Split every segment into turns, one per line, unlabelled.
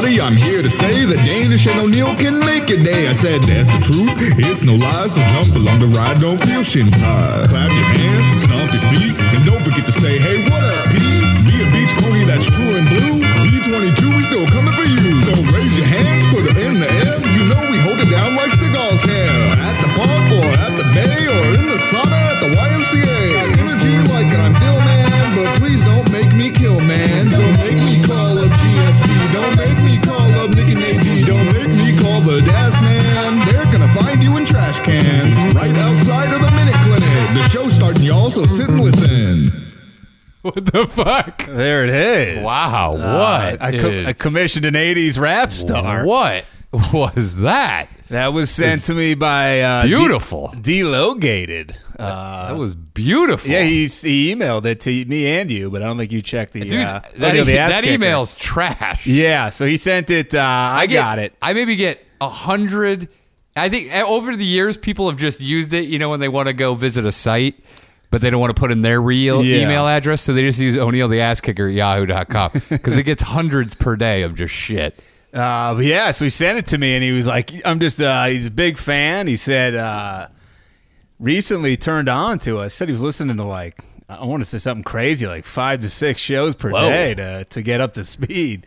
Unfortunately, I'm here to say that Danish and O'Neill can make it day. I said that's the truth, it's no lie, so jump along the ride, don't feel shin tied. Clap your hands, stomp your feet, and don't forget to say, hey, what up, P? Be a beach pony that's true and blue. B22, we still coming for you. So raise your hands, put it in the air. You know we hold it down like cigars here. At the park or at the bay or in the sauna at the YMCA. Got energy like I'm Dill Man, but please don't make me kill man. Don't make me call up GSP. Don't make me call up Nick and AB. Don't make me call the Das Man. They're gonna find you in trash cans. Right outside of the Minute Clinic. The show's starting, y'all, so sit and listen.
What the fuck?
There it is.
Wow,
Uh,
what?
I, co-
dude?
I commissioned an 80s rap star.
What was that?
That was sent to me by uh,
Beautiful.
De- Delogated. Uh,
that was beautiful.
yeah, he, he emailed it to me and you, but I don't think you checked the.
dude,
uh,
that,
audio of the
e-
ass
that
kicker.
email's trash.
Yeah, so he sent it. Uh, I,
get-
got it.
I maybe get a hundred. I think uh, over the years, people have just used it. You know, when they want to go visit a site, but they don't want to put in their real
Yeah.
email address, so they just use O'Neill the ass kicker at yahoo.com because it gets hundreds per day of just shit.
Uh, but yeah, so he sent it to me, and he was like, "I'm just, uh, he's a big fan." He said, uh, "Recently turned on to us." Said he was listening to like, I want to say something crazy, like five to six shows per
Whoa.
day to to get up to speed.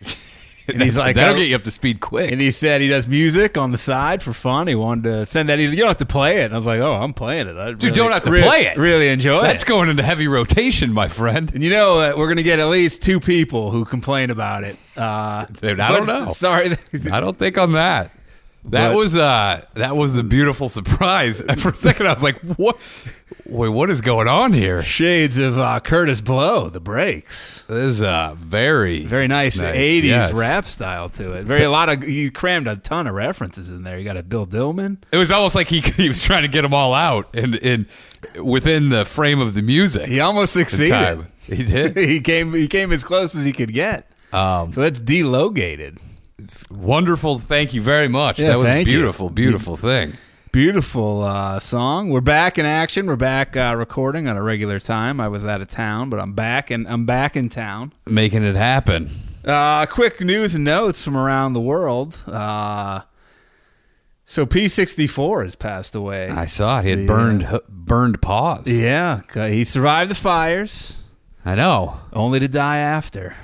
And he's like,
That'll
"I-
get you up to speed quick.
And he said he does music on the side for fun. He wanted to send that. He's like, you don't have to play it. And I was like, oh, I'm playing it. I Dude,
don't have to play it.
Really enjoy
That's
it.
going into heavy rotation, my friend.
And you know that we're gonna get at least two people who complain about it. Uh,
Dude, I don't
but-
know.
Sorry,
I don't think on that. That
But-
was uh that was the beautiful surprise. For a second I was like, what wait, what is going on here?
shades of uh, Curtis Blow, the breaks.
This is uh very
Very nice,
Nice,
80s
yes.
rap style to it. Very a lot of you crammed a ton of references in there. You got a Bill Dillman.
It was almost like he he was trying to get them all out and in within the frame of the music.
He almost
at the
succeeded.
time. He did.
he came he came as close as he could get.
Um,
so that's delogated.
Wonderful. Thank you very much.
Yeah,
that was a
thank you.
beautiful, beautiful thing.
Beautiful uh, song. We're back in action. We're back uh, recording on a regular time. I was out of town, but I'm back and I'm back in town.
Making it happen.
Uh, quick news and notes from around the world. Uh, so P64 has passed away.
I saw it. He had
Yeah.
burned burned paws.
yeah, he survived the fires,
I know.
only to die after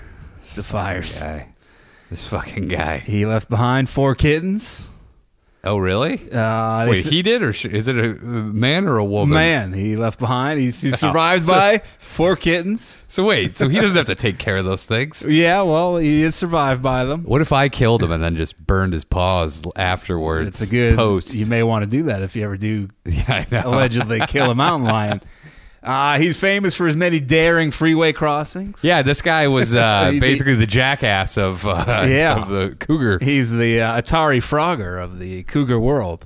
the fires.
Guy. This fucking guy.
He left behind four kittens.
Oh, really?
Uh, they
Wait,
s-
he did, or sh- is it a uh, man or a woman?
man, he left behind. He's, he's survived
So-
by four kittens.
So wait, so he doesn't have to take care of those things.
Yeah, well, he is survived by them.
What if I killed him and then just burned his paws l- afterwards?
It's a good
post.
You may want to do that if you ever do
yeah, I know.
allegedly kill a mountain lion. Uh, he's famous for his many daring freeway crossings.
Yeah, this guy was uh,
He-
basically the jackass of uh,
Yeah.
of the cougar.
He's the uh, Atari Frogger of the cougar world.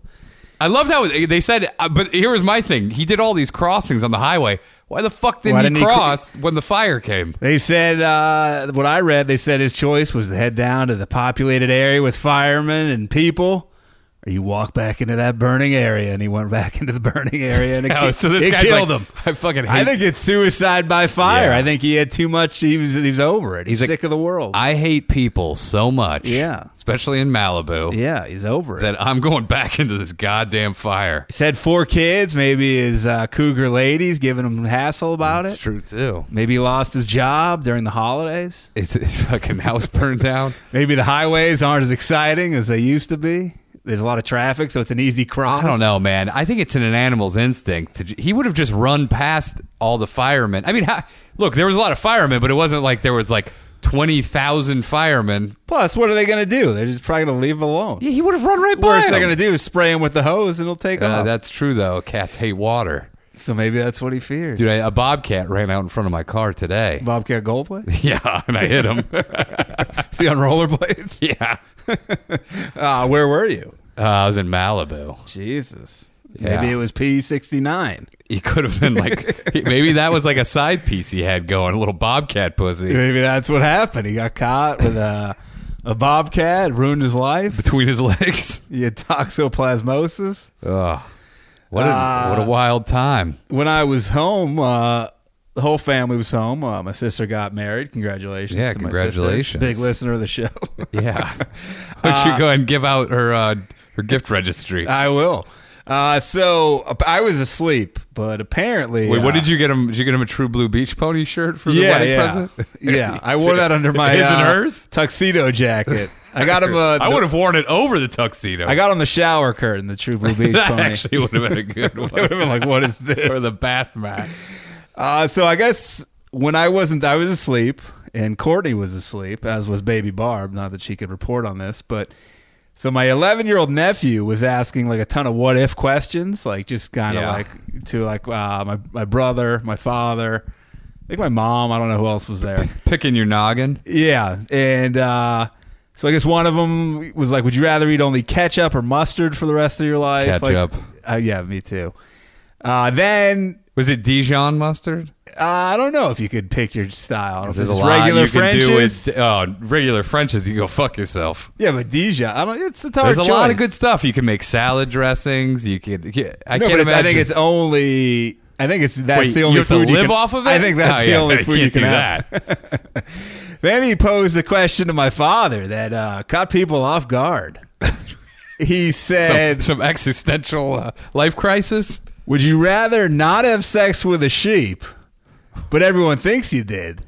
I loved how they said. Uh, but here was my thing: he did all these crossings on the highway. Why the fuck didn't,
Why
he,
didn't he cr-
cross when the fire came?
They said, uh, what I read, they said his choice was to head down to the populated area with firemen and people. Or you walk back into that burning area, and he went back into the burning area, and it,
Oh,
ki-
so this
it
guy's
killed
like,
him.
I fucking hate.
I think it's suicide by fire.
Yeah.
I think he had too much. He was, he was over it. He's,
He's like,
sick of the world.
I hate people so much.
Yeah.
especially in Malibu.
yeah, he's over it.
That I'm going back into this goddamn fire.
He said four kids. Maybe his uh, cougar ladies giving him hassle about
It's
it.
true too.
Maybe he lost his job during the holidays.
Is his fucking house burned down?
Maybe the highways aren't as exciting as they used to be. There's a lot of traffic, so it's an easy cross.
I don't know, man. I think it's in an animal's instinct. To, j- he would have just run past all the firemen. I mean, how, look, there was a lot of firemen, but it wasn't like there was like twenty thousand firemen.
Plus, what are they going to do? They're just probably going to leave him alone.
Yeah, he would have run right by.
Worst they're
them.
going to do is spray him with the hose, and he'll take
Uh,
off.
that's true though. Cats hate water,
so maybe that's what he feared.
dude. I, a bobcat ran out in front of my car today.
Bobcat Goldthwait?
Yeah, and I hit him.
Is he on rollerblades?
yeah,
Uh, where were you?
uh, I was in Malibu.
Jesus.
Yeah.
Maybe it was P69.
He could have been like, maybe that was like a side piece he had going, a little bobcat pussy.
Maybe that's what happened. He got caught with a, a bobcat, ruined his life.
between his legs.
He had toxoplasmosis.
Uh, Oh, what a, what a wild time!
When I was home, uh, the whole family was home. Uh, my sister got married. Congratulations!
Yeah,
to my sister.
congratulations.
Big listener of the show.
Yeah. Uh, Why don't you go and give out her uh, her gift registry?
I will. Uh, so uh, I was asleep, but apparently,
Wait, what
uh,
did you get him? Did you get him a True Blue Beach Pony shirt for the wedding present?
yeah. I wore that under my
His and
uh,
hers?
tuxedo jacket. I got him. Uh,
I would have worn it over the tuxedo.
I got on the shower curtain, the True Blue Beach
that
pony.
actually would have been a good one.
would have been like, "What is this?"
or the bath mat.
Uh, so I guess when I wasn't, I was asleep, and Courtney was asleep, as was Baby Barb. Not that she could report on this, but so my 11 year old nephew was asking like a ton of what if questions, like just kind of
Yeah.
like to like uh, my my brother, my father, I think my mom. I don't know who else was there.
Picking your noggin.
Yeah, and uh, so I guess one of them was like, "Would you rather eat only ketchup or mustard for the rest of your life?" Like-
Ketchup.
uh, yeah, me too. Uh, then
Was it Dijon mustard?
uh, I don't know if you could pick your style. I don't know if
There's a
it's
lot
regular
you can do
French's.
with oh, regular French's. You can go fuck yourself.
yeah, but Dijon. I don't. It's the hard
There's a lot of
choice.
good stuff. You can make salad dressings. You can. I
No,
can't
but it's-
imagine.
I think it's only. I think it's that's
Wait,
the only
you have
food
to
you
live
can-
off of it.
I think that's
Oh,
the
yeah,
only food you
can't
can
do
have.
That.
Then he posed the question to my father that uh, caught people off guard. he said,
Some, some existential uh, life crisis.
Would you rather not have sex with a sheep, but everyone thinks you did,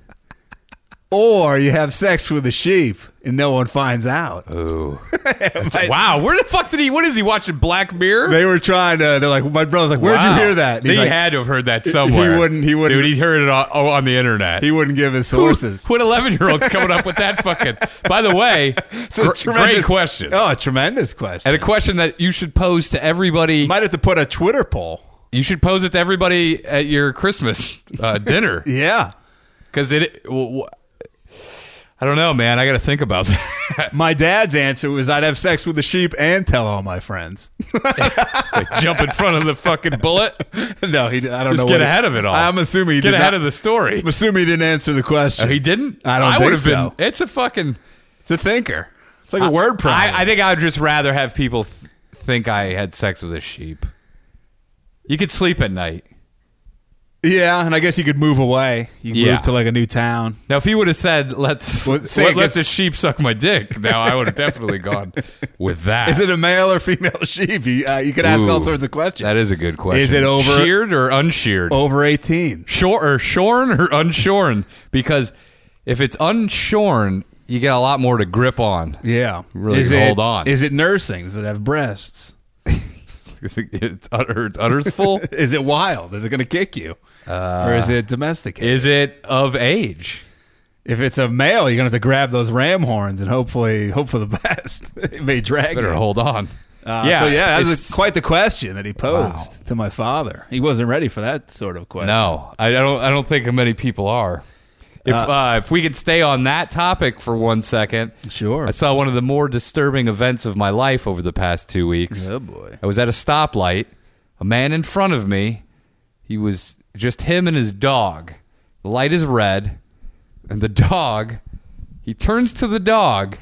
or you have sex with a sheep and no one finds out?
wow, where the fuck did he? What is he watching? Black Mirror.
They were trying to. They're like, my brother's like, where'd
Wow.
you hear that? And
He
he's like,
had to have heard that somewhere.
he wouldn't- he wouldn't-
Dude, he heard it on, oh, on the internet.
he wouldn't give his
Who-
horses.
What eleven year old coming up with that fucking? By the way, gr- great
Tremendous-
question.
Oh, a tremendous question.
And a question that you should pose to everybody.
Might have to put a Twitter poll.
You should pose it to everybody at your Christmas uh, dinner
Yeah.
because it. W- w- I don't know, man. I got to think about that.
My dad's answer was I'd have sex with a sheep and tell all my friends.
Like, jump in front of the fucking bullet.
no, he. I don't know.
Just
what
get
he-
ahead of it all.
I'm assuming he
get
did
ahead
not-
of the story.
I'm assuming he didn't answer the question.
He didn't.
I don't
I
think
would have been.
so.
It's a fucking.
It's a thinker. It's like a word problem.
I, I think I would just rather have people th- think I had sex with a sheep. You could sleep at night.
yeah, and I guess you could move away. You can
Yeah.
move to like a new town.
Now, if he would have said, "Let's
Well,
let,
say it
let
gets-
the sheep suck my dick," now I would have definitely gone with that.
Is it a male or female sheep? You, uh, you could ask all
Ooh,
sorts of questions.
That is a good question.
Is it over- Oh.
sheared or unsheared?
over 18.
Short or shorn or unshorn? Because if it's unshorn, you get a lot more to grip on.
Yeah.
Really
is
hold
it,
on.
Is it nursing? Does it have breasts?
It's, it's, utter, it's utters full.
Is it wild? Is it going to kick you? or is it domesticated?
Is it of age?
if it's a male, you're going to have to grab those ram horns and hopefully hope for the best. it may drag
Better
you.
hold on.
Uh, So, yeah, that was
it's-
quite the question that he posed to my father. He wasn't ready for that sort of question.
No, I I don't. I don't think many people are. If uh, if we could stay on that topic for one second,
Sure.
I saw one of the more disturbing events of my life over the past two weeks.
Oh, boy.
I was at a stoplight. A man in front of me. He was just him and his dog. The light is red, and the dog. He turns to the dog,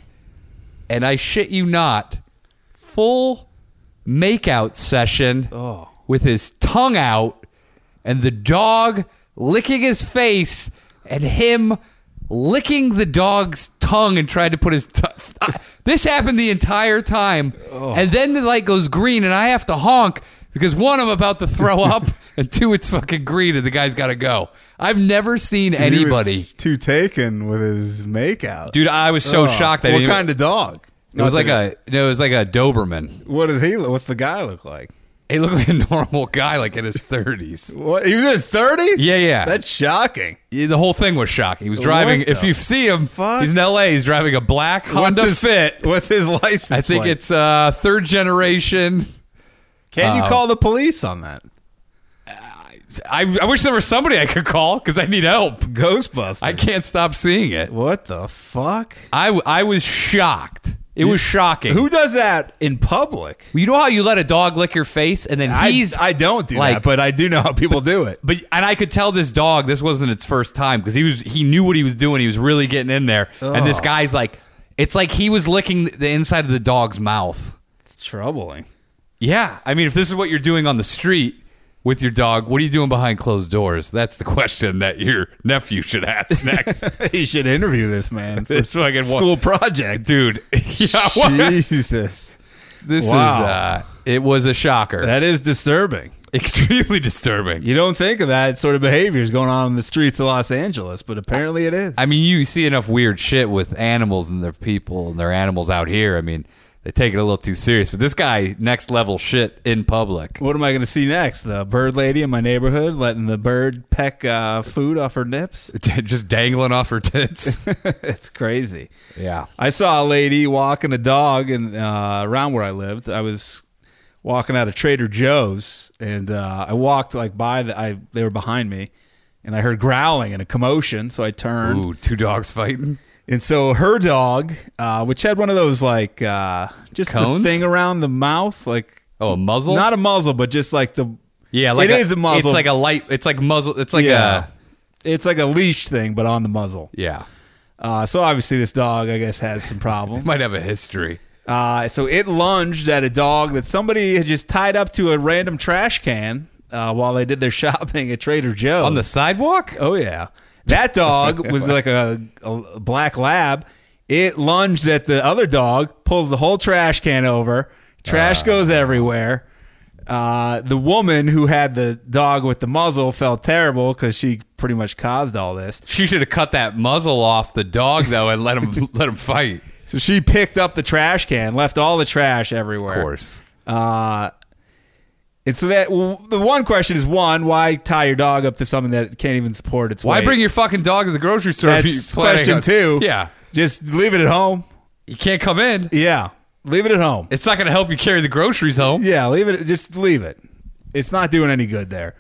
and I shit you not, full makeout session
Oh.
with his tongue out and the dog licking his face and him licking the dog's tongue and trying to put his t- this happened the entire time and then the light goes green and i have to honk because one i'm about to throw up and two it's fucking green and the guy's gotta go i've never seen anybody
He was too taken with his makeout.
dude i was so
Oh.
shocked I
What
didn't even-
kind of dog?
it was like a no, it was like a doberman
What does he? look- What's the guy look like?
he looked like a normal guy like in his 30s
What? He was in his thirties.
Yeah, yeah.
That's shocking.
Yeah, the whole thing was shocking. He was driving.
What
If
the
you see him,
fuck?
he's in L.A. He's driving a black Honda
his
Fit.
What's his license?
I think
like?
it's uh, third generation.
Can you
uh,
call the police on that?
I, I wish there was somebody I could call because I need help.
Ghostbusters.
I can't stop seeing it.
What the fuck?
I, w- I was shocked. It was shocking.
Who does that in public?
You know how you let a dog lick your face and then he's
I, I don't do
like-
that, but I do know how people do it.
But and I could tell this dog this wasn't its first time because he was he knew what he was doing. He was really getting in there. And this
Ugh.
guy's like, it's like he was licking the inside of the dog's mouth.
It's troubling.
Yeah, I mean, if this is what you're doing on the street, with your dog, what are you doing behind closed doors? That's the question that your nephew should ask next.
you should interview this man for
This fucking wa-
school project.
dude. yeah, what?
Jesus.
this is
Wow.
uh, it was a shocker,
That is disturbing.
extremely disturbing.
You don't think of that sort of behavior is going on in the streets of Los Angeles, but apparently it is.
I mean, you see enough weird shit with animals and their people and their animals out here. I mean, they take it a little too serious, but this guy next level shit in public.
what am I going to see next? The bird lady in my neighborhood letting the bird peck uh, food off her nips?
Just dangling off her tits.
it's crazy.
Yeah.
I saw a lady walking a dog in, uh, around where I lived. I was walking out of Trader Joe's, and uh, I walked like by the. I they were behind me, and I heard growling and a commotion. So I turned,
Ooh, two dogs fighting.
and so her dog, uh, which had one of those like uh, just
Cones?
the thing around the mouth, like
Oh, a muzzle.
not a muzzle, but just like the
yeah, like
it
a,
is a muzzle.
It's like a light. It's like muzzle. It's like
yeah.
a
It's like a leash thing, but on the muzzle.
yeah.
Uh, so obviously, this dog, I guess, has some problems.
Might have a history.
Uh, so it lunged at a dog that somebody had just tied up to a random trash can uh, while they did their shopping at Trader Joe's.
On the sidewalk?
oh yeah, that dog was like a, a black lab. It lunged at the other dog, pulls the whole trash can over.
Ah.
Trash goes everywhere. Uh, the woman who had the dog with the muzzle felt terrible because she pretty much caused all this.
She should have cut that muzzle off the dog though and let him let him fight.
So she picked up the trash can, left all the trash everywhere.
Of course.
Uh, and so that w- the one question is one: Why tie your dog up to something that can't even support its
Why
weight?
bring your fucking dog to the grocery store? if
That's
you're planning
question
on-
two.
Yeah,
Just leave it at home.
you can't come in.
Yeah, leave it at home.
It's not going to help you carry the groceries home.
Yeah, leave it. Just leave it. It's not doing any good there.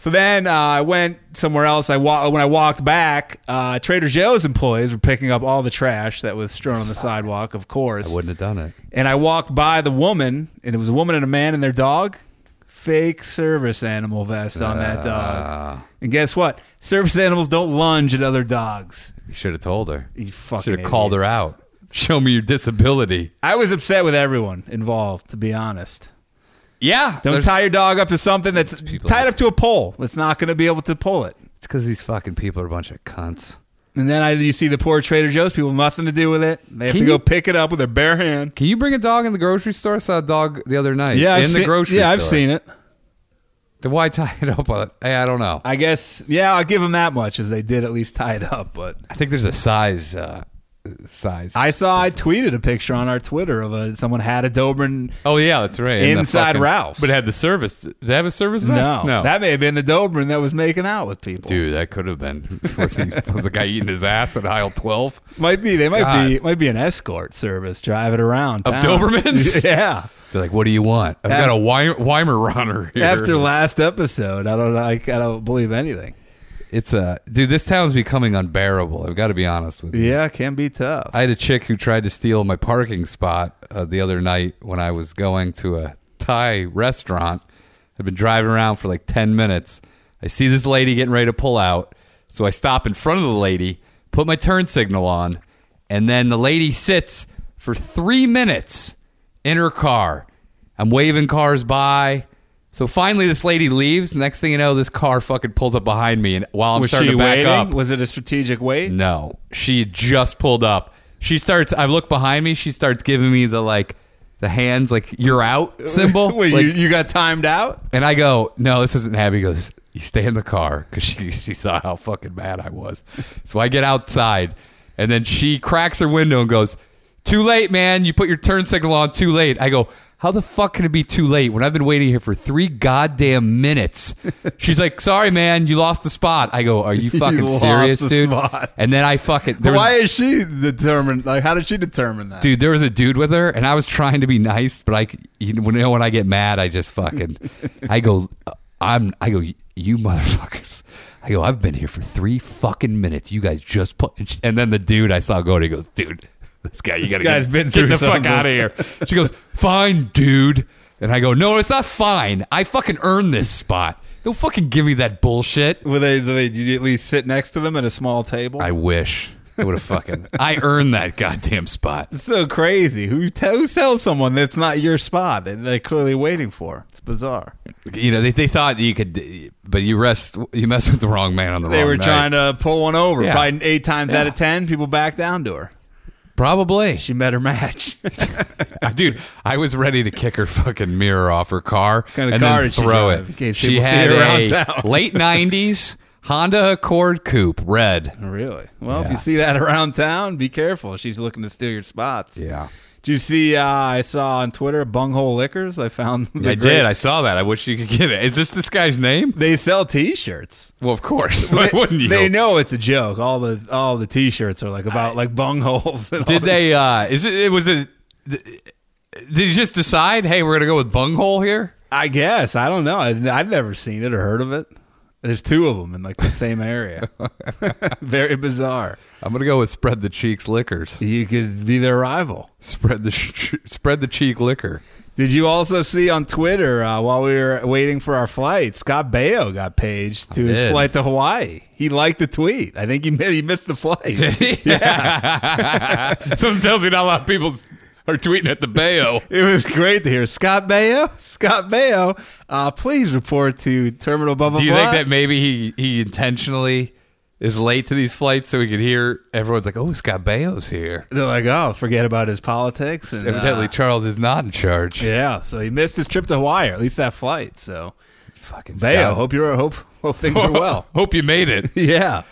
So then uh, I went somewhere else. I wa- when I walked back, uh, Trader Joe's employees were picking up all the trash that was strewn on the sidewalk. Of course,
have done it.
and I walked by the woman, and it was a woman and a man and their dog. Fake service animal vest on that dog.
Ah.
And guess what? Service animals don't lunge at other dogs.
You should have told her.
You fucking
should have called her
idiots.
out. Show me your disability.
I was upset with everyone involved, to be honest.
Yeah,
Don't
there's-
tie your dog up to something that's
people
tied
that-
up to a pole. That's not going to be able to pull it.
It's because these fucking people are a bunch of cunts.
And then I, you see the poor Trader Joe's people, nothing to do with it. They have
Can
to go
you-
pick it up with their bare hand.
Can you bring a dog in the grocery store? I saw a dog the other night.
Yeah,
in
I've
the
seen,
grocery.
yeah,
store.
I've seen it.
Then why tie it up? On, hey, I don't know.
I guess, yeah, I'll give them that much, as they did at least tie it up. But
I think there's a size. Uh, size.
I saw I tweeted a picture on our Twitter of a someone had a Doberman.
oh yeah, that's right. In the
Inside
fucking-
Ralph's.
but it had the service. Did it have a service
No,
vest? no.
that may have been the Doberman that was making out with people.
Dude, that could have been. Was, he, was the guy eating his ass at aisle twelve?
Might be they might be might be an escort service driving around
Of
town.
Dobermans?
yeah.
They're like, "What do you want? I've got a
Af-
Weimer, Weimer runner here."
After last episode, I don't I, I don't believe anything.
it's a dude. This town's becoming unbearable. I've got to be honest with you.
Yeah, it can be tough.
I had a chick who tried to steal my parking spot uh, the other night when I was going to a Thai restaurant. I'd been driving around for like 10 minutes. I see this lady getting ready to pull out. So I stop in front of the lady, put my turn signal on, and then the lady sits for three minutes in her car. I'm waving cars by. So finally, this lady leaves. Next thing you know, this car fucking pulls up behind me. And while I'm
was
starting
she
to back
waiting?
up,
Was it a strategic wait?
no, she just pulled up. She starts. I look behind me. She starts giving me the like, the hands like you're out symbol.
Wait,
Like-
you, you got timed out?
and I go, no, this isn't happy. He goes, you stay in the car because she she saw how fucking mad I was. So I get outside, and then she cracks her window and goes, too late, man. You put your turn signal on too late. I go. How the fuck can it be too late when I've been waiting here for three goddamn minutes? She's like, "Sorry, man, you lost the spot." I go, "Are you fucking
lost
serious,
the
dude?"
spot.
And then I fucking there was-
Why is she determined? Like, how did she determine that?
dude there was a dude with her and i was trying to be nice but i c- you know when- you know, when i get mad i just fucking i go uh, i'm i go you motherfuckers i go i've been here for three fucking minutes you guys just put and, sh- and then the dude i saw going he goes dude this guy you gotta
guy's
get,
been
get
through
the
something."
fuck out of here she goes fine dude and i go no it's not fine i fucking earned this spot don't fucking give me that bullshit
Were they? Did, they, did you at least sit next to them at a small table?
i wish I would have fucking. I earned that goddamn spot.
It's so crazy. Who, t- who tells someone that's not your spot that they're clearly waiting for? It's bizarre.
You know, they, they thought you could, but you rest, you mess with the wrong man on the
They
wrong
were
night.
trying to pull one over.
Yeah.
Probably eight times out of
Yeah.
ten, people back down to her.
Probably.
She met her match.
Dude, I was ready to kick her fucking mirror off her car
kind of
and
car
then
did she
throw
drive? In
it.
case
She
people see
had
her around
a
town.
late 90s Honda Accord Coupe, red.
really? Well, if
Yeah.
you see that around town, be careful. She's looking to steal your spots.
Yeah.
Did you see? Uh, I saw on Twitter Bunghole Liquors. I found. the
I
great-
did. I saw that. I wish you could get it. Is this this guy's name?
They sell T-shirts.
Well, of course. Why wouldn't you?
They know it's a joke. All the all the T-shirts are like about like bungholes. And all
Did
this-
they? uh Is it? it- Was it? Did you just decide? Hey, we're gonna go with bunghole here.
I guess I don't know. I, I've never seen it or heard of it. There's two of them in like the same area. Very bizarre.
I'm gonna go with spread the cheeks liquors.
You could be their rival.
Spread the sh- spread the cheek liquor.
Did you also see on Twitter uh, while we were waiting for our flight, Scott Baio got paged to his
did.
flight to Hawaii. He liked the tweet. I think he mi- he missed the flight.
Something tells me not a lot of people are tweeting at the Bayo.
It was great to hear Scott Baio. Scott Baio, uh, please report to Terminal Blah blah
Do you
blah.
think that maybe he he intentionally is late to these flights so he could hear everyone's like, "Oh, Scott Bayo's here."
They're like, oh, forget about his politics. And,
Evidently,
uh,
Charles is not in charge.
yeah. So he missed his trip to Hawaii, or at least that flight. So
Fucking
Baio,
Scott.
hope you're hope hope things are well.
Hope you made it.
yeah.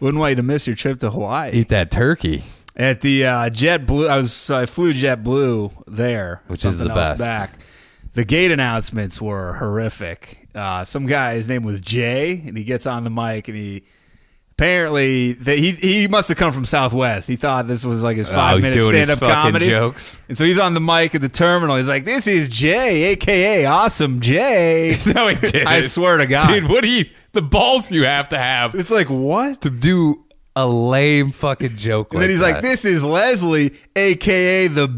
Wouldn't want you to miss your trip to Hawaii.
Eat that turkey.
at the uh, Jet Blue. I was I flew Jet Blue there,
Which is
something
the
else
best.
Back, the gate announcements were horrific. Uh, some guy, his name was Jay, and he gets on the mic and he apparently they, he he must have come from Southwest. He thought this was like his five
Oh, he's
minute
doing his
stand up
fucking
comedy
jokes.
and so he's on the mic at the terminal. He's like, "This is Jay, aka Awesome Jay."
No, he didn't.
I swear to God.
dude. What do you? The balls you have to have
it's like what?
to do a lame fucking joke.
And then he's like,
that.
"This is Leslie, aka the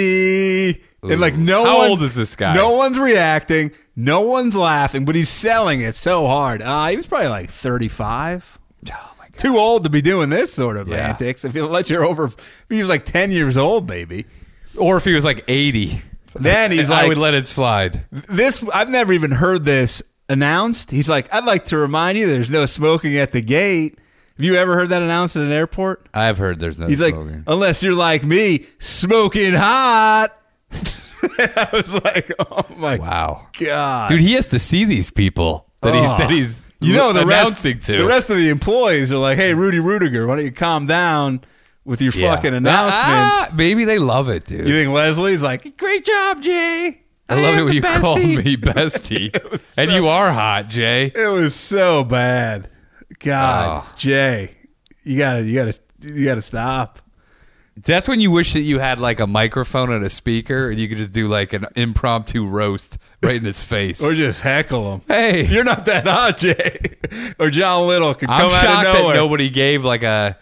bestie." And like no
How
one,
old is this guy?
No one's reacting. No one's laughing, but he's selling it so hard. Uh, he was probably like thirty-five.
Oh my god.
Too old to be doing this sort of
Yeah.
antics. If you let you're over, if he's like ten years old, baby.
Or if he was like eighty,
Then he's
I
like,
would let it slide.
"This, I've never even heard this announced." He's like, "I'd like to remind you, there's no smoking at the gate." Have you ever heard that announced at an airport?
I've heard there's no.
He's like, "Oh,
smoking.
unless you're like me, smoking hot. I was like, oh my
wow,
god,
dude, he has to see these people that he's
Ugh.
that he's
Oh. you know the
announcing
rest,
to.
the rest of the employees are like, hey, Rudy Rudiger, why don't you calm down with your
Yeah.
fucking announcements?
Ah, maybe they love it, dude.
You think Leslie's like, great job, Jay.
I love
am
it when
the
you call
bestie."
me bestie,
was
and
so-
you are hot, Jay.
It was so bad. God,
Oh.
Jay, you gotta, you gotta, you gotta stop.
That's when you wish that you had like a microphone and a speaker, and you could just do like an impromptu roast right in his face.
Or just heckle him.
Hey.
you're not that hot, Jay. Or John Little could come
I'm
out
shocked
of
that
nowhere.
nobody gave like a.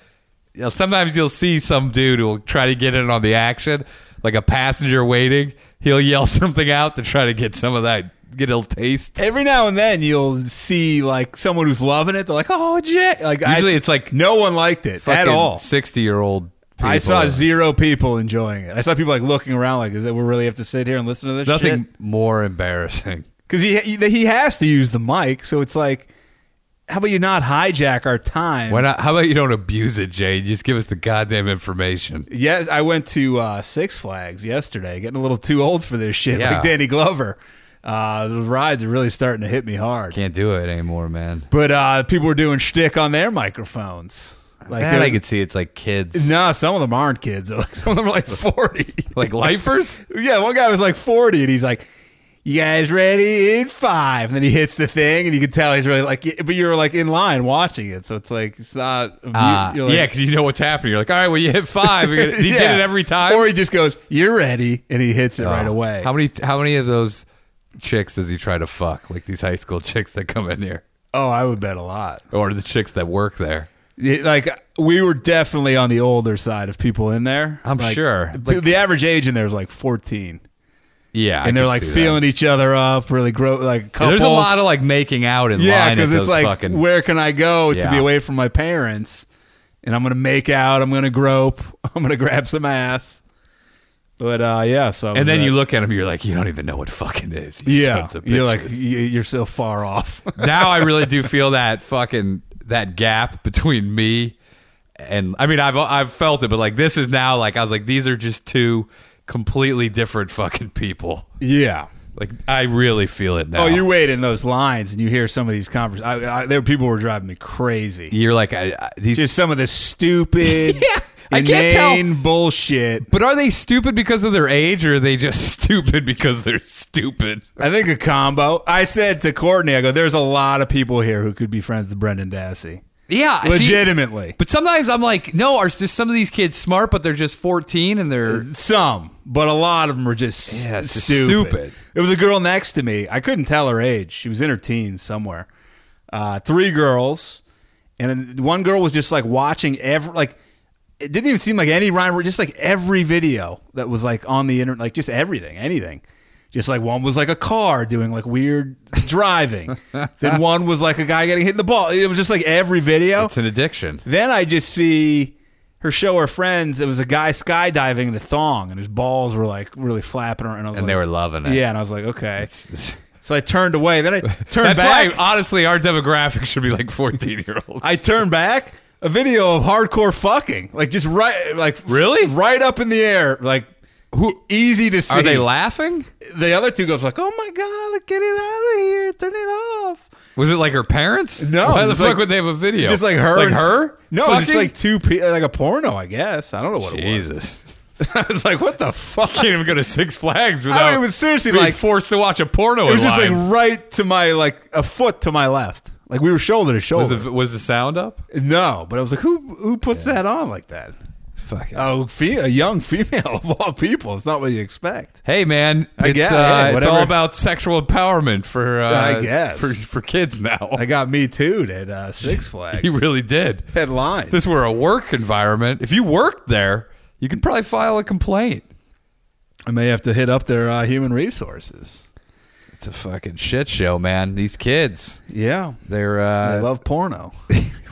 You know, sometimes you'll see some dude who'll try to get in on the action, like a passenger waiting. He'll yell something out to try to get some of that, get a little taste.
Every now and then you'll see like someone who's loving it. They're like, "Oh, Jay!" Like
Usually it's like
no one liked it at all.
sixty-year-old.
I saw zero people enjoying it. I saw people like looking around, like, "Is that we really have to sit here and listen to this?"
nothing more embarrassing.
because he, he he has to use the mic, so it's like, how about you not hijack our time?
Why not? How about you don't abuse it, Jay? Just give us the goddamn information.
Yes, I went to uh, Six Flags yesterday. Getting a little too old for this shit,
Yeah.
like Danny Glover. Uh, the rides are really starting to hit me hard.
Can't do it anymore, man.
But uh, people were doing shtick on their microphones. Like
That
they're-
I could see it's like kids,
No, some of them aren't kids. Some of them are like 40.
like lifers.
yeah, one guy was like 40 and he's like, you guys ready in five? And then he hits the thing and you can tell he's really like, but you're like in line watching it. So it's like, it's not. you-
Uh,
you're like-
yeah, because you know what's happening. You're like, all right, well, you hit five. You're gonna- He
Yeah.
did it every time.
Or he just goes, you're ready. And he hits it right
Oh.
away.
How many how many of those chicks does he try to fuck? Like these high school chicks that come in here,
oh, I would bet a lot.
or the chicks that work there.
It- like we were definitely on the older side of people in there.
I'm
Like,
sure.
the- the average age in there is like 14,
Yeah, I
and they're
can
like
see
feeling each other up, really grow like
That.
couples.
There's a lot of like making out in
yeah,
line at
because
those
it's like
fucking.
where can I go to
Yeah.
be away from my parents? and I'm gonna make out. I'm gonna grope. I'm gonna grab some ass. But uh, yeah, so
And then you look at him, you're like, you don't even know what fucking is. you
yeah,
sons of
you're like
bitches."
y- you're so far off.
now I really do feel that fucking that gap between me and I mean I've I've felt it, but like this is now like I was like these are just two completely different fucking people.
yeah.
Like I really feel it now.
Oh, you wait in those lines and you hear some of these conversations. I, I, there, were people who were driving me crazy.
you're like I, I, these.
Just some of the stupid,
Yeah, I can't tell.
inane bullshit.
but are they stupid because of their age, or are they just stupid because they're stupid?
I think a combo. I said to Courtney, I go, there's a lot of people here who could be friends with Brendan Dassey.
Yeah, see-
Legitimately.
but sometimes I'm like, no, are just some of these kids smart, but they're just 14 and they're
Some, but a lot of them were just
Yeah, it's just stupid.
stupid. It was a girl next to me. I couldn't tell her age. She was in her teens somewhere. Uh, three girls, and then one girl was just like watching every like. It didn't even seem like any rhyme. or- Just like every video that was like on the internet, like just everything, anything. Just like one was like a car doing like weird driving. then one was like a guy getting hit in the ball. It was just like every video.
it's an addiction.
Then I just see her show her friends. It was a guy skydiving in a thong, and his balls were like really flapping around. And, I was
And
like-
they were loving it.
Yeah, and I was like, okay. so I turned away. Then I turned
That's
back.
why, honestly, our demographic should be like 14 year olds.
I turned back. A video of hardcore fucking, like just right, like
Really?
right up in the air, like who easy to see.
Are they laughing?
the other two girls were like, oh my god, like, get it out of here, turn it off.
Was it like her parents?
No,
Why
it
the
was
fuck
like-
would they have a video?
Just like her,
Like
and-
her?
No, it was just
Fucking?
like two, pe- like a porno, I guess. I don't know what
Jesus.
it was. I was like, what the fuck?
Can't even go to Six Flags without
it was seriously
being
like-
forced to watch a porno.
It was just like right to my like a foot to my left. Like we were shoulder to shoulder.
was the was the sound up?
no, but I was like, who who puts that on like that?
Fuck. it.
Oh, fe- a young female of all people. It's not what you expect.
hey man, it's,
guess,
uh,
hey,
it's
whatever.
all about sexual empowerment for uh,
I guess.
for for kids now.
I got me too at uh, Six Flags.
he really did. If
Headline.
this were a work environment, if you worked there, you could probably file a complaint.
I may have to hit up their uh, human resources.
It's a fucking shit show, man. These kids,
Yeah,
they're uh,
I love porno.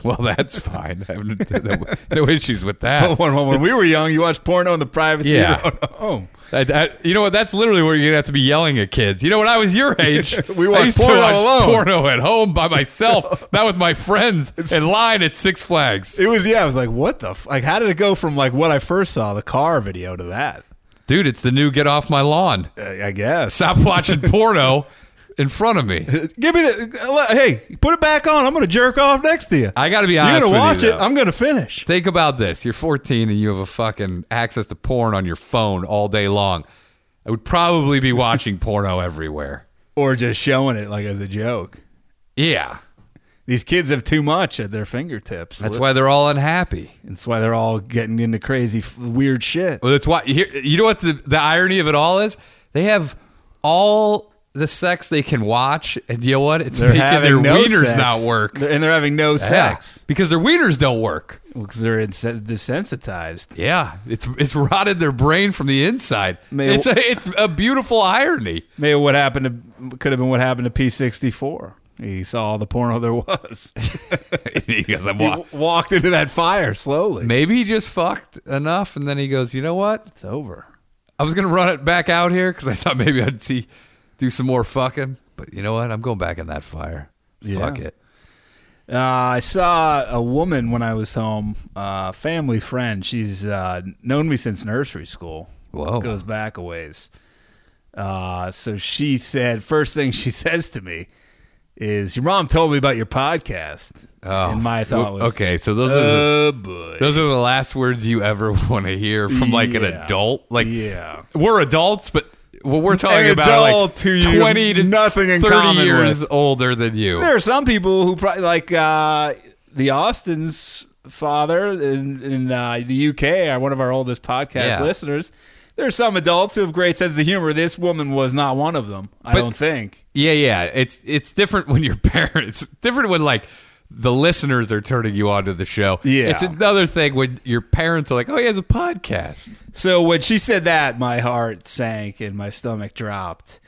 Well, that's fine. I have no, no issues with that.
But when, when we were young, you watched porno in the privacy
Yeah.
of your own home.
I, I- you know what? That's literally where you're gonna have to be yelling at kids. You know, when I was your age,
We
I
watched
used to
porno
watch
alone.
porno at home by myself, not with my friends, in line at Six Flags.
It was yeah. I was like, what the f-? like? How did it go from like what I first saw the car video to that?
Dude, it's the new "Get Off My Lawn."
Uh, I guess
Stop watching porno in front of me.
Give me the hey, put it back on. I'm gonna jerk off next to you.
I got to be
You're
honest.
gonna
with
watch
you,
it.
though.
I'm gonna finish.
Think about this: you're 14 and you have a fucking access to porn on your phone all day long. I would probably be watching porno everywhere.
Or just showing it like as a joke.
Yeah,
These kids have too much at their fingertips.
that's why they're all unhappy.
That's why they're all getting into crazy f- weird shit.
Well, that's why. Here, you know what the, the irony of it all is? They have all the sex they can watch, and you know what? It's
They're
making their
having no
wieners
sex.
not work.
They're- and they're having no sex
Yeah, because their wieners don't work.
because they're insen- desensitized.
Yeah, it's it's rotted their brain from the inside.
May-
it's a, it's a beautiful irony.
Maybe what happened to could have been what happened to P64. He saw all the porno there was.
Because I'm
he
wa-
w- walked into that fire slowly.
Maybe he just fucked enough, and then he goes, you know what?
it's over.
I was gonna run it back out here because I thought maybe I'd see do some more fucking, but you know what? I'm going back in that fire.
Yeah.
Fuck it.
Uh, I saw a woman when I was home, uh, family friend. She's uh, known me since nursery school.
Whoa.
Goes back a ways. Uh, so she said, first thing she says to me is, Your mom told me about your podcast.
Oh,
and my thought was,
okay. So those are the,
Oh, boy.
Those are the last words you ever want to hear from like an
Yeah.
adult. Like
Yeah.
we're adults, but what we're talking
An
about like
adult who you
twenty to
nothing in
thirty
common
years older than you.
There are some people who probably like uh, the Austin's father in, in uh, the UK, are one of our oldest podcast
Yeah.
listeners. There are some adults who have great sense of humor. This woman was not one of them. I
But-
don't think.
Yeah, yeah. It's it's different when your parents. It's different when like the listeners are turning you onto the show.
Yeah.
it's another thing when your parents are like, "Oh, he has a podcast."
So when she said that, my heart sank and my stomach dropped.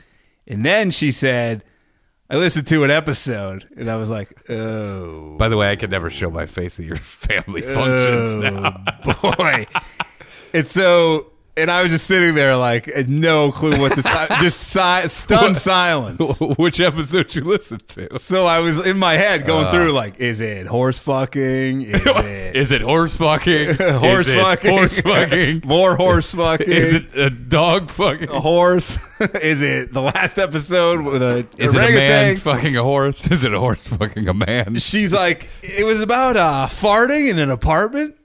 And then she said, I listened to an episode and I was like, oh,
By the way, I could never show my face at your family functions now.
boy. and so, and I was just sitting there like, no clue what to, si- just si- stunned silence.
Which episode you listened to?
So I was in my head going through
Uh.
like, is it horse fucking? Is it
Is it horse fucking?
horse
Is it
fucking? Oh,
Horse fucking?
More horse fucking?
Is it a dog fucking?
a horse? is it the last episode with a
Is it a man
orangutan?
fucking a horse? Is it a horse fucking a man?
She's like, it was about uh, farting in an apartment.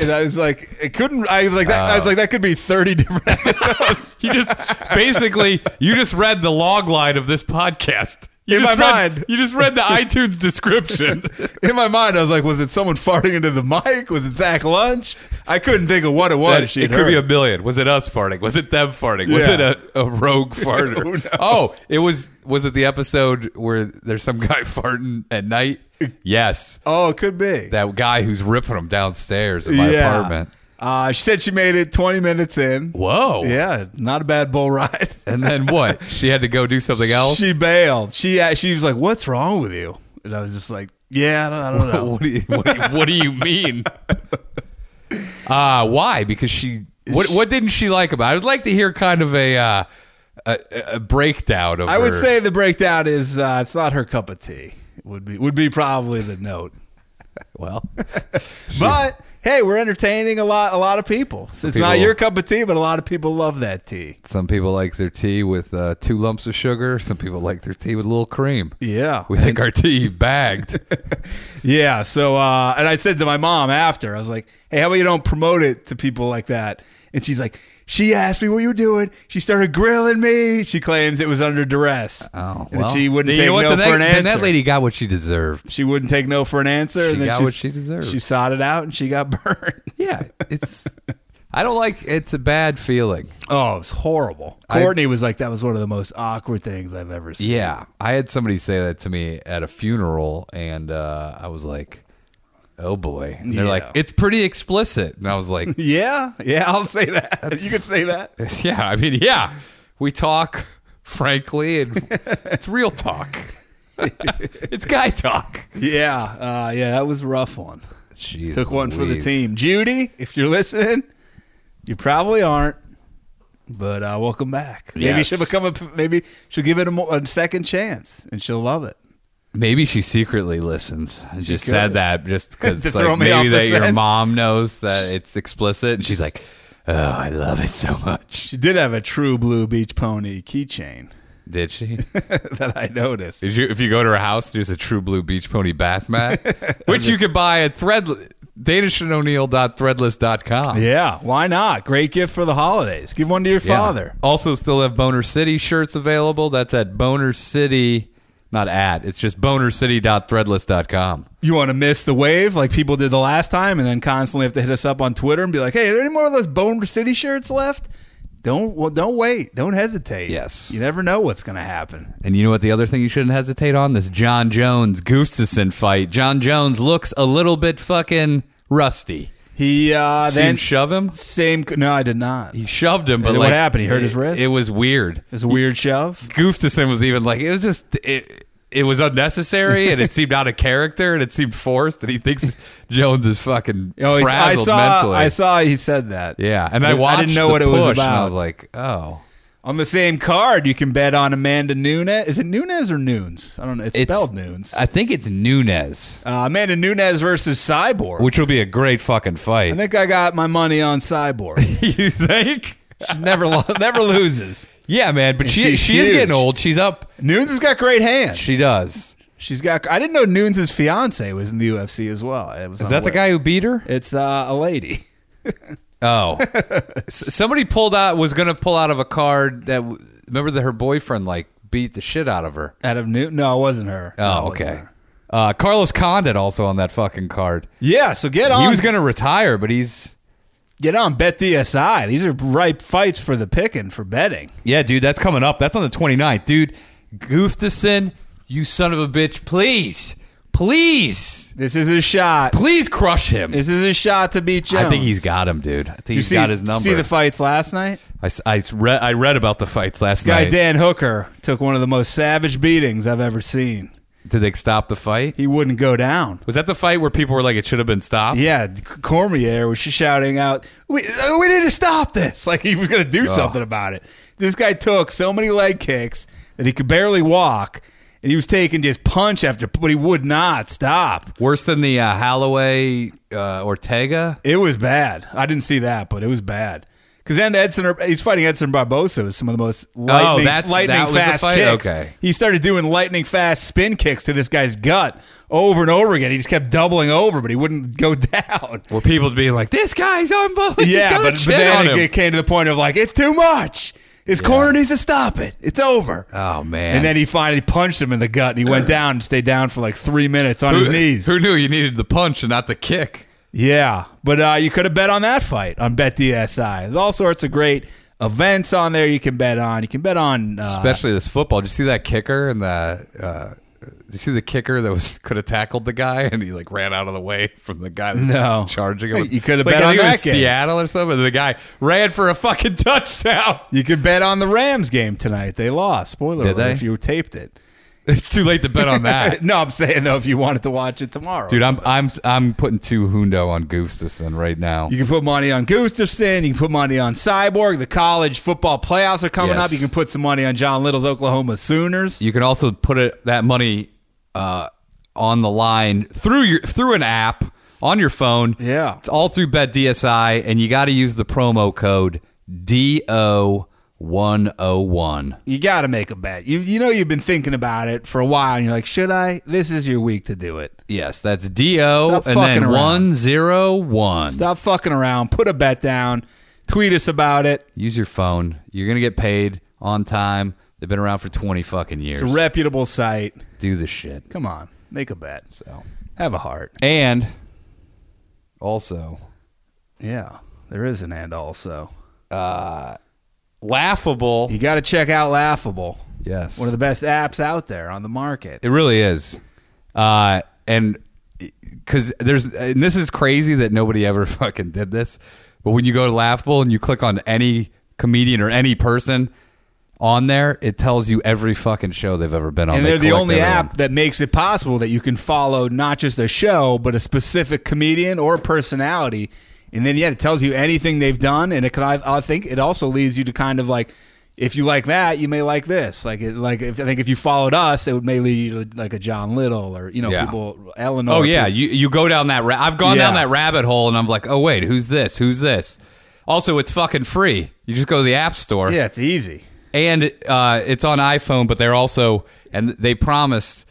And I was like, it couldn't. I was like, that,
Uh.
I was like, that could be thirty different episodes.
You just basically you just read the log line of this podcast. You
In
just
my
read,
mind.
You just read the iTunes description.
in my mind, I was like, was it someone farting into the mic? Was it Zach Lunch? I couldn't think of what it was.
That-
she'd
it could be a
heard.
million. Was it us farting? Was it them farting? Was
Yeah.
it a, a rogue
Who knows?
farter? Oh, it was was it the episode where there's some guy farting at night? Yes.
oh, it could be.
That guy who's ripping them downstairs in my
Yeah.
apartment.
Uh, she said she made it twenty minutes in.
Whoa.
Yeah, not a bad bull ride.
And then what? She had to go do something else?
She bailed. She uh, she was like, "What's wrong with you?" And I was just like, "Yeah, I don't, I don't know."
what, do you, what, do you, what do you mean? Uh, why? Because she. What, what didn't she like about? it? I'd like to hear kind of a uh, a, a breakdown of.
I would
her-
say the breakdown is uh, it's not her cup of tea. Would be would be probably the note.
well,
But hey, we're entertaining a lot a lot of people. So it's not
people-
your cup of tea, but a lot of people love that tea.
some people like their tea with uh, two lumps of sugar. Some people like their tea with a little cream.
Yeah.
we think our tea bagged.
Yeah. So uh, and I said to my mom after I was like, "Hey, how about you don't promote it to people like that?" And she's like, "She asked me what you were doing. She started grilling me. She claims it was under duress.
Oh,
and
well,
she
You
wouldn't take
know what?
no
Then that-
for an answer.
Then that lady got what she deserved.
she wouldn't take no for an answer. and then
got
she,
what
s-
she deserved.
She sought it out and she got burned.
Yeah, it's. I don't like. It's a bad feeling.
Oh, it was horrible.
I-
Courtney was like, that was one of the most awkward things I've ever seen.
Yeah, I had somebody say that to me at a funeral, and uh, I was like, "Oh boy!" And they're
Yeah.
like, "It's pretty explicit," and I was like,
Yeah, yeah, I'll say that. you could say that.
"Yeah, I mean, yeah, we talk frankly, and it's real talk. it's guy talk."
Yeah, uh, yeah, that was a rough one.
Jeez
Took one for the
Louise.
team. Judy, if you're listening, you probably aren't, but uh, welcome back. Maybe
Yes.
she'll become a. Maybe she'll give it a, mo- a second chance, and she'll love it.
Maybe she secretly listens. I just
could.
said that just
To
because
throw
like,
me off
maybe
the
that your
scent.
mom knows that it's explicit, and she's like, "Oh, I love it so much."
She did have a true blue beach pony keychain
Did she?
that I noticed.
Is you, if you go to her house, there's a True Blue Beach Pony bath mat, which you could buy at thread danishandoneill.threadless.com.
Yeah, why not? Great gift for the holidays. Give one to your
Yeah.
father.
Also, still have Boner City shirts available. That's at Boner City, not at. It's just bonercity.threadless.com.
You want to miss the wave like people did the last time and then constantly have to hit us up on Twitter and be like, hey, are there any more of those Boner City shirts left? Don't well, don't wait. Don't hesitate.
Yes.
You never know what's going to happen.
And you know what the other thing you shouldn't hesitate on? This John Jones Gustafson fight. John Jones looks a little bit fucking rusty.
He uh,
Seen
then.
him shove him?
same. No, I did not.
He
It
shoved him, but
And what
like,
happened? He hurt his
it-
wrist?
It was weird.
was a weird shove.
Gustafson was even like it was just it, it was unnecessary and it seemed out of character and it seemed forced and he thinks Jones is fucking
Oh, he- I
frazzled
saw.
mentally.
I saw he said that.
yeah, and I, watched.
I didn't know
the
what it was
push, And I
about.
was like, oh,
on the same card, you can bet on Amanda Nunes. Is it Nunes or Nunes? I don't know. It's,
It's-
spelled Nunes.
I think it's Nunez,
uh, Amanda Nunes versus Cyborg.
which will be a great fucking
I
fight.
think I got my money on Cyborg.
you think?
She never lo- never loses.
Yeah, man. But she
she's
she is
huge.
getting old. She's up.
Nunes has got great hands.
She does.
She's got. I didn't know Nunes' fiance was in the UFC as well. I was
Is that the
unaware.
guy who beat her?
It's uh, a lady.
Oh, S- somebody pulled out was going to pull out of a card that w- remember that her boyfriend like beat the shit out of her.
Out of Newton? No, it wasn't her. No, it
Oh,
wasn't
okay.
her.
Uh, Carlos Condit also on that fucking card.
Yeah. So get on.
He was going to retire, but he's
get on. Bet DSI. These are ripe fights for the picking for betting.
yeah, dude. That's coming up. That's on the 29th, dude. Gustafson, you son of a bitch! Please, Please,
This is his shot.
please crush him.
This is his shot to beat Jones.
I think he's got him, dude. I think
You
he's
see,
got his number.
See the fights last night.
I, s- I s- read, I read about the fights last
Guy
night.
Dan Hooker took one of the most savage beatings I've ever seen.
Did they stop the fight?
He wouldn't go down.
Was that the fight where people were like, it should have been stopped?
Yeah, C- Cormier was just shouting out, "We uh, we need to stop this!" Like he was going to do something about it. This guy took so many leg kicks that he could barely walk, and he was taking just punch after, but he would not stop.
Worse than the uh, Holloway uh, Ortega?
It was bad. I didn't see that, but it was bad. Because then Edson, he's fighting Edson Barbosa with some of the most lightning,
Oh, that's-
lightning
that was the
fast
fight?
kicks.
Okay.
He started doing lightning fast spin kicks to this guy's gut over and over again. He just kept doubling over, but he wouldn't go down.
Where people being like, this guy's unbelievable.
yeah,
Got a
but, but
chin on
then
him.
it, it came to the point of like, it's too much. His corner needs to stop it. It's over.
Oh, man.
And then he finally punched him in the gut, and he went down and stayed down for like three minutes on his
Who-
knees.
Who knew you needed the punch and not the kick?
Yeah, but uh, you could have bet on that fight on BetDSI. There's all sorts of great events on there you can bet on. You can bet on. Uh,
Especially this football. Did you see that kicker and the? Uh, did you see the kicker that was could have tackled the guy and he like ran out of the way from the guy that was
No.
charging him?
You could have
like,
bet
I
on
think it
that
was
game.
Seattle or something. The guy ran for a fucking touchdown.
you could bet on the Rams game tonight. They lost. Spoiler
Did
alert
they?
if you taped it.
It's too late to bet on that.
no, I'm saying though, if you wanted to watch it tomorrow,
Dude, I'm I'm I'm putting two hundo on Gustafson right now.
You can put money on Gustafson. You can put money on Cyborg. The college football playoffs are coming
Yes.
up. You can put some money on John Little's Oklahoma Sooners.
You can also put it, that money uh, on the line through your through an app on your phone.
Yeah.
it's all through BetDSI, and you got to use the promo code DO one o one.
You got to make a bet. You you know you've been thinking about it for a while, and you're like, should I? This is your week to do it.
Yes, that's DO
Stop
and then
fucking around.
one zero one.
Stop fucking around. Put a bet down. Tweet us about it.
Use your phone. You're gonna get paid on time. They've been around for twenty fucking years.
It's a reputable site.
Do the shit.
Come on, make a bet.
So
Have a heart.
and also
Yeah, there is an and also.
laughable.
You got to check out Laughable.
Yes,
One of the best apps out there on the market.
It really is. Uh, and because there's, and this is crazy that nobody ever fucking did this. But when you go to Laughable and you click on any comedian or any person on there, it tells you every fucking show they've ever been on.
And
They
they're the
collect
only
everyone.
app that makes it possible that you can follow not just a show, but a specific comedian or personality. And then, yeah, it tells you anything they've done. And it can, I, I think it also leads you to kind of like, if you like that, you may like this. Like, it, like if, I think if you followed us, it would may lead you to like a John Little or, you know,
Yeah.
people, Eleanor.
Oh yeah,
people-
you you go down that. Ra- I've gone
Yeah.
down that rabbit hole, and I'm like, oh wait, who's this? Who's this? Also, it's fucking free. You just go to the app store.
yeah, it's easy.
and uh, it's on iPhone, but they're also and they promised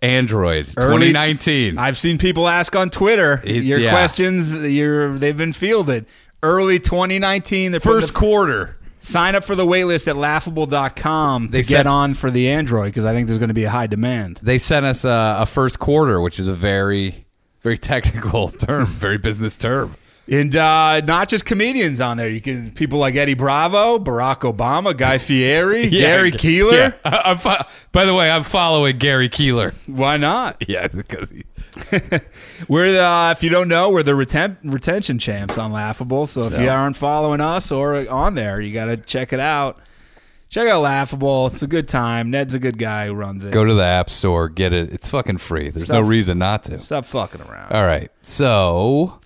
Android
Early-
2019.
I've seen people ask on Twitter
It-
your
yeah.
questions. Your they've been fielded early 2019. The
First quarter.
Sign up for the waitlist at laughable.com to
They
get
said-
on for the Android because I think there's going to be a high demand.
They sent us a, a first quarter, which is a very very technical term, very business term.
And uh, not just comedians on there. You can people like Eddie Bravo, Barack Obama, Guy Fieri, Gary
Yeah.
Keeler.
Yeah. I, I'm fo- by the way, I'm following Gary Keeler.
Why not?
Yeah, because he,
We're uh, if you don't know, we're the retem- retention champs on Laughable. So, if
So.
you aren't following us or on there, you got to check it out. Check out Laughable. It's a good time. Ned's a good guy who runs it.
go to the app store, get it. It's fucking free. There's no
Stuff.
reason not to.
Stop fucking around.
All right, so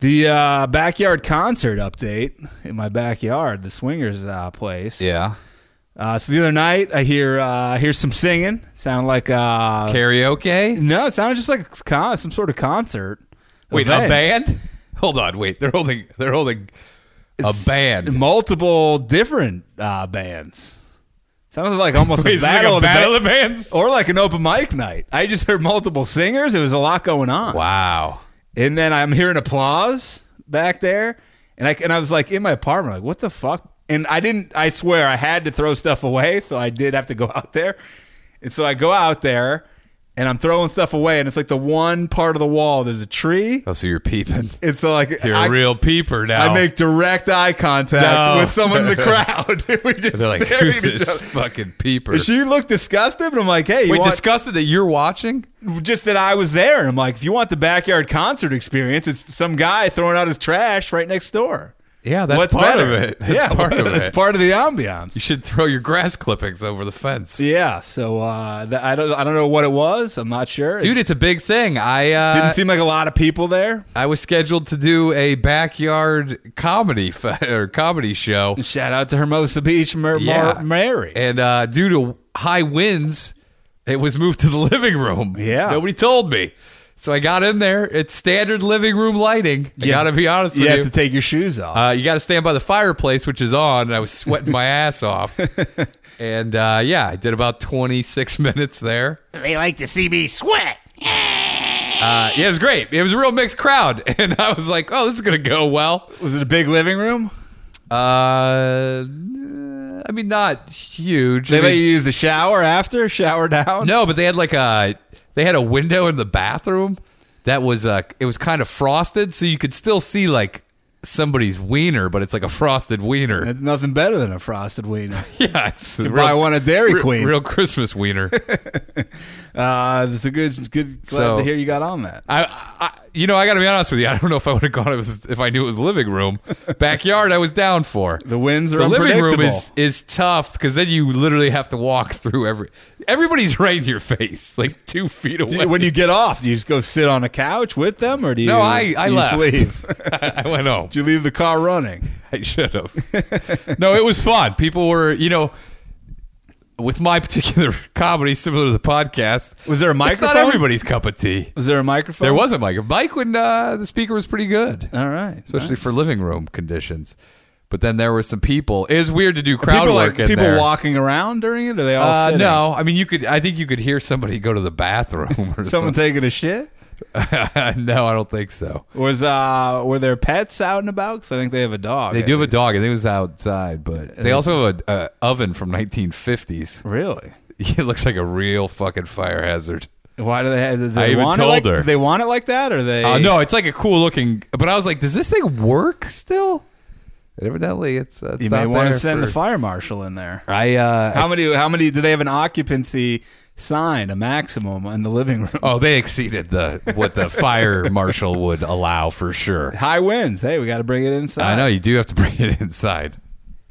The uh, backyard concert update in my backyard, the swingers uh, place.
yeah,
Uh, so the other night, I hear uh, I hear some singing. Sound like uh,
karaoke.
no, it sounded just like a con- some sort of concert.
Wait, a
event.
band? Hold on, wait. They're holding. They're holding a band.
Multiple different uh, bands. Sounded like almost
Wait,
a
is this like
battle,
a
of, the
battle
ba-
of the bands?
or like an open mic night. I just heard multiple singers. It was a lot going on.
Wow.
And then I'm hearing applause back there, and I and I was like in my apartment, like what the fuck? And I didn't. I swear I had to throw stuff away, so I did have to go out there. And so I go out there, and I'm throwing stuff away, and it's like the one part of the wall. There's a tree.
Oh, so you're peeping.
It's like
You're
I-
a real peeper now.
I make direct eye contact
No.
with someone in the crowd. we just
They're like,
staring
who's
at each
this
other.
fucking peeper?
And She looked disgusted, but I'm like, hey, you
Wait,
want-
disgusted that you're watching?
just that I was there. And I'm like, if you want the backyard concert experience, it's some guy throwing out his trash right next door.
Yeah, that's
What's
part
better?
of it. That's
yeah,
part of
that's
it.
part of the
You
ambiance.
should throw your grass clippings over the fence.
Yeah, so uh, th- I don't, I don't know what it was. I'm not sure.
Dude, it's a big thing. I uh,
it didn't seem like a lot of people there.
I was scheduled to do a backyard comedy fe- or comedy show,
Shout out to Hermosa Beach, Mer-
Yeah.
Mar- Mary.
and uh, due to high winds, it was moved to the living room.
Yeah.
nobody told me, so I got in there. It's standard living room lighting. I
You have
gotta
to-
be honest
you
with
have
you.
to take your shoes off.
uh, you got to stand by the fireplace, which is on, and I was sweating my ass off. And uh, yeah, I did about 26 minutes there.
They like to see me sweat.
Uh, yeah, it was great. It was a real mixed crowd, and I was like, "Oh, this is gonna go well."
was it a big living room?
Uh, I mean, not huge.
They
I
let
mean-
you use the shower after, shower down.
no, but they had like a they had a window in the bathroom that was uh it was kind of frosted, so you could still see like somebody's wiener, but it's like a frosted wiener.
That's nothing better than a frosted wiener.
Yeah, it's a
buy one at Dairy
real-
Queen.
real Christmas wiener.
Uh, that's a good, it's good. Glad
So-
to hear you got on that.
I, I, you know, I got to be honest with you. I don't know if I would have gone if it was- if I knew it was living room, backyard. I was down for
The winds are
the living room
unpredictable.
is is tough because then you literally have to walk through every. Everybody's right in your face, like two feet away.
Do you- when you get off, do you just go sit on a couch with them, or do you?
no, I I
you just
left.
leave?
I went home.
do you leave the car running?
I should have. no, it was fun. People were, you know. With my particular comedy, similar to the podcast,
Was there a
It's not
microphone?
everybody's cup of tea.
Was there a microphone?
There was a mic. Mike when uh, the speaker was pretty good.
All right,
especially
nice.
for living room conditions. But then there were some people. It was weird to do crowd
people
work
like
in
people
there.
walking around during it. Or they all
Uh,
sitting?
no, I mean you could. I think you could hear somebody go to the bathroom. Or
Someone
something.
taking a shit?
no, I don't think so.
Was uh were there pets out and about? Because I think they have a dog.
They do have a dog. I think it was outside, but they also have a, a oven from 1950s.
Really?
It looks like a real fucking fire hazard.
Why do they? Have, do
I
they
even
want
told
it like,
her.
They want it like that, or they?
Uh, no, it's like a cool looking. But I was like, does this thing work still? And evidently, it's. Uh, it's
You may
not
want to
there
send the
for-
fire marshal in there.
I uh,
How many? How many? Do they have an occupancy sign, a maximum in the living room?
Oh, they exceeded the what the fire marshal would allow for sure.
High winds. Hey, we got to bring it inside.
I know you do have to bring it inside.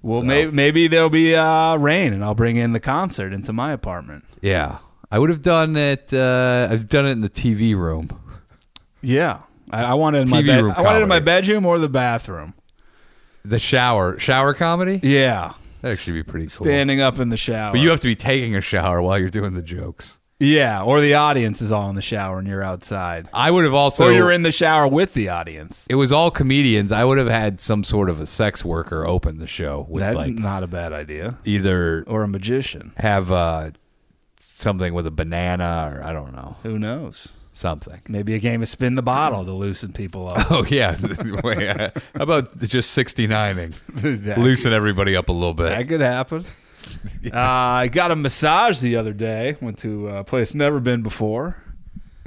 Well, maybe, maybe there'll be uh, rain, and I'll bring in the concert into my apartment.
Yeah, I would have done it. Uh, I've done it in the TV room.
Yeah, I, I want it in my
TV
bed-
room
I want it in my
comedy.
bedroom or the bathroom.
The shower, shower comedy.
Yeah,
That actually be pretty cool.
standing up in the shower.
but you have to be taking a shower while you're doing the jokes.
yeah, or the audience is all in the shower and you're outside,
I would have also.
or you're in the shower with the audience.
It was all comedians. I would have had some sort of a sex worker open the show with
That's
like
not a bad idea.
either
Or a magician.
have uh, something with a banana or I don't know
Who knows?
something.
Maybe a game of spin the bottle to loosen people up.
Oh yeah. Wait, uh, how about just 69ing?
That-
Loosen everybody up a little bit.
That could happen. uh, I got a massage the other day. Went to a place never been before.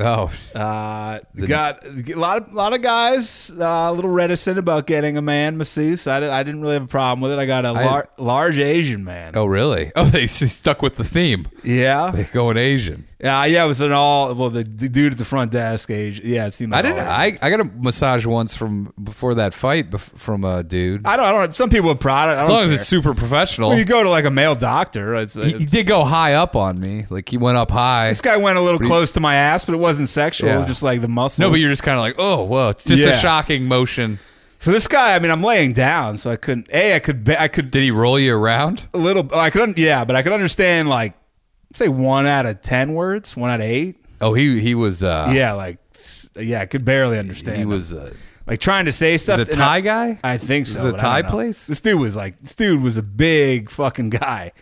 Oh.
Uh, got a lot of lot of guys uh, a little reticent about getting a man masseuse. I, did, I didn't really have a problem with it. I got a lar- large Asian man.
Oh really? Oh, they s- stuck with the theme.
Yeah,
They going Asian.
yeah, yeah. It was an all well. The, the dude at the front desk, Asian. Yeah, it seemed. Like
I didn't.
all-
I, I got a massage once from before that fight bef- from a dude.
I don't. I don't. Some people have product. I
as
don't
long as
care.
it's super professional.
When you go to like a male doctor, it's,
he, he
it's-
did go high up on me. Like he went up high.
this guy went a little close to my ass, but it wasn't sexual. It was
Yeah.
just like the muscles.
No, but you're just kind of like, oh, whoa! It's just a
Yeah.
shocking motion.
So this guy, I mean, I'm laying down, so I couldn't. A, I could, be, I could
Did he roll you around?
a little. I could, un- yeah, but I could understand like, say one out of ten words, one out of eight.
Oh, he he was. Uh,
yeah, like, s- yeah, I could barely understand.
he
him.
was. Uh,
like trying to say stuff.
was a
and
Thai
I,
guy.
I think
Is
so.
it a
but I
Thai
don't know.
place?
This dude was like, this dude was a big fucking guy.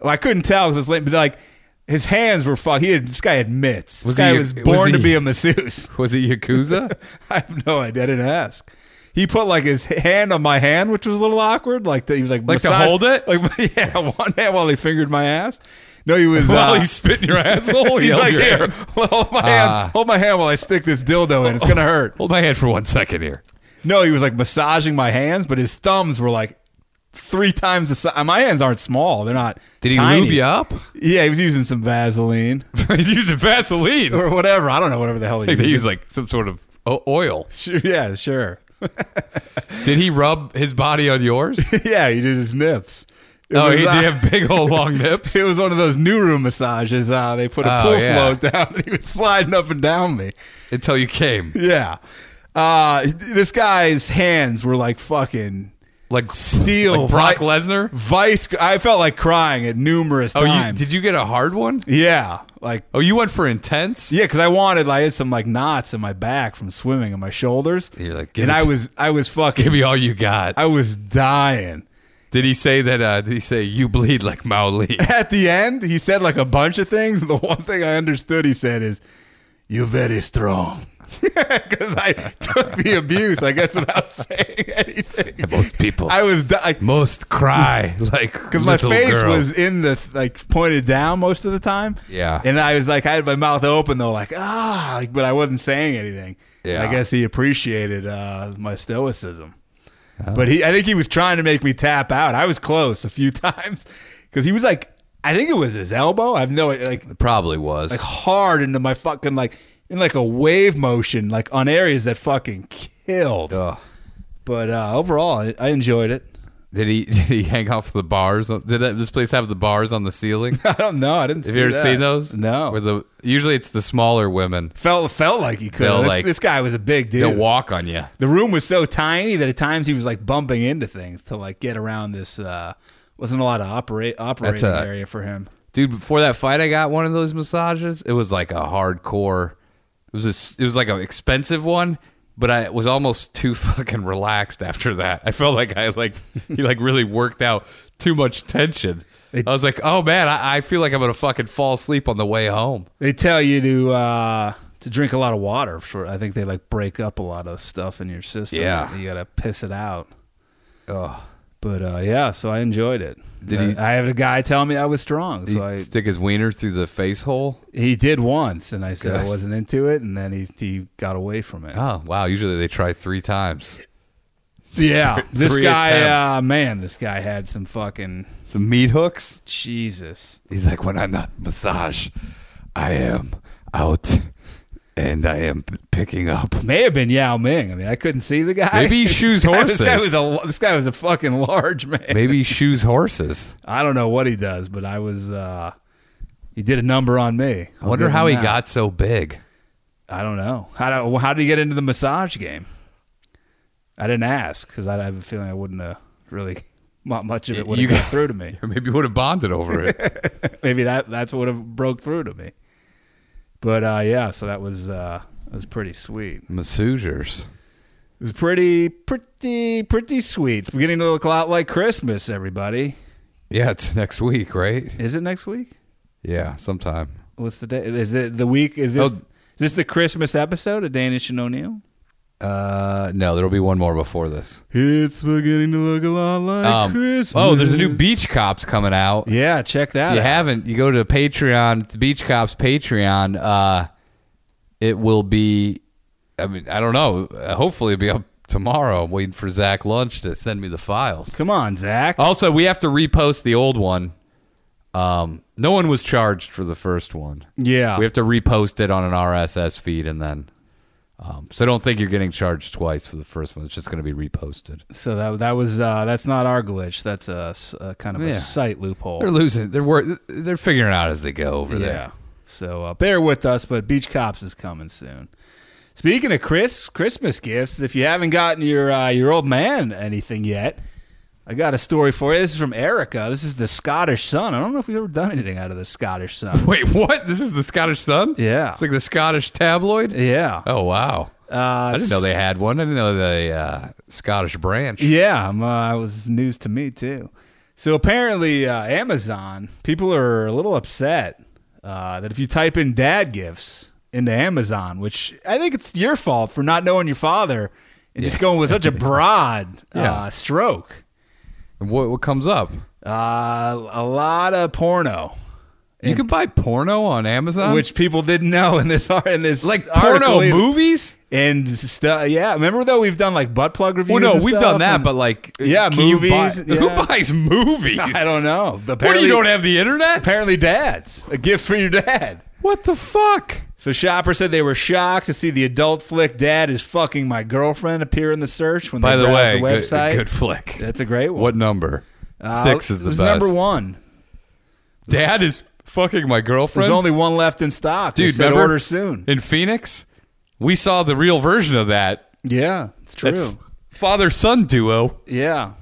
Well, I couldn't tell because it's late, but like. His hands were fuck. He had this guy had mitts. This
Was
guy
he-
was
was
born to
he-
be a masseuse.
was it Yakuza?
I have no idea. I didn't ask. He put like his hand on my hand, which was a little awkward. Like the, he was like
Like to
massage-
hold it?
Like yeah, one hand while he fingered my ass. No, he was.
While
uh,
he's spitting your asshole,
he's
yell
like,
your
here,
hand.
hold
Uh.
my hand, hold my hand while I stick this dildo in. It's gonna hurt.
Hold my hand for one second here.
No, he was like massaging my hands, but his thumbs were like three times the size. My hands aren't small; they're not.
Did he
tiny.
lube you up?
Yeah, he was using some Vaseline
He's using Vaseline.
or whatever. I don't know whatever the hell he
Like
used.
they use like some sort of o- oil.
Sure, yeah, sure.
Did he rub his body on yours?
yeah, he did his nips. It
Oh,
was,
he did
uh,
have big old long nips.
It was one of those new room massages. Uh, they put a
Oh,
pool
yeah.
float down, and he was sliding up and down me.
until you came.
Yeah, uh, this guy's hands were like fucking
Like
steel.
like Brock
vi-
Lesnar.
Vice. I felt like crying at numerous
Oh, you,
times.
did you get a hard one?
yeah, like
Oh, you went for intense.
Yeah, because I wanted like I had some like knots in my back from swimming in my shoulders.
You're like, give
and
it
I
to-
was I was
Give
fucking
me all you got.
I was dying.
Did he say that? Uh, did he say you bleed like Mao Lee?
At the end, he said like a bunch of things. The one thing I understood he said is, "You're very strong." Because I took the abuse, I guess, without saying anything.
Most people,
I was di-
most cry like
because my
little
face
girl.
was in the like pointed down most of the time.
Yeah.
and I was like, I had my mouth open though, like ah, like, but I wasn't saying anything. And
Yeah.
I guess he appreciated uh, my stoicism.
Oh.
But he, I think he was trying to make me tap out. I was close a few times because he was like, I think it was his elbow. I've no like
probably was.
like hard into my fucking like in like a wave motion like on areas that fucking killed.
Ugh.
But uh, overall, I, I enjoyed it.
Did he did he hang off the bars? Did that, this place have the bars on the ceiling?
I don't know. I didn't.
Have
see
you ever
that.
seen those?
No.
Where the usually it's the smaller women.
Felt felt like he could.
Felt
This,
like-
this guy was a big dude.
They'll walk on you.
the room was so tiny that at times he was like bumping into things to like get around this. Uh, wasn't a lot of operate operating
a-
area for him.
dude before that fight i got one of those massages it was like a hardcore it was a s it was like an expensive one but i was almost too fucking relaxed after that i felt like i like he like really worked out too much tension i was like oh man I, I feel like i'm gonna fucking fall asleep on the way home
They tell you to uh, to drink a lot of water. For I think they like break up a lot of stuff in your system.
Yeah.
you gotta piss it out.
Ugh.
But uh, yeah, so I enjoyed it.
Did
I,
he-
I had a guy tell me I was strong,
Did
so
he
I,
stick his wiener through the face hole
he did once, and I said I
Gosh.
wasn't into it, and then he he got away from it.
oh wow usually they try three times
Yeah, this
three
guy,
attempts.
uh, man, this guy had some fucking
some meat hooks
Jesus.
He's like, when I'm not massage, I am out and I am picking up.
May have been Yao Ming. I mean, I couldn't see the guy.
Maybe he shoes
This guy- This guy
horses.
was a this guy was a fucking large man.
Maybe he shoes horses.
I don't know what he does, but I was. uh He did a number on me.
I
I'll
wonder
give
how he
him that.
got so big.
I don't know. How do, how did he get into the massage game? I didn't ask because I have a feeling I wouldn't have really. Not much of it would
You
have got
got-
through to me.
Or maybe would have bonded over it.
Maybe that that's what would have broke through to me. But uh, yeah, so that was uh, that was pretty sweet.
Massagers.
It was pretty, pretty, pretty sweet. It's beginning to look a lot like Christmas, everybody.
Yeah, it's next week, right?
Is it next week?
Yeah, sometime.
What's the day? Is it the week? Is this
Oh.
is this the Christmas episode of Danish and O'Neill?
Uh, no, there'll be one more before this.
It's beginning to look a lot like
Um, oh, there's a new Beach Cops coming out.
Yeah, check that.
If you
out.
haven't, you go to Patreon, it's Beach Cops Patreon. Uh, it will be, I mean, I don't know. Uh, Hopefully, it'll be up tomorrow. I'm waiting for Zach Lunch to send me the files.
Come on, Zach.
Also, we have to repost the old one. Um, no one was charged for the first one.
Yeah.
We have to repost it on an RSS feed and then. Um, so don't think you're getting charged twice for the first one. It's just going to be reposted.
So that that was uh, that's not our glitch. That's a, s- a kind of a
Yeah.
site loophole.
They're losing. They're wor- they're figuring out as they go over
yeah.
there.
So uh, bear with us, but Beach Cops is coming soon. Speaking of Chris Christmas gifts, if you haven't gotten your uh, your old man anything yet, I got a story for you. This is from Erica. This is the Scottish Sun. I don't know if we've ever done anything out of the Scottish Sun.
Wait, what? This is the Scottish Sun?
Yeah.
It's like the Scottish tabloid?
yeah.
Oh, wow.
Uh,
I didn't know they had one. I didn't know the uh, Scottish branch.
Yeah, I'm, uh, it was news to me too. So apparently, uh, Amazon people are a little upset uh, that if you type in dad gifts into Amazon, which I think it's your fault for not knowing your father and just going with such a broad uh,
Yeah.
stroke.
And what, what comes up?
Uh, a lot of porno.
You could buy porno on Amazon,
which people didn't know in this art in this
Um, like
article
porno
either.
movies.
and stuff. Yeah, remember though we've done like butt plug reviews.
Well, no,
and
we've
stuff,
done that,
and-
but like,
Yeah,
can you buy-
movies, yeah.
Who buys movies?
I don't know. Apparently,
What do you don't have the internet?
apparently dads a gift for your dad.
What the fuck?
So shopper said they were shocked to see the adult flick dad is fucking my girlfriend appear in the search when
By
they
the
browse
way,
the
good-
website.
Good, flick.
That's a great one.
What number?
Uh,
Six is
it
the
was
best.
Number one.
Dad is fucking my girlfriend.
There's only one left in stock. They
Dude,
said
remember?
order soon.
in Phoenix. We saw the real version of that.
Yeah, it's
That
true.
father son duo.
yeah,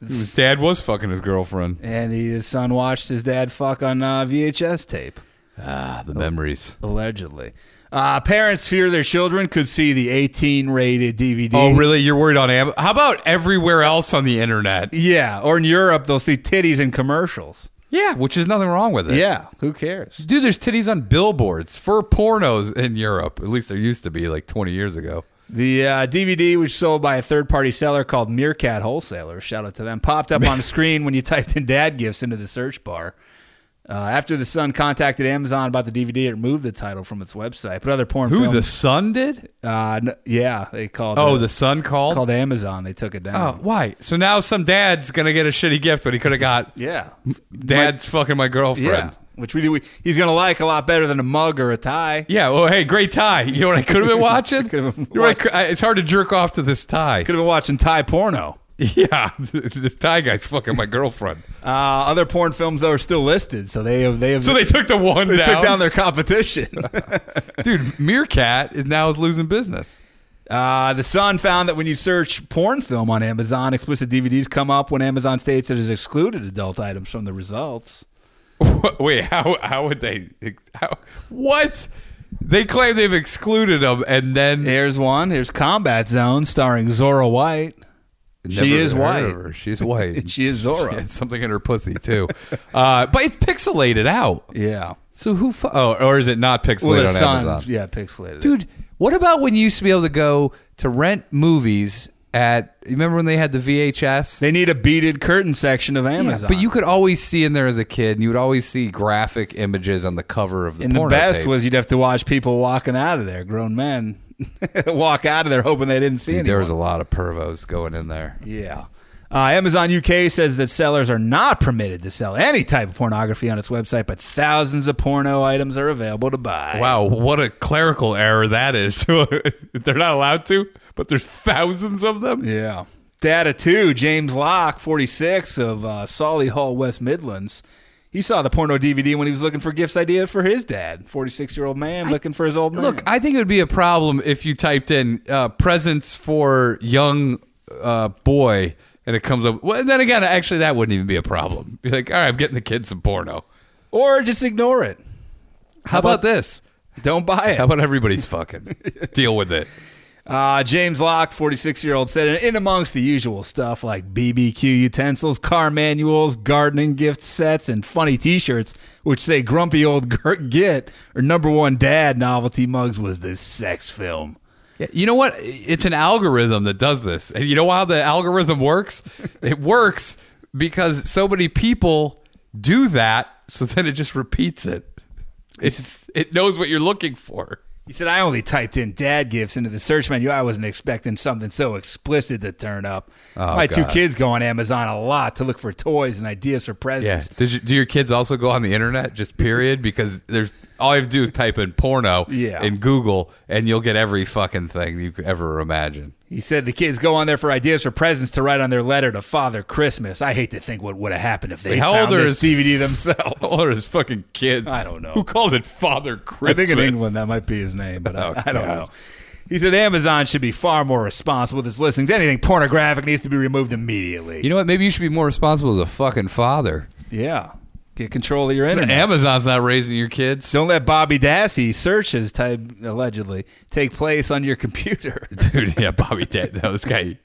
His dad was fucking his girlfriend.
and he, his son watched his dad fuck on uh, VHS tape.
Ah, the memories.
allegedly. Uh, parents fear their children could see the 18 rated DVD.
Oh, really? You're worried on Am? How about everywhere else on the internet?
Yeah. Or in Europe, they'll see titties in commercials.
Yeah, which is nothing wrong with it.
Yeah. Who cares?
Dude, there's titties on billboards for pornos in Europe. At least there used to be like 20 years ago.
The uh, DVD, which sold by a third party seller called Meerkat Wholesaler, shout out to them, popped up on the screen when you typed in dad gifts into the search bar. Uh, after the son contacted Amazon about the DVD, it removed the title from its website. But other porn
Who the
films,
son did?
uh, n- yeah, they called uh,
Oh, the son called.
called Amazon. They took it down.
Oh, why? So now some dad's gonna get a shitty gift when he could have got
yeah,
dad's fucking my
Yeah,
girlfriend.
which we do. We, he's gonna like a lot better than a mug or a tie.
Yeah. Well, hey, great tie. You know what I could have been watching?
Could've been
You know what I cou- I- it's hard to jerk off to this tie.
Could have been watching Thai porno.
Yeah, this tie guy's fucking my girlfriend.
Uh, other porn films though are still listed, so they have they have
So they took the one
they
down.
took down their competition.
Dude, Meerkat is now is losing business.
uh, the Sun found that when you search porn film on Amazon, explicit DVDs come up when Amazon states it has excluded adult items from the results.
Wait, how how would they? How, what? They claim they've excluded them, and then
Here's one. Here's Combat Zone starring Zora White.
Never
she is
heard
white.
of her. She's white.
She is Zora.
She had something in her pussy too, uh, but it's pixelated out.
Yeah.
So who? Fu- oh, or is it not pixelated
Well, the
on
Sun,
Amazon?
yeah, pixelated.
Dude, what about when you used to be able to go to rent movies at? You remember when they had the VHS?
they need a beaded curtain section of
Yeah,
Amazon.
but you could always see in there as a kid, and you would always see graphic images on the cover of the.
And the
porno
best
tapes.
was you'd have to watch people walking out of there, grown men walk out of there hoping they didn't see
Dude,
anyone.
there was a lot of pervos going in there.
yeah. Uh, Amazon UK says that sellers are not permitted to sell any type of pornography on its website, but thousands of porno items are available to buy.
Wow, what a clerical error that is. They're not allowed to, but there's thousands of them.
Yeah. Data two, James Locke, 46, of uh, Solly Hall, West Midlands. He saw the porno DVD when he was looking for gifts idea for his dad, 46 year old man looking for his old man.
Look, I think it would be a problem if you typed in uh, presents for young uh, boy and it comes up. Well, then again, actually, that wouldn't even be a problem. You're like, all right, I'm getting the kids some porno.
or just ignore it.
How about this?
Don't buy it.
How about everybody's fucking? Deal with it.
Uh, James Locke, 46 year old, said in amongst the usual stuff like BBQ utensils, car manuals, gardening gift sets, and funny t shirts, which say grumpy old Gert Git or number one dad novelty mugs was this sex film.
Yeah, You know what? It's an algorithm that does this. And you know how the algorithm works? It works because so many people do that, so then it just repeats it. It's it knows what you're looking for.
He said, I only typed in dad gifts into the search menu. I wasn't expecting something so explicit to turn up. My two
God.
kids go on Amazon a lot to look for toys and ideas for presents.
Did you, do your kids also go on the internet just period because there's all you have to do is type in porno
Yeah.
in Google and you'll get every fucking thing you could ever imagine.
He said the kids go on there for ideas for presents to write on their letter to Father Christmas. I hate to think what would have happened if they
Wait, how
found
old are
this
his-
DVD themselves.
All his fucking kids.
I don't know.
Who calls it Father
I
Christmas?
think in England that might be his name, but I,
Oh,
I don't
God.
know. He said Amazon should be far more responsible with its listings. Anything pornographic needs to be removed immediately.
You know what? Maybe you should be more responsible as a fucking father.
yeah, get control of your internet.
Amazon's not raising your kids.
don't let Bobby Dassey searches type allegedly take place on your computer.
Dude, yeah, Bobby Dad. No, this guy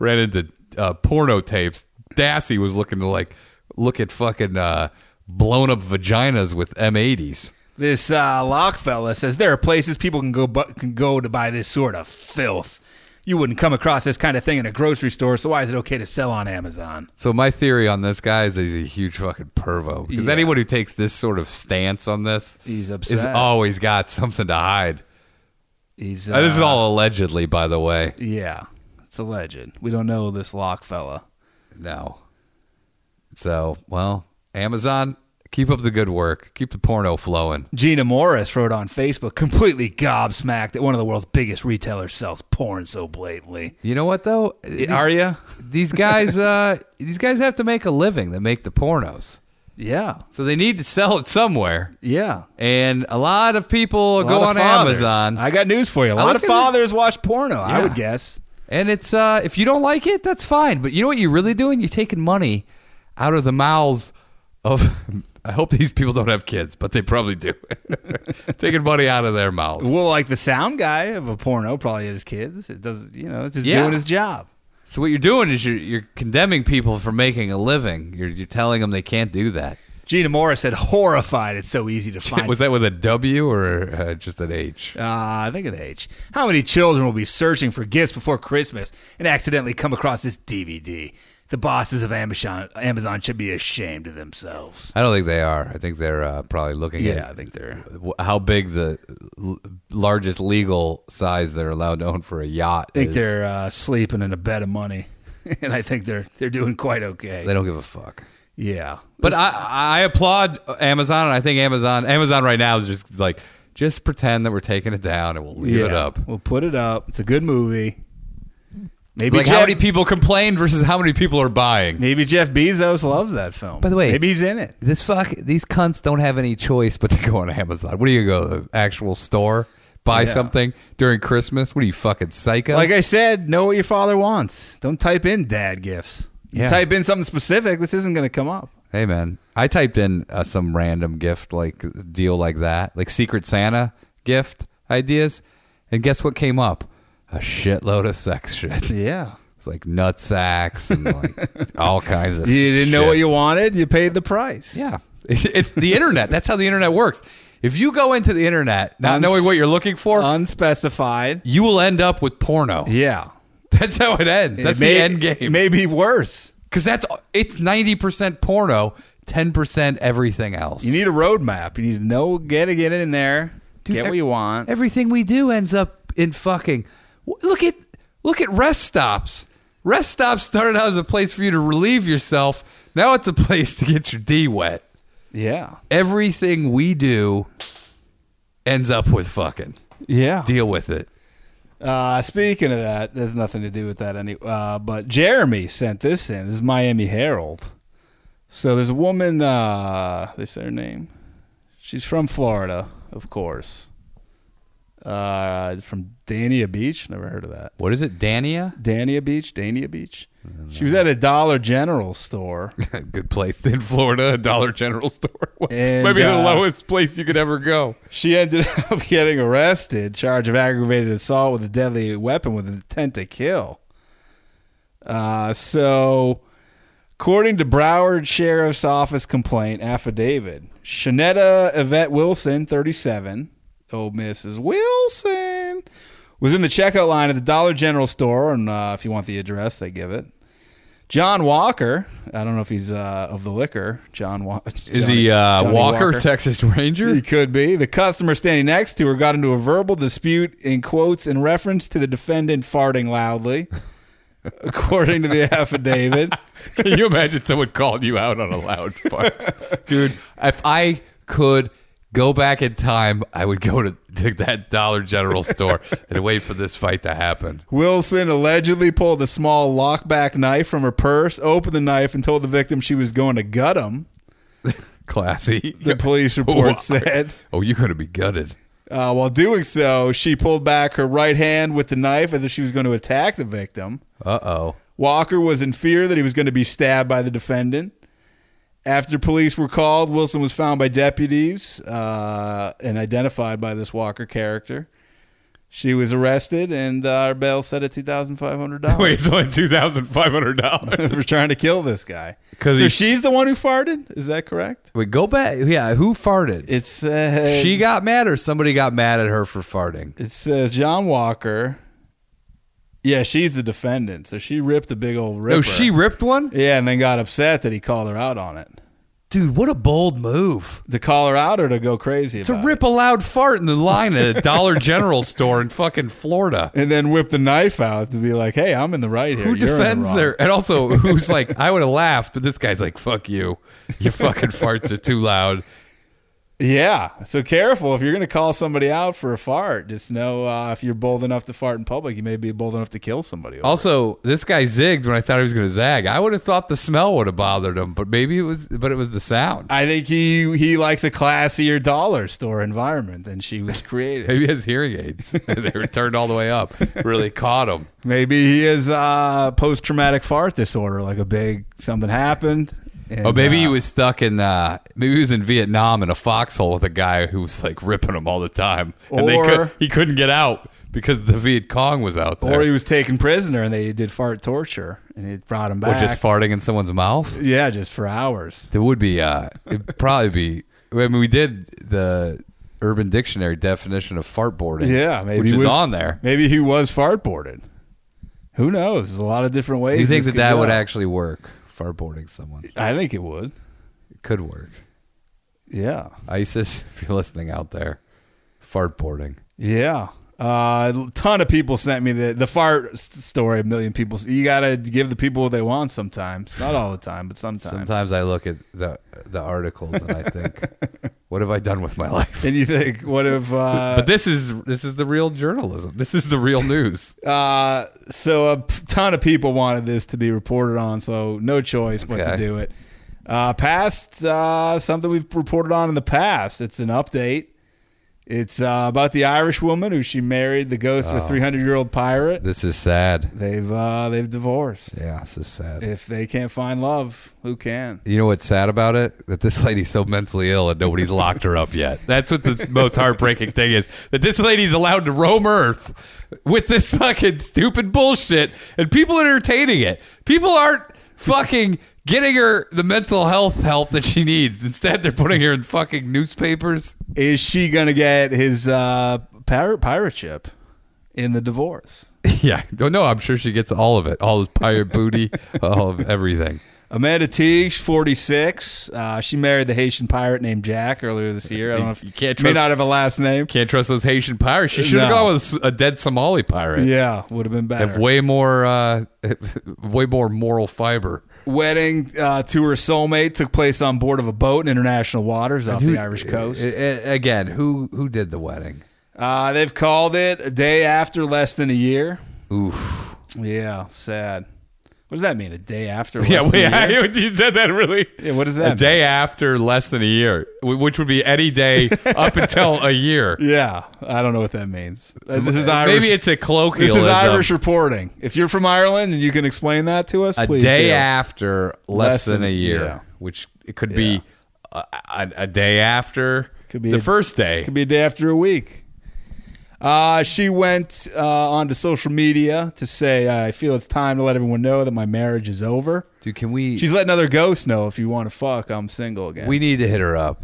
ran into uh, porno tapes. Dassey was looking to like look at fucking uh, blown up vaginas with M80s.
This uh, Locke fella says there are places people can go bu- can go to buy this sort of filth. you wouldn't come across this kind of thing in a grocery store. So why is it okay to sell on Amazon?
So my theory on this guy is that he's a huge fucking pervo because
Yeah.
anyone who takes this sort of stance on this is
He's obsessed.
always got something to hide.
He's
Uh, this is
uh,
all allegedly, by the way.
Yeah, it's a legend. We don't know this Locke fella.
No. So well, Amazon, keep up the good work. Keep the porno flowing.
Gina Morris wrote on Facebook, completely gobsmacked that one of the world's biggest retailers sells porn so blatantly.
You know what though?
Are you?
These guys, uh, these guys have to make a living. They make the pornos,
Yeah,
so they need to sell it somewhere.
yeah.
And a lot of people
A
go
lot
on
of fathers.
Amazon.
I got news for you. A
I
lot
look
of
at it-
fathers watch porno. I
Yeah.
would guess.
And it's uh, if you don't like it, that's fine. But you know what you're really doing? You're taking money out of the mouths of. I hope these people don't have kids, but they probably do. taking money out of their mouths.
Well, like the sound guy of a porno probably has kids. It does, you know, it's just
Yeah.
doing his job.
So what you're doing is you're you're condemning people for making a living. You're you're telling them they can't do that.
Gina Morris said, horrified. It's so easy to find.
Was that with a W or uh, just an H?
Uh, I think an H. How many children will be searching for gifts before Christmas and accidentally come across this DVD? The bosses of Amazon, Amazon should be ashamed of themselves.
I don't think they are. I think they're uh, probably looking at
Yeah, I think they're-
w- how big the l- largest legal size they're allowed to own for a yacht.
I think
is.
they're uh, sleeping in a bed of money, and I think they're they're doing quite okay.
They don't give a fuck.
yeah,
But I, I applaud Amazon, and I think Amazon, Amazon right now is just like, just pretend that we're taking it down, and we'll leave it
Yeah.
up.
We'll put it up. It's a good movie. Maybe
Like how
Jeff,
many people complain versus how many people are buying.
maybe Jeff Bezos loves that film. By
the way-
maybe he's in it.
This fuck, these cunts don't have any choice but to go on Amazon. What are you gonna go to the actual store, buy
Yeah.
something during Christmas? What are you fucking psycho?
Like I said, know what your father wants. Don't type in dad gifts. You
Yeah.
type in something specific. This isn't going to come up.
Hey man, I typed in uh, some random gift like deal like that, like Secret Santa gift ideas, and guess what came up? A shitload of sex shit.
Yeah.
It's like nut sacks and like all kinds of.
You didn't know
shit.
what you wanted. You paid the price.
Yeah, it's the internet. That's how the internet works. If you go into the internet not
Uns-
knowing what you're looking for,
Unspecified.
you will end up with porno.
Yeah.
That's how it ends. That's
It may-
the end
It
game.
may be worse.
Because that's it's ninety percent porno, ten percent everything else.
You need a roadmap. You need to know, get to get in there,
Dude,
get
ev-
what you want.
Everything we do ends up in fucking. w- Look at look at rest stops. Rest stops started out as a place for you to relieve yourself. Now it's a place to get your D wet.
yeah.
Everything we do ends up with fucking.
Yeah.
Deal with it.
Uh, speaking of that, there's nothing to do with that any. Uh, but Jeremy sent this in. This is Miami Herald. So there's a woman. Uh, they say her name. She's from Florida, of course. Uh, from Dania Beach. Never heard of that.
What is it, Dania?
Dania Beach. Dania Beach. She was at a Dollar General store.
Good place in Florida, a Dollar General store.
And,
Maybe the
uh,
lowest place you could ever go.
She ended up getting arrested, charged of aggravated assault with a deadly weapon with intent to kill. Uh, so, according to Broward Sheriff's Office complaint affidavit, Shanetta Yvette Wilson, 37, oh, Mrs. Wilson, was in the checkout line at the Dollar General store. And uh, if you want the address, they give it. John Walker, I don't know if he's uh, of the liquor. John Wa-
Is
Johnny-
he uh,
Johnny
Walker, Texas Ranger?
he could be. The customer standing next to her got into a verbal dispute in quotes in reference to the defendant farting loudly, according to the affidavit.
Can you imagine someone called you out on a loud fart? Dude, if I could go back in time, I would go to, to that Dollar General store and wait for this fight to happen.
Wilson allegedly pulled a small lockback knife from her purse, opened the knife, and told the victim she was going to gut him.
Classy.
The police report said.
Oh, you're going to be gutted.
Uh, while doing so, she pulled back her right hand with the knife as if she was going to attack the victim.
Uh oh.
Walker was in fear that he was going to be stabbed by the defendant. After police were called, Wilson was found by deputies uh, and identified by this Walker character. She was arrested and uh, her bail set at two thousand five hundred dollars
Wait, it's only $2,500.
for trying to kill this guy.
'Cause
so
he-
she's the one who farted. Is that correct?
Wait, go back. Yeah, who farted?
It says
She got mad or somebody got mad at her for farting?
It says John Walker, Yeah, she's the defendant, so she ripped a big old ripper.
No, she ripped one?
Yeah, and then got upset that he called her out on it.
Dude, what a bold move.
To call her out or to go crazy
To
about
rip a loud fart in the line at a Dollar General store in fucking Florida.
it. And then whip the knife out to be like, hey, I'm in the right here.
Who
You're in the
defends
wrong."
their and also who's like, I would have laughed, but this guy's like, fuck you. Your fucking farts are too loud.
Yeah. So careful. If you're going to call somebody out for a fart, just know uh, if you're bold enough to fart in public, you may be bold enough to kill somebody. over
Also, this guy zigged when I thought he was gonna zag. I would have thought the smell would have bothered him, but maybe it was but it was the sound.
I think he he likes a classier dollar store environment than she was created.
Maybe his hearing aids. they were turned all the way up. Really caught him.
Maybe he has uh, post traumatic fart disorder, like a big something happened. and,
Oh, maybe
uh,
he was stuck in uh, maybe he was in Vietnam in a foxhole with a guy who was like ripping him all the time, and they could,
Or-
he couldn't get out because the Viet Cong was out there,
or he was taken prisoner, and they did fart torture, and it brought him
Or
back.
just farting in someone's mouth.
yeah, just for hours.
There would be uh, it'd probably be. I mean, we did the Urban Dictionary definition of fart boarding.
Yeah, maybe
which
he
is
was,
on there.
Maybe he was fart boarded. Who knows? There's a lot of different ways.
Do you think
this
that
could
that
go.
would actually work? Fart boarding someone
I think it would.
it could work.
Yeah.
ISIS, if you're listening out there, fart boarding.
Yeah. Uh, a ton of people sent me the the fart s- story. A million people. You gotta give the people what they want sometimes. Not all the time, but sometimes.
Sometimes I look at the the articles and I think, what have I done with my life?
And you think, what if? Uh,
But this is this is the real journalism. This is the real news.
uh, so a p- ton of people wanted this to be reported on, so no choice but to
Okay.
do it. Uh, past uh, something we've reported on in the past. It's an update. It's uh, about the Irish woman who she married the ghost
Oh.
of a 300 year old pirate.
This is sad.
They've uh, they've divorced.
Yeah, this is sad.
If they can't find love, who can?
you know what's sad about it? That this lady's so mentally ill and nobody's locked her up yet. That's what the most heartbreaking thing is. That this lady's allowed to roam Earth with this fucking stupid bullshit and people are entertaining it. People aren't fucking getting her the mental health help that she needs. Instead, they're putting her in fucking newspapers.
Is she gonna get his uh, pirate pirate ship in the divorce?
Yeah, no, no, I'm sure she gets all of it, all his pirate booty, all of everything.
Amanda Teague, forty six. Uh, she married the Haitian pirate named Jack earlier this year. I don't know if
You can't
may
trust-
not have a last name.
Can't trust those Haitian pirates. She should have
No.
gone with a s- a dead Somali pirate.
Yeah, would have been
have
better.
way more, uh, way more moral fiber.
Wedding uh, to her soulmate took place on board of a boat in international waters off the Irish
A-
coast.
a- again, who who did the wedding?
Uh, they've called it a day after less than a year.
Oof.
Yeah, sad. What does that mean? A day after? Less
Yeah,
than
wait,
a year?
you said that really.
Yeah, what does
A
that? mean?
day after less than a year, wh- which would be any day up until a year.
Yeah, I don't know what that means. Uh, This is Irish.
Maybe it's a
this
colloquialism.
is Irish reporting. If you're from Ireland and you can explain that to us,
a
please
day
do.
after less,
Less
than,
than-
a year,
yeah.
which it could be a, a, a day after
Could be
the
a-
first day.
could be a day after a week. Uh, she went uh, onto social media to say, "I feel it's time to let everyone know that my marriage is over."
Dude, can we?
She's letting other ghosts know if you want to fuck, I'm single again.
we need to hit her up.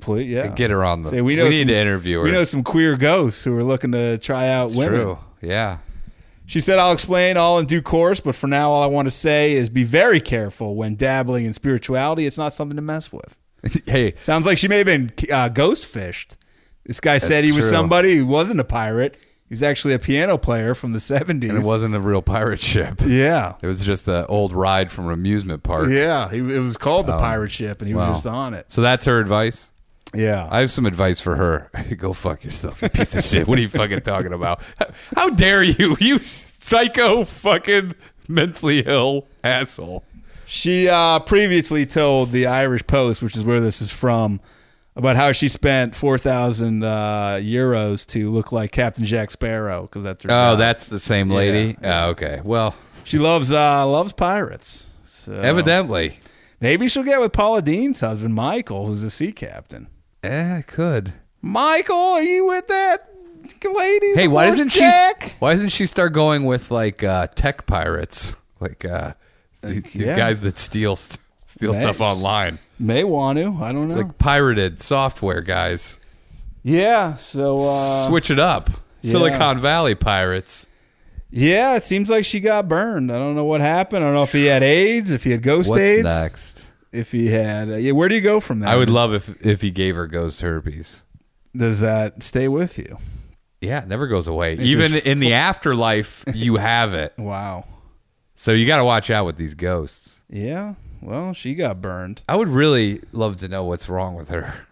please, yeah,
Get her on the.
Oh. Say we know
we need
some-
to interview her.
We know some queer ghosts who are looking to try out
it's
women.
true. Yeah.
She said, I'll explain all in due course, but for now, all I want to say is be very careful when dabbling in spirituality. It's not something to mess with.
hey,
Sounds like she may have been uh, ghost fished. This guy said
That's
he was
true.
somebody who wasn't a pirate. He was actually a piano player from the 70s.
and it wasn't a real pirate ship.
Yeah.
It was just an old ride from an amusement park.
Yeah. He, it was called the pirate ship, and he
Oh, Wow.
was just on it.
So that's her advice.
Yeah.
I have some advice for her. Go fuck yourself, you piece of shit. What are you fucking talking about? How dare you, you psycho fucking mentally ill asshole.
She uh, previously told the Irish Post, which is where this is from, about how she spent 4,000 uh, euros to look like Captain Jack Sparrow because that's her
Oh,
job.
that's the same lady. Oh, okay. Well,
She loves uh, loves pirates. So
evidently,
maybe she'll get with Paula Dean's husband Michael, who's a sea captain.
eh, I could.
Michael, are you with that lady?
Hey,
with
why
Lord
doesn't she?
Jack?
Why doesn't she start going with like uh, tech pirates, like uh, these, these
yeah.
guys that steal st- steal stuff
Thanks.
online,
May want to. I don't know.
like pirated software guys?
yeah. So uh,
Switch it up,
yeah.
Silicon Valley pirates.
Yeah, it seems like she got burned. I don't know what happened. I don't know if he had AIDS, if he had ghost
What's
AIDS,
next?
if he had. Uh, yeah, where do you go from there?
I would love if if he gave her ghost herpes.
Does that stay with you?
Yeah, it never goes away. Even
just
in the afterlife, you have it.
Wow.
So you got to watch out with these ghosts.
Yeah. Well, she got burned.
I would really love to know what's wrong with her.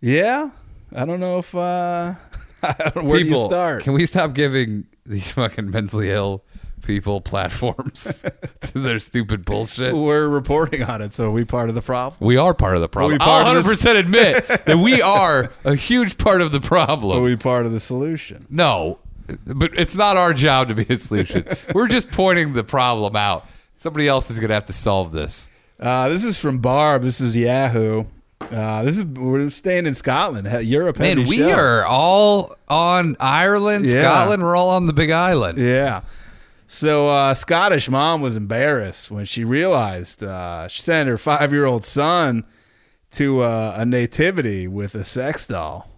Yeah. I don't know if. uh I don't, Where do
People,
you start?
Can we stop giving these fucking mentally ill people platforms to their stupid bullshit?
We're reporting on it, so are we part of the problem?
We are part of the problem.
Are we part
I'll
of
100%
this-
admit that we are a huge part of the problem.
Are we part of the solution?
No, but it's not our job to be a solution. We're just pointing the problem out. Somebody else is going to have to solve this.
Uh, this is from Barb. This is Yahoo. Uh, this is we're staying in Scotland, he- Europe.
Man,
heavy
we
show.
are all on Ireland,
Yeah.
Scotland. We're all on the Big Island.
Yeah. So uh, Scottish mom was embarrassed when she realized uh, she sent her five year old son to uh, a nativity with a sex doll.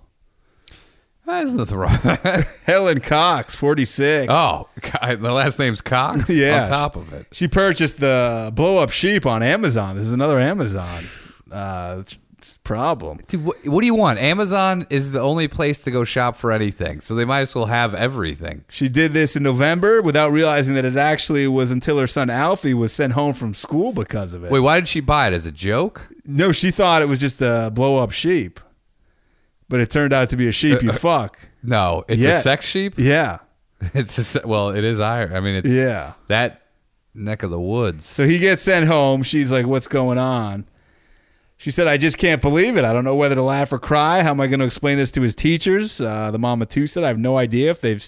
Ah, There's nothing wrong. with that.
Helen Cox, forty six.
oh, God, the last name's Cox.
Yeah.
on top of it.
She purchased the blow up sheep on Amazon. This is another Amazon uh, it's- it's a problem.
Dude, what, what do you want? Amazon is the only place to go shop for anything, so they might as well have everything.
She did this in November without realizing that it actually was until her son Alfie was sent home from school because of it.
Wait, why did she buy it as a joke?
No, she thought it was just a blow up sheep, but it turned out to be a
Uh,
sheep you fuck.
No, it's
Yeah.
a sex sheep.
Yeah.
It's a, se- well, it is Ireland. I mean, it's
Yeah.
that neck of the woods.
So he gets sent home. She's like, What's going on? She said, I just can't believe it. I don't know whether to laugh or cry. How am I going to explain this to his teachers? Uh, the mama, too, said, I have no idea if they've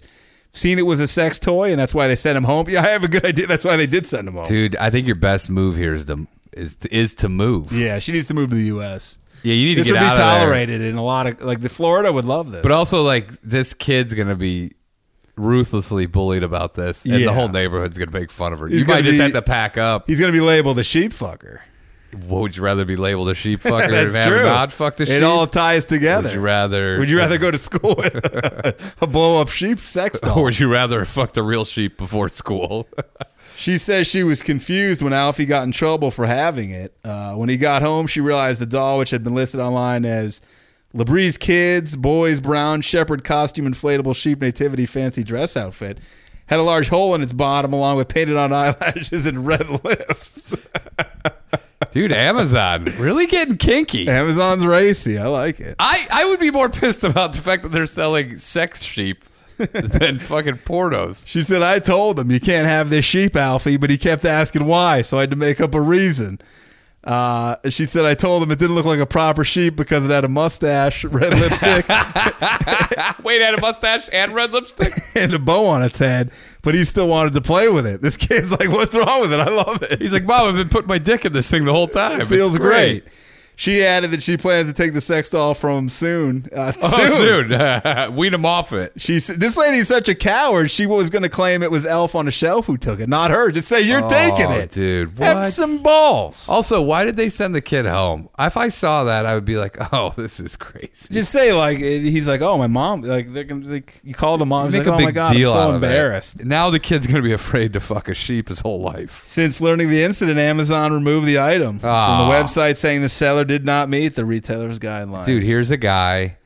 seen it was a sex toy and that's why they sent him home. Yeah, I have a good idea. That's why they did send him home.
Dude, I think your best move here is to is to, is to move.
Yeah, she needs to move to the U.S.
Yeah, you need to
This
get
would be
out of there.
tolerated in a lot of, like, the Florida would love this.
But uh, also, like, this kid's gonna be ruthlessly bullied about this, and
Yeah.
the whole neighborhood's gonna make fun of her.
He's
you might
gonna
just
be-
have to pack up.
he's going to be labeled a sheep fucker.
What would you rather be labeled a sheep fucker and
That's
have
true.
not fucked a sheep?
It all ties together.
would you rather?
Would you rather go to school with a blow up sheep sex doll?
Or would you rather fuck the real sheep before school?
She says she was confused when Alfie got in trouble for having it. Uh, when he got home, she realized the doll, which had been listed online as Labrie's Kids, Boys Brown, Shepherd Costume, Inflatable Sheep Nativity Fancy Dress Outfit, had a large hole in its bottom along with painted on eyelashes and red lips.
Dude, Amazon really getting kinky.
Amazon's racy. I like it.
I, I would be more pissed about the fact that they're selling sex sheep than fucking pornos.
She said, I told him you can't have this sheep, Alfie, but he kept asking why, so I had to make up a reason. Uh, she said, I told him it didn't look like a proper sheep because it had a mustache, red lipstick,
Wait, had a mustache and red lipstick.
and a bow on its head, but he still wanted to play with it. This kid's like, What's wrong with it? I love it.
He's like, Mom, I've been putting my dick in this thing the whole time. It's
feels great. She added that she plans to take the sex doll from him soon. Uh,
Oh, soon. Wean him off it.
She said, this lady's such a coward. She was going to claim it was Elf on a Shelf who took it, not her. Just say you're
Oh,
taking it,
dude,
Have
what?
some balls.
Also, why did they send the kid home? If I saw that, I would be like, oh, this is crazy.
just say like it- he's like, oh my mom, like they're gonna like you call the mom,
Make
he's like,
a
oh
big
my god,
deal
I'm
out
so
of it.
embarrassed.
Now the kid's going to be afraid to fuck a sheep his whole life.
Since learning the incident, Amazon removed the item from
Aw.
the website, saying the seller did not meet the retailer's guidelines.
Dude, here's a guy.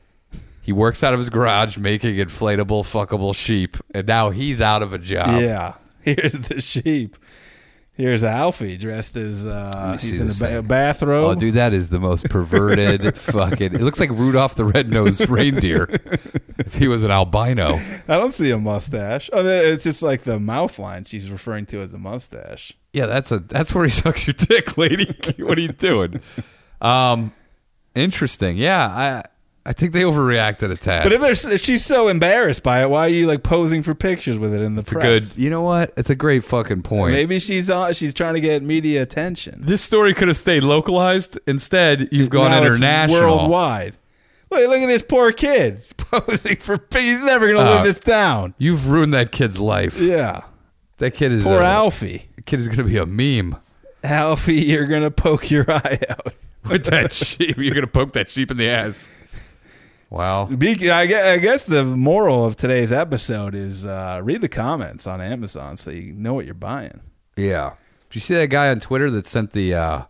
He works out of his garage making inflatable, fuckable sheep, and now he's out of a job.
yeah, here's the sheep. Here's Alfie dressed as uh,
see
he's in a
this
ba-
thing.
bathrobe.
Oh, dude, that is the most perverted fucking. It looks like Rudolph the Red-Nosed Reindeer if he was an albino.
I don't see a mustache. Oh, there- it's just like the mouth line she's referring to as a mustache.
Yeah, that's a that's where he sucks your dick, lady. what are you doing? Um, interesting. Yeah, I I think they overreacted a tad.
But if, there's, if she's so embarrassed by it, why are you like posing for pictures with it in the
it's a
press?
good. You know what? It's a great fucking point.
Maybe she's on, she's trying to get media attention.
this story could have stayed localized. Instead, you've gone
Now it's
international.
worldwide. Look, look at this poor kid. He's posing for. He's never gonna live
Uh,
this down.
You've ruined that kid's life.
Yeah,
That kid is
poor
a,
Alfie.
Kid is gonna be a meme.
Alfie, you're gonna poke your eye out.
With that sheep, you're gonna poke that sheep in the ass. Wow.
Be- I gue- I guess the moral of today's episode is uh, read the comments on Amazon so you know what you're buying.
Yeah. Did you see that guy on Twitter that sent the uh,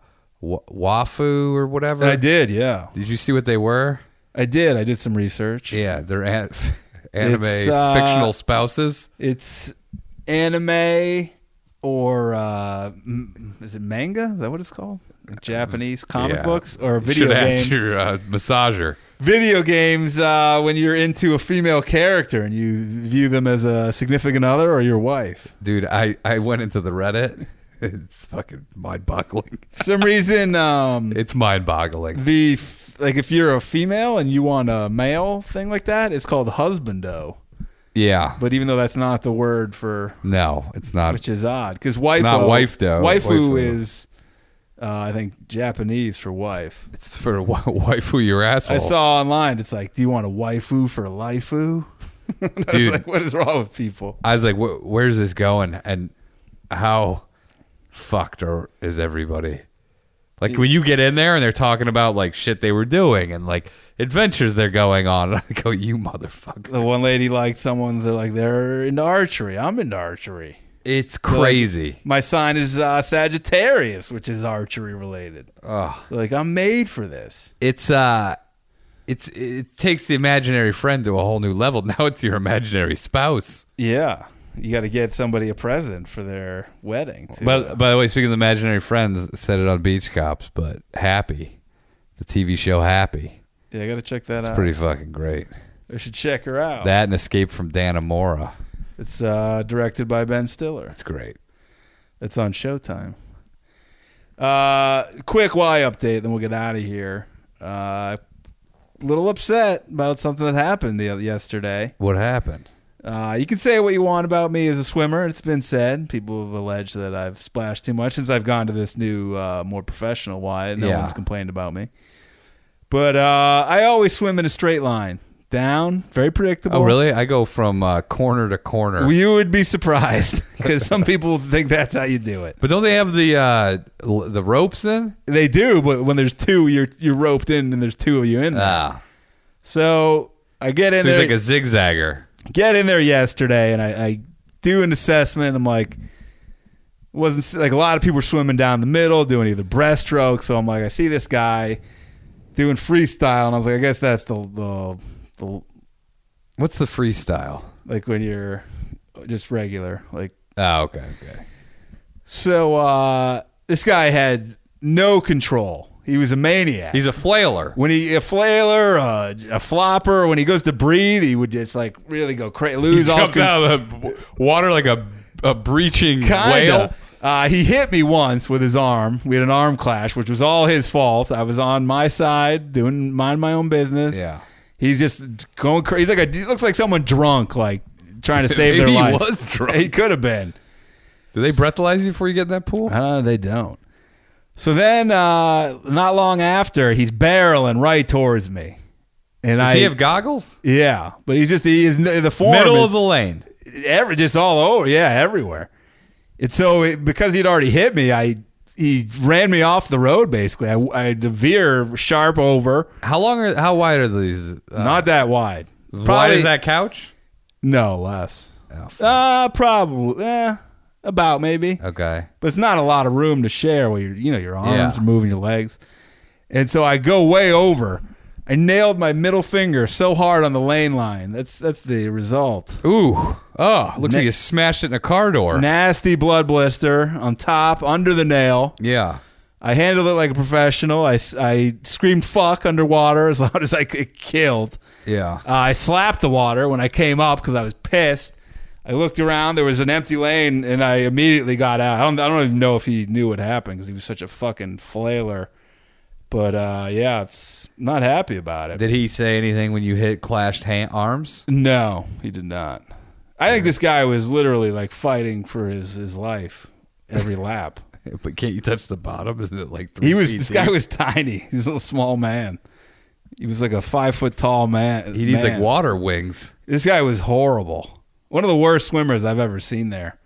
wa- wafu or whatever?
I did, yeah.
Did you see what they were?
I did. I did some research.
Yeah, they're an- anime
It's, uh,
fictional spouses.
It's anime or uh, m- is it manga? Is that what it's called? Japanese comic
Yeah.
books or
You
video
Should
games?
ask your uh, massager.
video games uh, when you're into a female character and you view them as a significant other or your wife.
Dude, I, I went into the Reddit. It's fucking mind boggling.
For some reason, um,
It's mind boggling.
the f- like if you're a female and you want a male thing like that, it's called husbando.
Yeah.
But even though that's not the word for,
No, it's not.
which is odd, because waifu,
not wife, though.
Waifu,
Waifu.
is, uh, I think, Japanese for wife.
it's for a wi- waifu your asshole.
I saw online. It's like, do you want a waifu for lifeu?
Dude.
like, what is wrong with people?
I was like, "Wh- "Where's this going?" And how fucked are, is everybody? Like when you get in there and they're talking about like shit they were doing and like adventures they're going on, I go, "You motherfucker!"
The one lady liked someone's. They're like, they're into archery. I'm into archery.
It's crazy.
My sign is uh, Sagittarius, which is archery related.
Ugh.
They're like, I'm made for this.
It's uh, it's it takes the imaginary friend to a whole new level. Now it's your imaginary spouse.
Yeah, you got to get somebody a present for their wedding. Too.
But by the way, speaking of imaginary friends, I said it on Beach Cops, but Happy, the TV show Happy,
yeah, I got to check that
it's
out.
pretty fucking great.
I should check her out.
That and Escape from Danamora.
it's uh, directed by Ben Stiller.
It's great.
It's on Showtime. Uh, quick Y update, then we'll get out of here. Uh, little upset about something that happened the, yesterday.
What happened?
Uh, you can say what you want about me as a swimmer. It's been said. People have alleged that I've splashed too much since I've gone to this new, uh, more professional Y. No
Yeah.
one's complained about me. But uh, I always swim in a straight line, down, very predictable.
Oh, really? I go from uh, corner to corner.
Well, you would be surprised because some people think that's how you do it.
but don't they have the uh, l- the ropes then?
They do, but when there's two, you're you're roped in, and there's two of you in there.
Ah,
so I get in
so he's
there.
like a zigzagger.
get in there yesterday and I, I do an assessment. I'm like, wasn't like a lot of people were swimming down the middle, doing either breaststroke. So I'm like, I see this guy doing freestyle, and I was like, I guess that's the the, the
What's the freestyle?
like when you're just regular, like
Oh, okay, okay.
so. uh This guy had no control. He was a maniac.
He's a flailer.
when he a flailer, a, a flopper, when he goes to breathe, he would just like really go crazy, lose all
Comes
control.
out of the w- water like a a breaching whale.
Kinda. Uh, he hit me once with his arm. We had an arm clash, which was all his fault. I was on my side, doing mind my own business.
Yeah.
he's just going crazy. He's like a, he looks like someone drunk, like trying to save their
Maybe he
life.
was drunk.
He could have been.
Do they breathalyze you before you get in that pool?
I don't know. They don't. So then, uh, not long after, he's barreling right towards me, and
Does
I
he have goggles?
yeah, but he's just he is the form
Middle
is-
of the lane.
every just all over, yeah, everywhere. And so it, because he'd already hit me, I he ran me off the road basically. I, I had to veer sharp over,
How long are? How wide are these? Uh,
not that wide.
wide is that couch?
No less.
Oh, fuck.
Uh probably eh, about maybe.
okay.
But it's not a lot of room to share where you're, you know your arms
Yeah.
are moving your legs. And so I go way over. I nailed my middle finger so hard on the lane line. That's that's the result.
Ooh. Oh, looks
Ne-
like you smashed it in a car door.
Nasty blood blister on top, under the nail.
yeah.
I handled it like a professional. I, I screamed fuck underwater as loud as I could, killed.
Yeah.
Uh, I slapped the water when I came up because I was pissed. I looked around, there was an empty lane, and I immediately got out. I don't, I don't even know if he knew what happened because he was such a fucking flailer. But uh, yeah, it's not happy about it.
Did he say anything when you hit clashed hand, arms?
no, he did not. I think this guy was literally like fighting for his, his life every lap.
But can't you touch the bottom? Isn't it like three
He was
feet
this
deep?
guy was tiny. He's a little small man. He was like a five foot tall man.
He needs
man.
like water wings.
This guy was horrible. One of the worst swimmers I've ever seen there,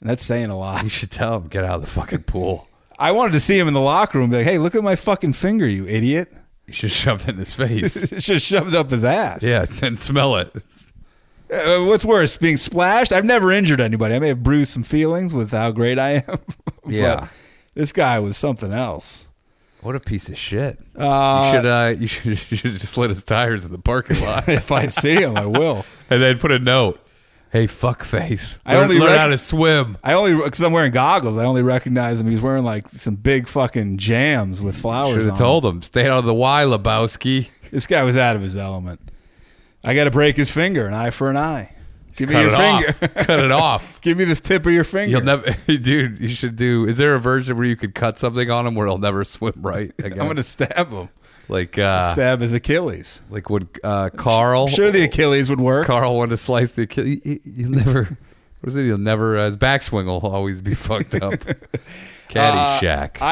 and that's saying a lot.
You should tell him get out of the fucking pool.
I wanted to see him in the locker room. Be like, hey, look at my fucking finger, you idiot.
You should shove that in his face.
Just shoved up his ass.
yeah, and smell it.
Uh, what's worse, being splashed? I've never injured anybody. I may have bruised some feelings with how great I am. but
Yeah.
This guy was something else.
What a piece of shit. you should uh, you should you should just let his tires in the parking lot
If I see him, I will.
and then put a note. Hey, fuck face.
I
Learn,
only
learn
rec-
how to swim.
I only because I'm wearing goggles. I only recognize him. He's wearing like some big fucking jams with flowers.
Should
on
have told him. Stay out of the Y, Lebowski.
This guy was out of his element. I got to break his finger. An eye for an eye. Give me
Cut
your
it
finger.
off. Cut it off.
Give me the tip of your finger.
You'll never, dude. You should do. Is there a version where you could cut something on him where he'll never swim right again?
I'm gonna stab him.
like, uh,
Stab his Achilles.
like when uh, Carl.
I'm sure the Achilles would work.
Carl wanted to slice the Achilles. You, you, will never. What is it? You'll never. Uh, his backswing will always be fucked up. Caddyshack.
Uh,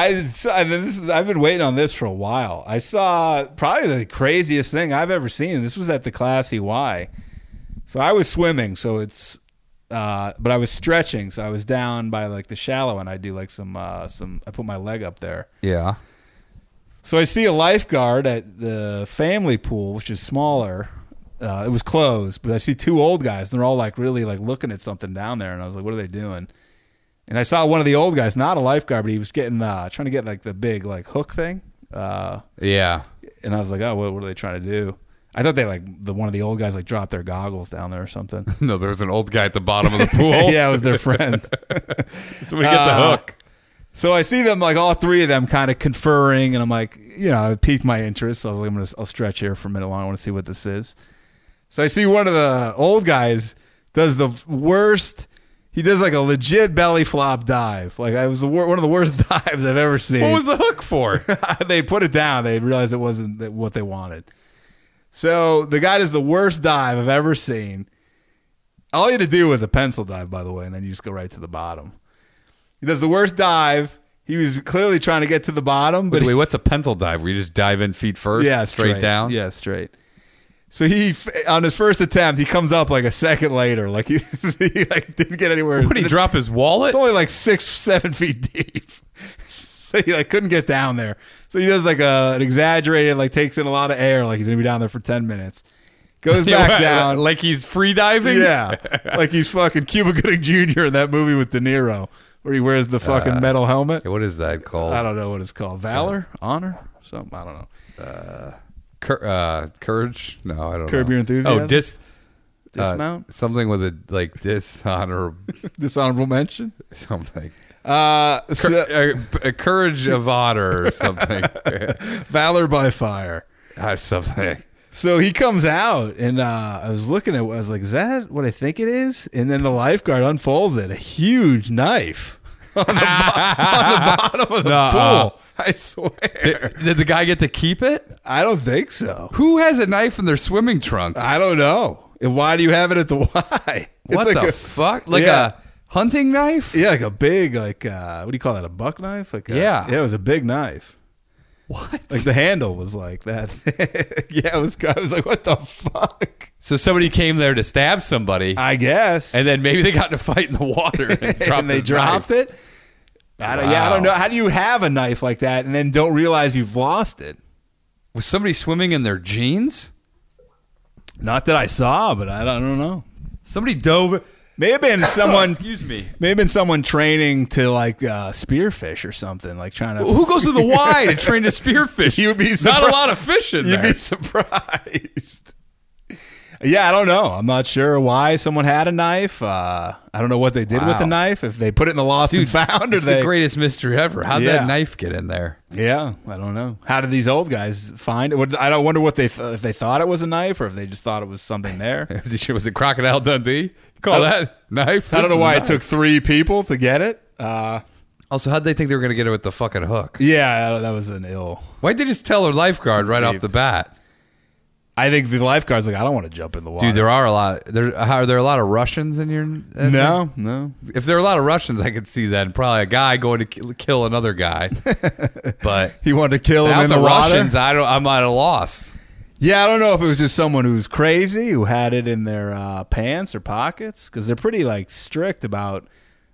I, I mean, this is, I've been waiting on this for a while. I saw probably the craziest thing I've ever seen. This was at the Classy Y. So I was swimming, so it's uh, but I was stretching, so I was down by like the shallow and I do like some uh, some I put my leg up there.
yeah.
So I see a lifeguard at the family pool, which is smaller. Uh, it was closed, but I see two old guys, and they're all like really like looking at something down there, and I was like, "What are they doing?" And I saw one of the old guys, not a lifeguard, but he was getting uh, trying to get like the big like hook thing, uh,
Yeah.
and I was like, "Oh, what, what are they trying to do?" I thought they like the one of the old guys like dropped their goggles down there or something.
No, there was an old guy at the bottom of the pool.
yeah, it was their friend.
Somebody get the
Uh,
hook.
So I see them like all three of them kind of conferring, and I'm like, you know, it piqued my interest. So I was like, I'm gonna I'll stretch here for a minute long. I want to see what this is. So I see one of the old guys does the worst. He does like a legit belly flop dive. Like I was the wor- one of the worst dives I've ever seen.
What was the hook for?
they put it down. They realized it wasn't th- what they wanted. So the guy does the worst dive I've ever seen. All you had to do was a pencil dive, by the way, and then you just go right to the bottom. He does the worst dive. He was clearly trying to get to the bottom, but
Wait, wait, what's a pencil dive? Where you just dive in feet first,
yeah,
straight, down.
Yeah, straight. So he f- on his first attempt, he comes up like a second later, like he, he like didn't get anywhere.
What did he drop his wallet?
It's only like six, seven feet deep. so he like couldn't get down there. So he does like a, an exaggerated, like takes in a lot of air, like he's gonna be down there for ten minutes. Goes
Yeah,
back
right,
down.
like he's free diving.
yeah. like he's fucking Cuba Gooding Jr. in that movie with De Niro, where he wears the fucking metal helmet.
Uh, Yeah, What is that
I
called?
don't know what it's called. Valor? Honor? Something. I don't know.
Cur- uh, courage? No, I don't.
Curb
know.
Your Enthusiasm?
Oh, dis. uh,
Dismount?
something with a like dishonor.
Dishonorable mention?
something.
Uh,
Cur-
so-
uh, p- uh, courage of honor or something.
Valor by Fire.
or something.
So he comes out, and uh, I was looking at. I was like, "Is that what I think it is?" And then the lifeguard unfolds it—a huge knife on the, bo- on the bottom of the
Nuh-uh.
pool. I swear,
Did, did the guy get to keep it?
I don't think so.
Who has a knife in their swimming trunks?
I don't know. And why do you have it at the Y? It's
what
like
the
a,
fuck? Like
Yeah.
a hunting knife?
yeah, like a big, like uh, what do you call that? A buck knife? Like a,
Yeah.
yeah, it was a big knife.
What?
Like the handle was like that. yeah, it was. I was like, "What the fuck?"
so somebody came there to stab somebody,
I guess.
and then maybe they got in a fight in the water and, dropped
and they
this
dropped
knife.
it. I don't, Yeah, I don't
Wow.
know. How do you have a knife like that and then don't realize you've lost it?
Was somebody swimming in their jeans?
Not that I saw, but I don't, I don't know.
Somebody dove.
May have been someone.
Excuse me.
May have been someone training to like uh, spearfish or something, like trying to.
Who goes to the Y to train to spearfish?
You'd be
not a
surprised.
lot of fish in
You'd
there.
be surprised. yeah, I don't know. I'm not sure why someone had a knife. Uh, I don't know what they did with the
Wow.
knife. If they put it in the lost and found, or
it's
they.
the greatest mystery ever. How'd
Yeah.
that knife get in there?
Yeah, I don't know. How did these old guys find it? What- I don't wonder what they th- if they thought it was a knife or if they just thought it was something there.
It was, was it Crocodile Dundee? Call
I-
that knife?
I don't
That's
know why
a
it
knife.
took three people to get it. Uh,
Also, how'd they think they were going to get it with the fucking hook?
yeah, that was an ill.
Why'd they just tell her lifeguard right off
Saved.
the bat?
I think the lifeguard's like, I don't want to jump in the water.
Dude, there are a lot. There are there a lot of Russians in your? in
no, no.
there? If there are a lot of Russians, I could see that. And probably a guy going to kill, kill another guy. but
He wanted to kill him
without
in
the,
the, water.
Russians, I don't. I'm at a loss.
Yeah, I don't know if it was just someone who's crazy who had it in their uh, pants or pockets because they're pretty like strict about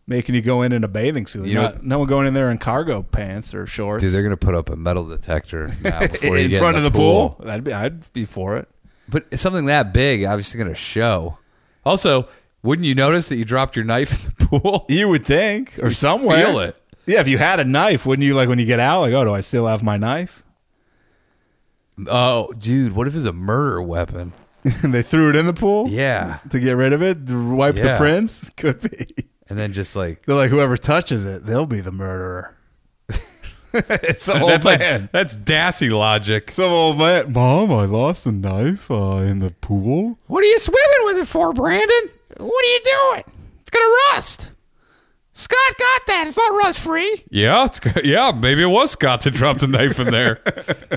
making you go in in a bathing suit.
know-
Not- no one going in there in cargo pants or shorts.
Dude, they're gonna put up a metal detector now before you
in
get
front
in
of the pool. That'd be. I'd be for it.
But it's something that big, obviously gonna show. Also, wouldn't you notice that you dropped your knife in the pool?
You would think, or somewhere.
feel it.
Yeah, if you had a knife, wouldn't you like when you get out? Like, oh, do I still have my knife?
Oh, dude, what if it's a murder weapon?
and they threw it in the pool.
Yeah.
to get rid of it, to wipe
Yeah.
the prints. Could be.
And then just like
They're like, whoever touches it, they'll be the murderer.
It's the old
That's like-
man. that's Dassy logic.
Some old man, mom, I lost a knife uh, in the pool.
What are you swimming with it for, Brandon? What are you doing? It's gonna rust. Scott got that. It's not rust free.
Yeah, it's, yeah. Maybe it was Scott that dropped a knife in there.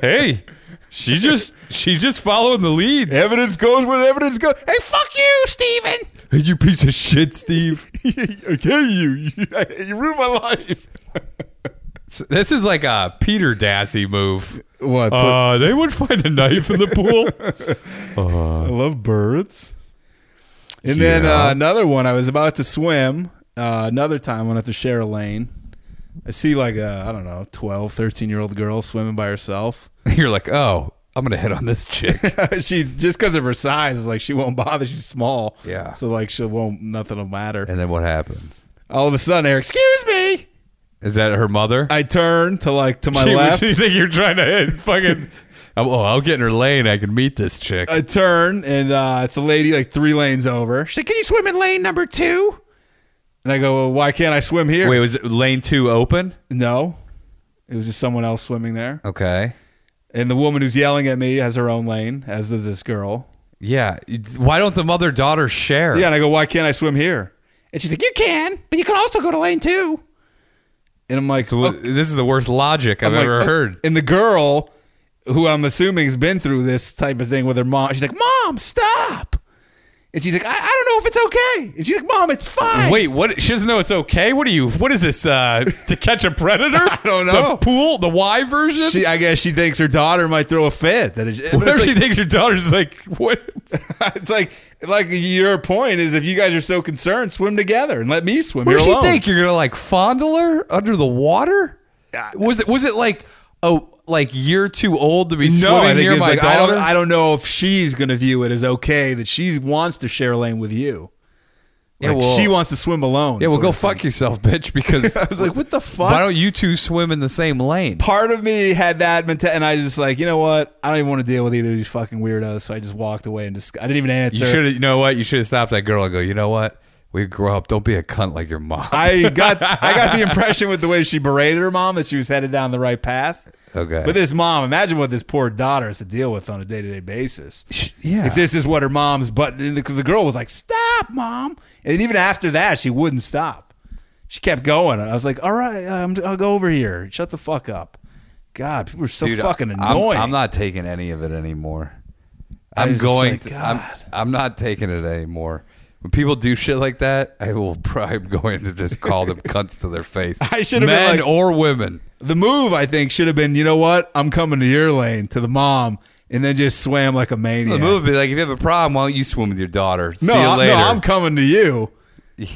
hey, she just she just following the leads.
Evidence goes where evidence goes. Hey,
Fuck you, Steven.
Hey, you piece of shit, Steve.
I kill you. You ruined my life.
this is like a Peter Dassey move.
What?
Uh, they would find a knife in the pool.
I love birds. And then
Yeah.
uh, another one. I was about to swim. Uh, another time, I'm gonna have to share a lane. I see like a I don't know 12, 13 year old girl swimming by herself.
You're like, oh, I'm gonna hit on this chick.
she just because of her size is like she won't bother. She's small.
Yeah.
So like she won't. Nothing will matter.
and then what happened?
All of a sudden, Eric, excuse me.
Is that her mother?
I turn to like to my
Gee, what
left.
do you think you're trying to hit? Fucking
I'm- oh, I'll get in her lane. I can meet this chick.
I turn and uh, it's a lady like three lanes over. She's like, "Can you swim in lane number two? And I go, well, "Why can't I swim here?"
Wait, was it lane two open?
No, it was just someone else swimming there.
Okay.
And the woman who's yelling at me has her own lane, as does this girl.
Yeah. Why don't the mother daughter share?
Yeah, and I go, "Why can't I swim here?" And she's like, "You can, but you can also go to lane two. And I'm like,
Well,
"Okay."
This is the worst logic I've
I'm like,
ever
"Oh."
heard.
And the girl, who I'm assuming has been through this type of thing with her mom, she's like, "Mom, stop!" And she's like, "I, I don't know if it's okay." And she's like, "Mom, it's fine."
wait. What? She doesn't know it's okay. What are you? What is this? Uh, to catch a predator? I
don't
The
know.
pool, the Y version.
She, I guess she thinks her daughter might throw a fit. That it, it's
Whatever
like-
she thinks her daughter's like, what?
it's like, like your point is, if you guys are so concerned, swim together and let me swim.
What
You're
does she
alone.
think? You're gonna like fondle her under the water? Was it was it like oh like you're too old to be
No, I
swimming
think
near
it's
my
like, I
daughter?
don't, I don't know if she's going to view it as okay that she wants to share a lane with you.
Yeah,
Like,
well-
she wants to swim alone.
yeah, well,
sort
go
of thing.
fuck yourself, bitch. Because
I was like, what the fuck?
Why don't you two swim in the same lane?
part of me had that mentality, and I just like, you know what? I don't even want to deal with either of these fucking weirdos. So I just walked away and just, I didn't even
You
answer.
should have. You know what? You should have stopped that girl and go. You know what? We grow up. Don't be a cunt like your mom.
I got, I got the impression with the way she berated her mom that she was headed down the right path.
Okay.
But this mom, imagine what this poor daughter has to deal with on a day to day basis.
yeah.
If this is what her mom's, but because the girl was like, "Stop, mom," and even after that, she wouldn't stop. She kept going. I was like, "All right, um, I'll go over here. Shut the fuck up." God, people are so
Dude,
fucking
I'm-
annoying.
I'm, not taking any of it anymore.
I
I'm
was just
going.
like,
to- I'm,
God.
I'm not taking it anymore. When people do shit like that, I will. probably am going to just call them cunts to their face.
I should have been
men
like-
or women.
The move, I think, should have been, you know what? I'm coming to your lane, to the mom, and then just swam like a maniac.
The move would be like, if you have a problem, why don't you swim with your daughter?
no,
See you
I-
later.
no, I'm coming to you,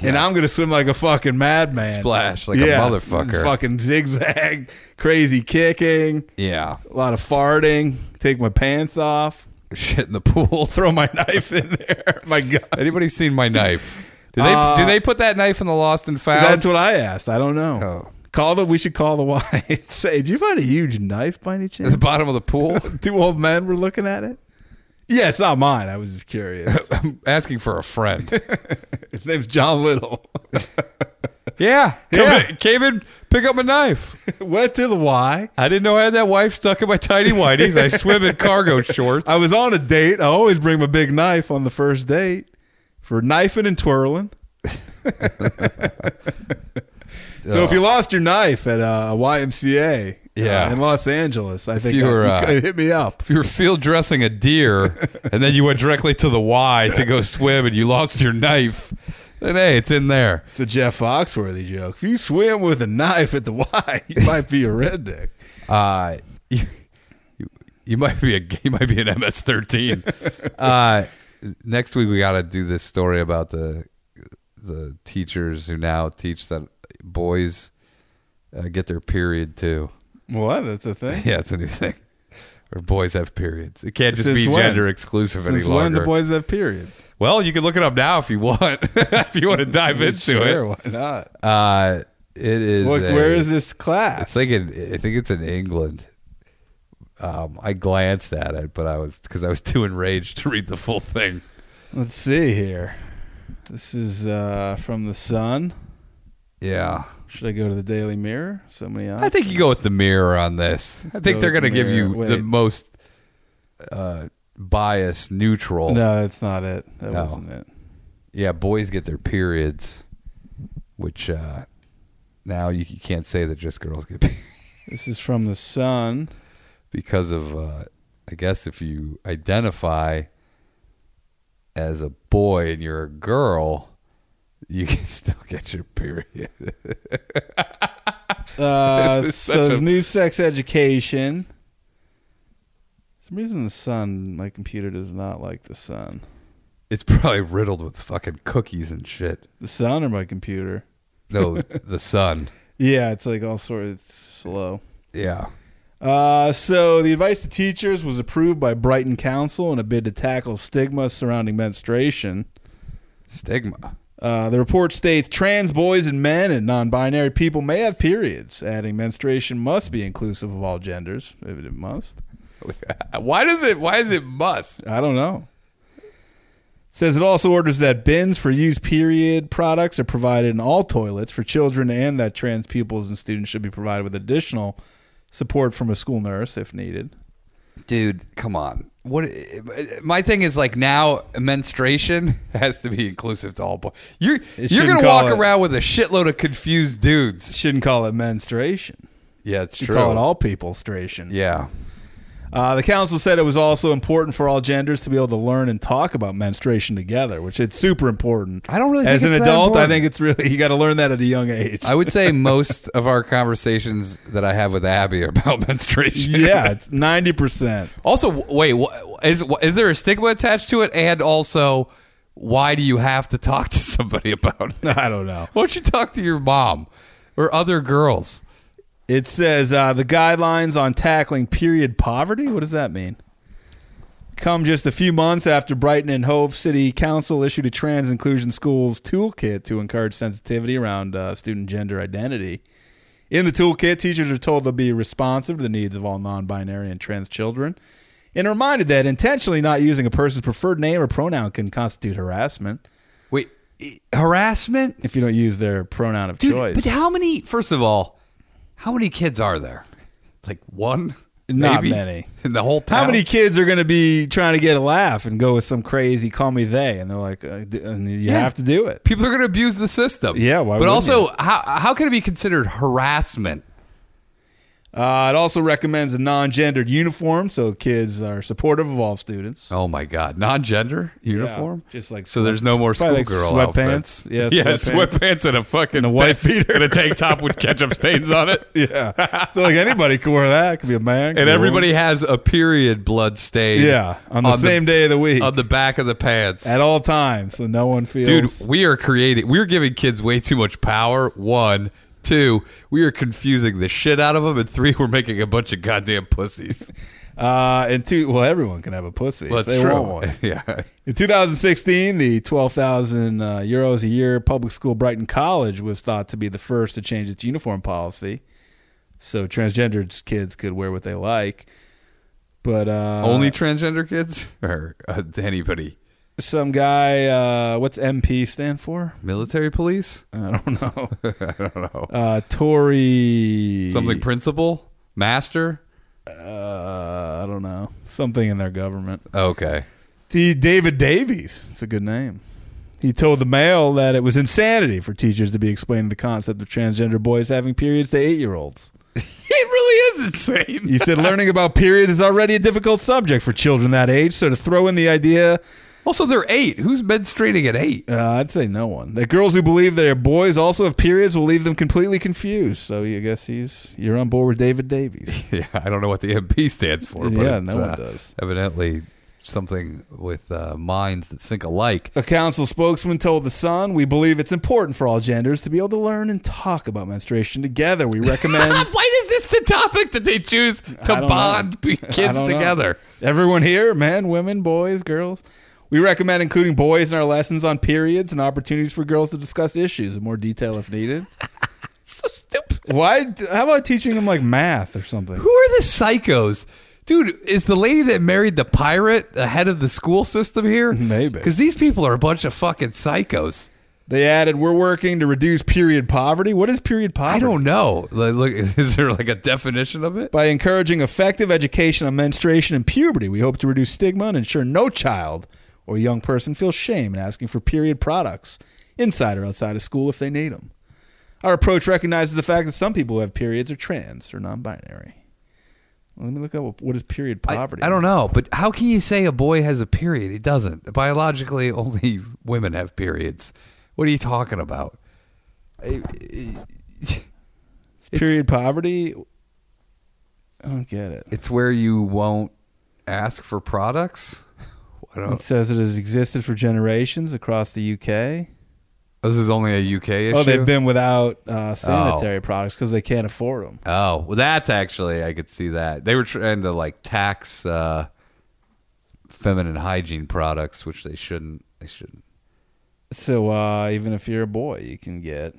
and I'm going to swim like a fucking madman.
Splash like a motherfucker.
Fucking zigzag, crazy kicking,
yeah,
a lot of farting, take my pants off,
shit in the pool.
throw my knife in there. my God.
Anybody seen my knife? Do they
Uh,
do they put that knife in the lost and found?
That's what I asked. I don't know.
Oh.
Call the, we should call the Y and say, did you find a huge knife by any
at
chance?
the bottom of the pool.
Two old men were looking at it? Yeah, it's not mine. I was just curious.
I'm asking for a friend.
His name's John Little.
Yeah,
Yeah.
Come in- came in, pick up my knife.
Went to the Y.
I didn't know I had that wife stuck in my tiny whities. I swim in cargo shorts.
I was on a date. I always bring my big knife on the first date for knifing and twirling. so if you lost your knife at uh, YMCA uh,
Yeah.
in Los Angeles, I think
you were,
I- you
uh,
could hit me up.
if you were field dressing a deer and then you went directly to the Y to go swim and you lost your knife, then hey, it's in there.
It's a Jeff Foxworthy joke. If you swim with a knife at the Y, you might be a redneck.
Uh, you, you- you might be a you might be an MS13. Uh, next week we got to do this story about the the teachers who now teach that boys uh, get their period too.
What? That's a thing.
Yeah, it's a new thing. Or boys have periods. It can't just
Since
be
when?
gender exclusive
Since
any
when
longer.
do boys have periods?
well, you can look it up now if you want. if you want to dive into
sure,
it,
why not?
uh, it is.
Look,
a-
where is this class?
I think it, I think it's in England. Um, I glanced at it, but I was because I was too enraged to read the full thing.
Let's see here. This is uh, from the Sun.
Yeah,
Should I go to the Daily Mirror? So many.
I think you go with the mirror on this. I think
go
they're
with
going to
the
give you
mirror.
the
Wait.
most uh, bias neutral.
No, that's not it. That
No.
wasn't it.
Yeah, boys get their periods, which uh, now you, you can't say that just girls get periods
This is from the Sun.
because of uh, I guess if you identify as a boy and you're a girl, you can still get your period.
Uh,
This is
so
such
it's
a-
new sex education. For some reason the Sun. My computer does not like the Sun.
It's probably riddled with fucking cookies and shit.
The Sun or my computer?
No, the sun.
Yeah, it's like all sort of slow.
Yeah.
Uh, so the advice to teachers was approved by Brighton Council in a bid to tackle stigma surrounding menstruation.
Stigma.
Uh, the report states trans boys and men and non-binary people may have periods. Adding menstruation must be inclusive of all genders. If it must,
Why does it why is it must?
I don't know. It says it also orders that bins for used period products are provided in all toilets for children, and that trans pupils and students should be provided with additional support from a school nurse if needed.
Dude, come on. What my thing is like now menstruation has to be inclusive to all boys. You're
It
you're
shouldn't
gonna walk
call it-
around with a shitload of confused dudes.
Shouldn't call it menstruation.
Yeah, it's
Should
true.
call it all people stration.
Yeah.
Uh, the council said it was also important for all genders to be able to learn and talk about menstruation together, which it's super important.
I don't really
as
think
an
it's that
adult. I
important.
think it's really you got to learn that at a young age.
I would say most of our conversations that I have with Abby are about menstruation.
yeah, it's ninety percent.
Also, w- wait, wh- is wh- is there a stigma attached to it? And also, why do you have to talk to somebody about it?
I don't know.
Why don't you talk to your mom or other girls?
It says uh, the guidelines on tackling period poverty. What does that mean? Come just a few months after Brighton and Hove City Council issued a trans inclusion schools toolkit to encourage sensitivity around uh, student gender identity. In the toolkit, teachers are told they'll be responsive to the needs of all non binary and trans children and are reminded that intentionally not using a person's preferred name or pronoun can constitute harassment
Wait, i- harassment,
if you don't use their pronoun of
dude.
choice.
But how many? First of all, how many kids are there? Like one?
Not
Maybe?
many.
in the whole town.
How many kids are going to be trying to get a laugh and go with some crazy "call me they" and they're like, uh, d- and you have to do it.
people are going to abuse the system?
Yeah, why
But
wouldn't
also, how how can it be considered harassment?
Uh, it also recommends a non-gendered uniform so kids are supportive of all students.
Oh my God! Non-gender uniform,
just like
so. There's no more school
probably like
girl
sweatpants.
outfits.
Yeah, sweatpants.
sweatpants and a fucking
a wife
tank- and a tank top with ketchup stains on it.
Yeah, they're like anybody could wear that. It could be a man. could
And
be a
everybody has a period blood stain.
woman. yeah, on the same day of the week
on the back of the pants.
at all times, so no one
Dude,
feels.
we are creating. We're giving kids way too much power. One, two, we are confusing the shit out of them, and three, we're making a bunch of goddamn pussies.
uh, and two, well, everyone can have a pussy.
Well,
if
that's
they
true.
want one.
Yeah.
In 2016, the 12,000 uh, euros a year public school Brighton College was thought to be the first to change its uniform policy, so transgendered kids could wear what they like. But uh,
Only transgender kids or uh, anybody.
some guy. Uh, what's MP stand for?
Military police.
I don't know. I don't know. Uh, Tory.
Something principal, master.
Uh, I don't know. Something in their government.
Okay.
D- David Davies. It's a good name. He told the Mail that it was insanity for teachers to be explaining the concept of transgender boys having periods to eight year olds.
It really is insane.
He said learning about periods is already a difficult subject for children that age, so to throw in the idea,
Also, they're eight. Who's menstruating at eight?
uh, I'd say no one. That girls who believe their boys also have periods will leave them completely confused. So I guess he's you're on board with David Davies.
Yeah, I don't know what the MP stands for, but
Yeah,
it's,
no one
uh,
does.
Evidently, something with uh, minds that think alike.
A council spokesman told The Sun, We believe it's important for all genders to be able to learn and talk about menstruation together. We recommend.
Why is this the topic that they choose
I
to
don't
bond
know.
be-
I
kids
don't know.
together?
Everyone here, men, women, boys, girls. We recommend including boys in our lessons on periods and opportunities for girls to discuss issues in more detail if needed.
So stupid.
Why? How about teaching them like math or something?
Who are the psychos? Dude, is the lady that married the pirate the head of the school system here?
Maybe.
Because these people are a bunch of fucking psychos.
They added, We're working to reduce period poverty. What is period poverty?
I don't know. Like, look, is there like a definition of it?
By encouraging effective education on menstruation and puberty, we hope to reduce stigma and ensure no child or young person feels shame in asking for period products, inside or outside of school if they need them. Our approach recognizes the fact that some people who have periods are trans or non binary. Let me look up what- what is period
I-
poverty.
I, don't know, but how can you say a boy has a period? He doesn't. Biologically, only women have periods. What are you talking about?
Is period poverty. I don't get it.
It's where you won't ask for products. I
It
don't.
says it has existed for generations across the UK.
This is only a UK issue.
Oh, they've been without uh, sanitary products because they can't afford them.
Oh, well, that's actually I could see that they were trying to like tax uh, feminine hygiene products, which they shouldn't. They shouldn't.
So uh, even if you're a boy, you can get.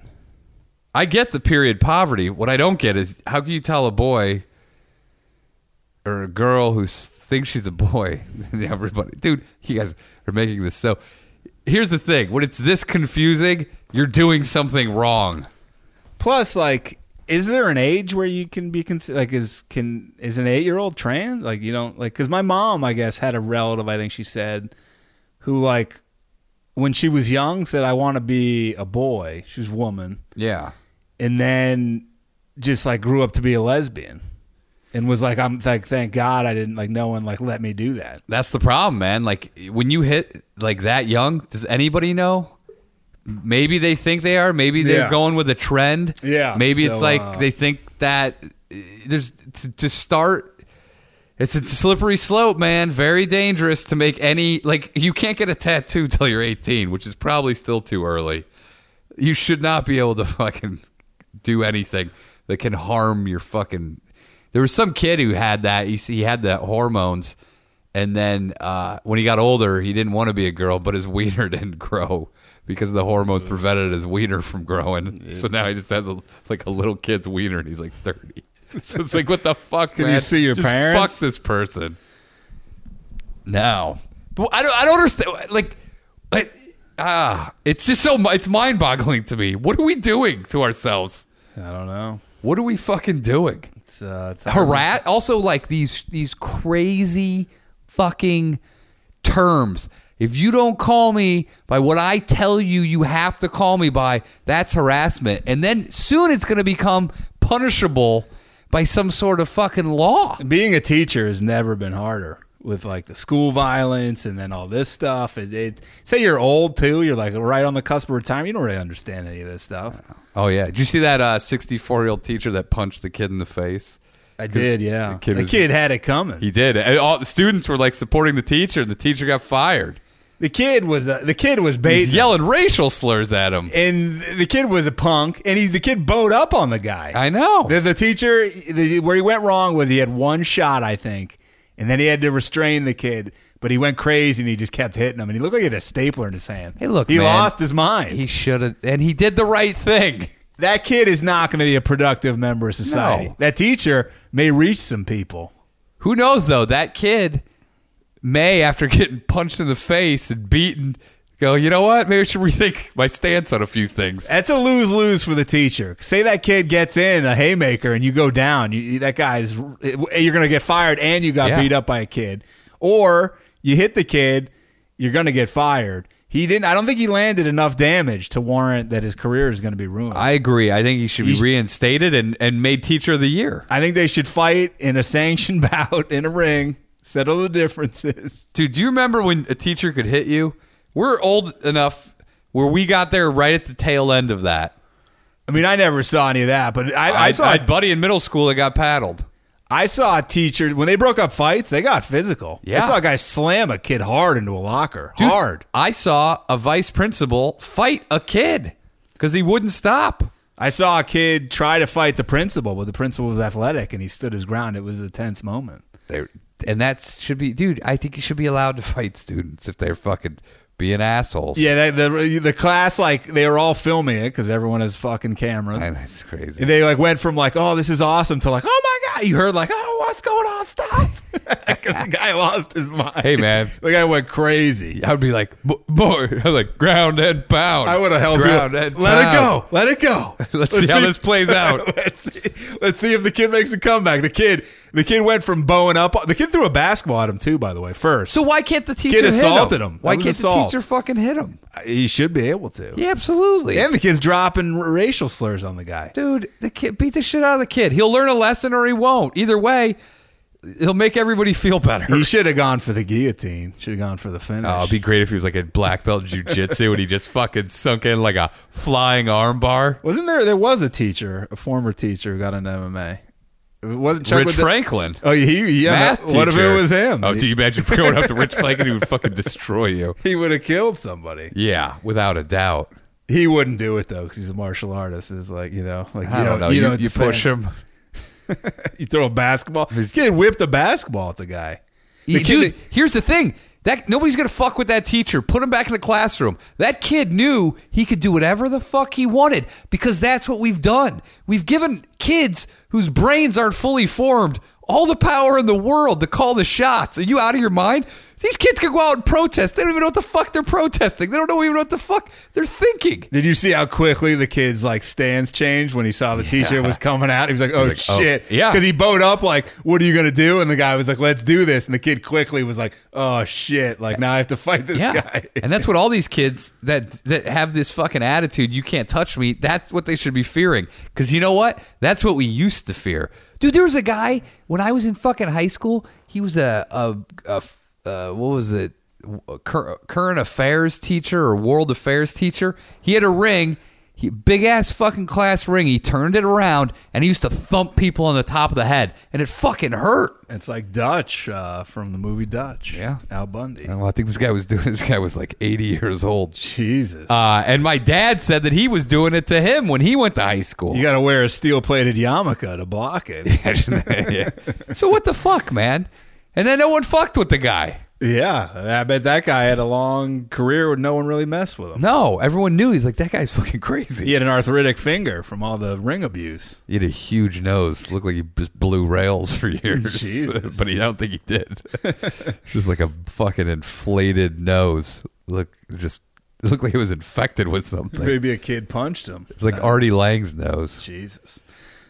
I get the period poverty. What I don't get is how can you tell a boy or a girl who s- thinks she's a boy? Everybody, dude, you guys are making this so. Here's the thing: when it's this confusing, you're doing something wrong.
Plus, like, is there an age where you can be con- like is can is an eight year old trans? Like you don't like because my mom, I guess, had a relative. I think she said, who like when she was young said, "I want to be a boy." She's a woman,
Yeah,
and then just like grew up to be a lesbian, and was like, "I'm like, thank God I didn't like no one like let me do that."
that's the problem, man. Like when you hit like that young, does anybody know? Maybe they think they are. Maybe they're
Yeah.
going with a trend.
Yeah,
Maybe it's
so,
like
uh,
they think that uh, there's to, to start. It's a slippery slope, man. Very dangerous to make any like you can't get a tattoo till you're 18, which is probably still too early. You should not be able to fucking do anything that can harm your fucking. There was some kid who had that. He he had the hormones, and then uh, when he got older, he didn't want to be a girl, but his wiener didn't grow because the hormones prevented his wiener from growing. So now he just has a, like a little kid's wiener, and he's like 30. So it's like, what the fuck,
you
man?
see your
Just
parents?
Fuck this person. No, but I don't. I don't understand. Like, like, ah, it's just so. mu- It's mind boggling to me. What are we doing to ourselves?
I don't know.
What are we fucking doing?
It's, uh, it's
Harass. Also, like these these crazy fucking terms. If you don't call me by what I tell you, you have to call me by. That's harassment, and then soon it's going to become punishable by some sort of fucking law.
being a teacher has never been harder with like the school violence and then all this stuff. It, it say you're old too, you're like right on the cusp of retirement. You don't really understand any of this stuff.
Oh yeah, did you see that sixty-four year old teacher that punched the kid in the face?
I did, yeah. The
the
kid,
kid was-
had it coming.
He did. And all the students were like supporting the teacher, and the teacher got fired.
the kid was uh, the kid was
He's
baiting,
yelling racial slurs at him.
and the kid was a punk, and he the kid bowed up on the guy.
I know.
The, the teacher, the, where he went wrong was he had one shot, I think, and then he had to restrain the kid. But he went crazy and he just kept hitting him, and he looked like he had a stapler in his hand.
Hey, look,
he
man.
lost his mind.
He should have, and he did the right thing.
that kid is not going to be a productive member of society.
No.
That teacher may reach some people.
Who knows though? That kid may, after getting punched in the face and beaten, go. You know what? Maybe I should rethink my stance on a few things.
That's a lose lose for the teacher. Say that kid gets in a haymaker and you go down. You, that guy's you're going to get fired and you got
Yeah.
beat up by a kid, or you hit the kid, you're going to get fired. He didn't. I don't think he landed enough damage to warrant that his career is going to be ruined. I,
I agree. I think he should be
He-
reinstated and and made teacher of the year.
think they should fight in a sanctioned bout in a ring, settle the differences.
Dude, do you remember when a teacher could hit you? We're old enough where we got there right at the tail end of that.
I mean, I never saw any of that, but I, I,
I,
saw
I had buddy in middle school that got paddled.
I saw teachers when they broke up fights, they got physical.
Yeah.
I saw a guy slam a kid hard into a locker.
Dude,
hard.
I saw a vice principal fight a kid because he wouldn't stop.
I saw a kid try to fight the principal, but the principal was athletic and he stood his ground. It was a tense moment.
They, and that should be, dude. I think you should be allowed to fight students if they're fucking being assholes.
Yeah, that, the the class like they were all filming it because everyone has fucking cameras.
and it's crazy.
And they like went from like, oh, this is awesome to like, oh my god, you heard like, oh, what's going on? Stop! Because the guy lost his mind.
Hey, man.
the guy went crazy.
I would be like, "Bo- boy, I was like ground and pound.
I would have held
ground
you.
and
Let it
pound.
go. Let it go.
Let's see how this plays out.
let's, see, let's see if the kid makes a comeback. The kid, the kid went from bowing up. The kid threw a basketball at him too. By the way, first
So why can't the teacher hit
assaulted
him?
him.
Why
That was
can't
assault.
the teacher fucking hit him?
he should be able to.
Yeah, absolutely.
And the kid's dropping r- racial slurs on the guy.
dude, the kid beat the shit out of the kid. He'll learn a lesson or he won't. Either way, he'll make everybody feel better.
He should have gone for the guillotine. Should have gone for the finish.
Oh, it'd be great if he was like a black belt in jujitsu and he just fucking sunk in like a flying armbar.
Wasn't there? There was a teacher, a former teacher, who got into MMA. It Wasn't Chuck
Rich
with the-
Franklin.
Oh, he yeah.
math
but what if
teacher.
it was him?
Oh, do you imagine going up to Rich Franklin? He would fucking destroy you.
he would have killed somebody.
Yeah, without a doubt.
He wouldn't do it though, because he's a martial artist. Is like you know, like
I
you
don't know.
You,
You,
don't
you
defend.
push him.
You throw a basketball. This kid whipped a basketball at the guy. The
You-
kid
dude,
that-
here's the thing. That nobody's gonna fuck with that teacher. Put him back in the classroom. That kid knew he could do whatever the fuck he wanted because that's what we've done. We've given kids whose brains aren't fully formed all the power in the world to call the shots. Are you out of your mind? These kids can go out and protest. They don't even know what the fuck they're protesting. They don't know even what the fuck they're thinking.
did you see how quickly the kid's like stands changed when he saw the teacher was coming out? He was like, "Oh
oh,
shit!"
yeah.
because he bowed up like, "What are you gonna do?" And the guy was like, "Let's do this." And the kid quickly was like, "Oh shit!" Like now I have to fight this
Yeah,
guy.
and that's what all these kids that that have this fucking attitude. You can't touch me. That's what they should be fearing. Because you know what? That's what we used to fear, dude. There was a guy when I was in fucking high school. He was a a, a, uh what was it? A cur- uh, current affairs teacher or world affairs teacher. He had a ring. He, big ass fucking class ring. He turned it around and he used to thump people on the top of the head, and it fucking hurt.
It's like Dutch uh, from the movie Dutch.
Yeah.
Al Bundy.
Well, I think this guy was doing. This guy was like eighty years old.
Jesus.
Uh, and my dad said that he was doing it to him when he went to high school.
you got to wear a steel plated yarmulke to block it.
Yeah. So what the fuck, man? And then no one fucked with the guy.
yeah. I bet that guy had a long career where no one really messed with him.
No, everyone knew he's like that guy's fucking crazy.
He had an arthritic finger from all the ring abuse.
He had a huge nose, looked like he just blew rails for years.
Jesus.
but he I don't think he did. just like a fucking inflated nose. Look, just looked like he was infected with something.
Maybe a kid punched him.
It's like Artie Lang's nose.
Jesus.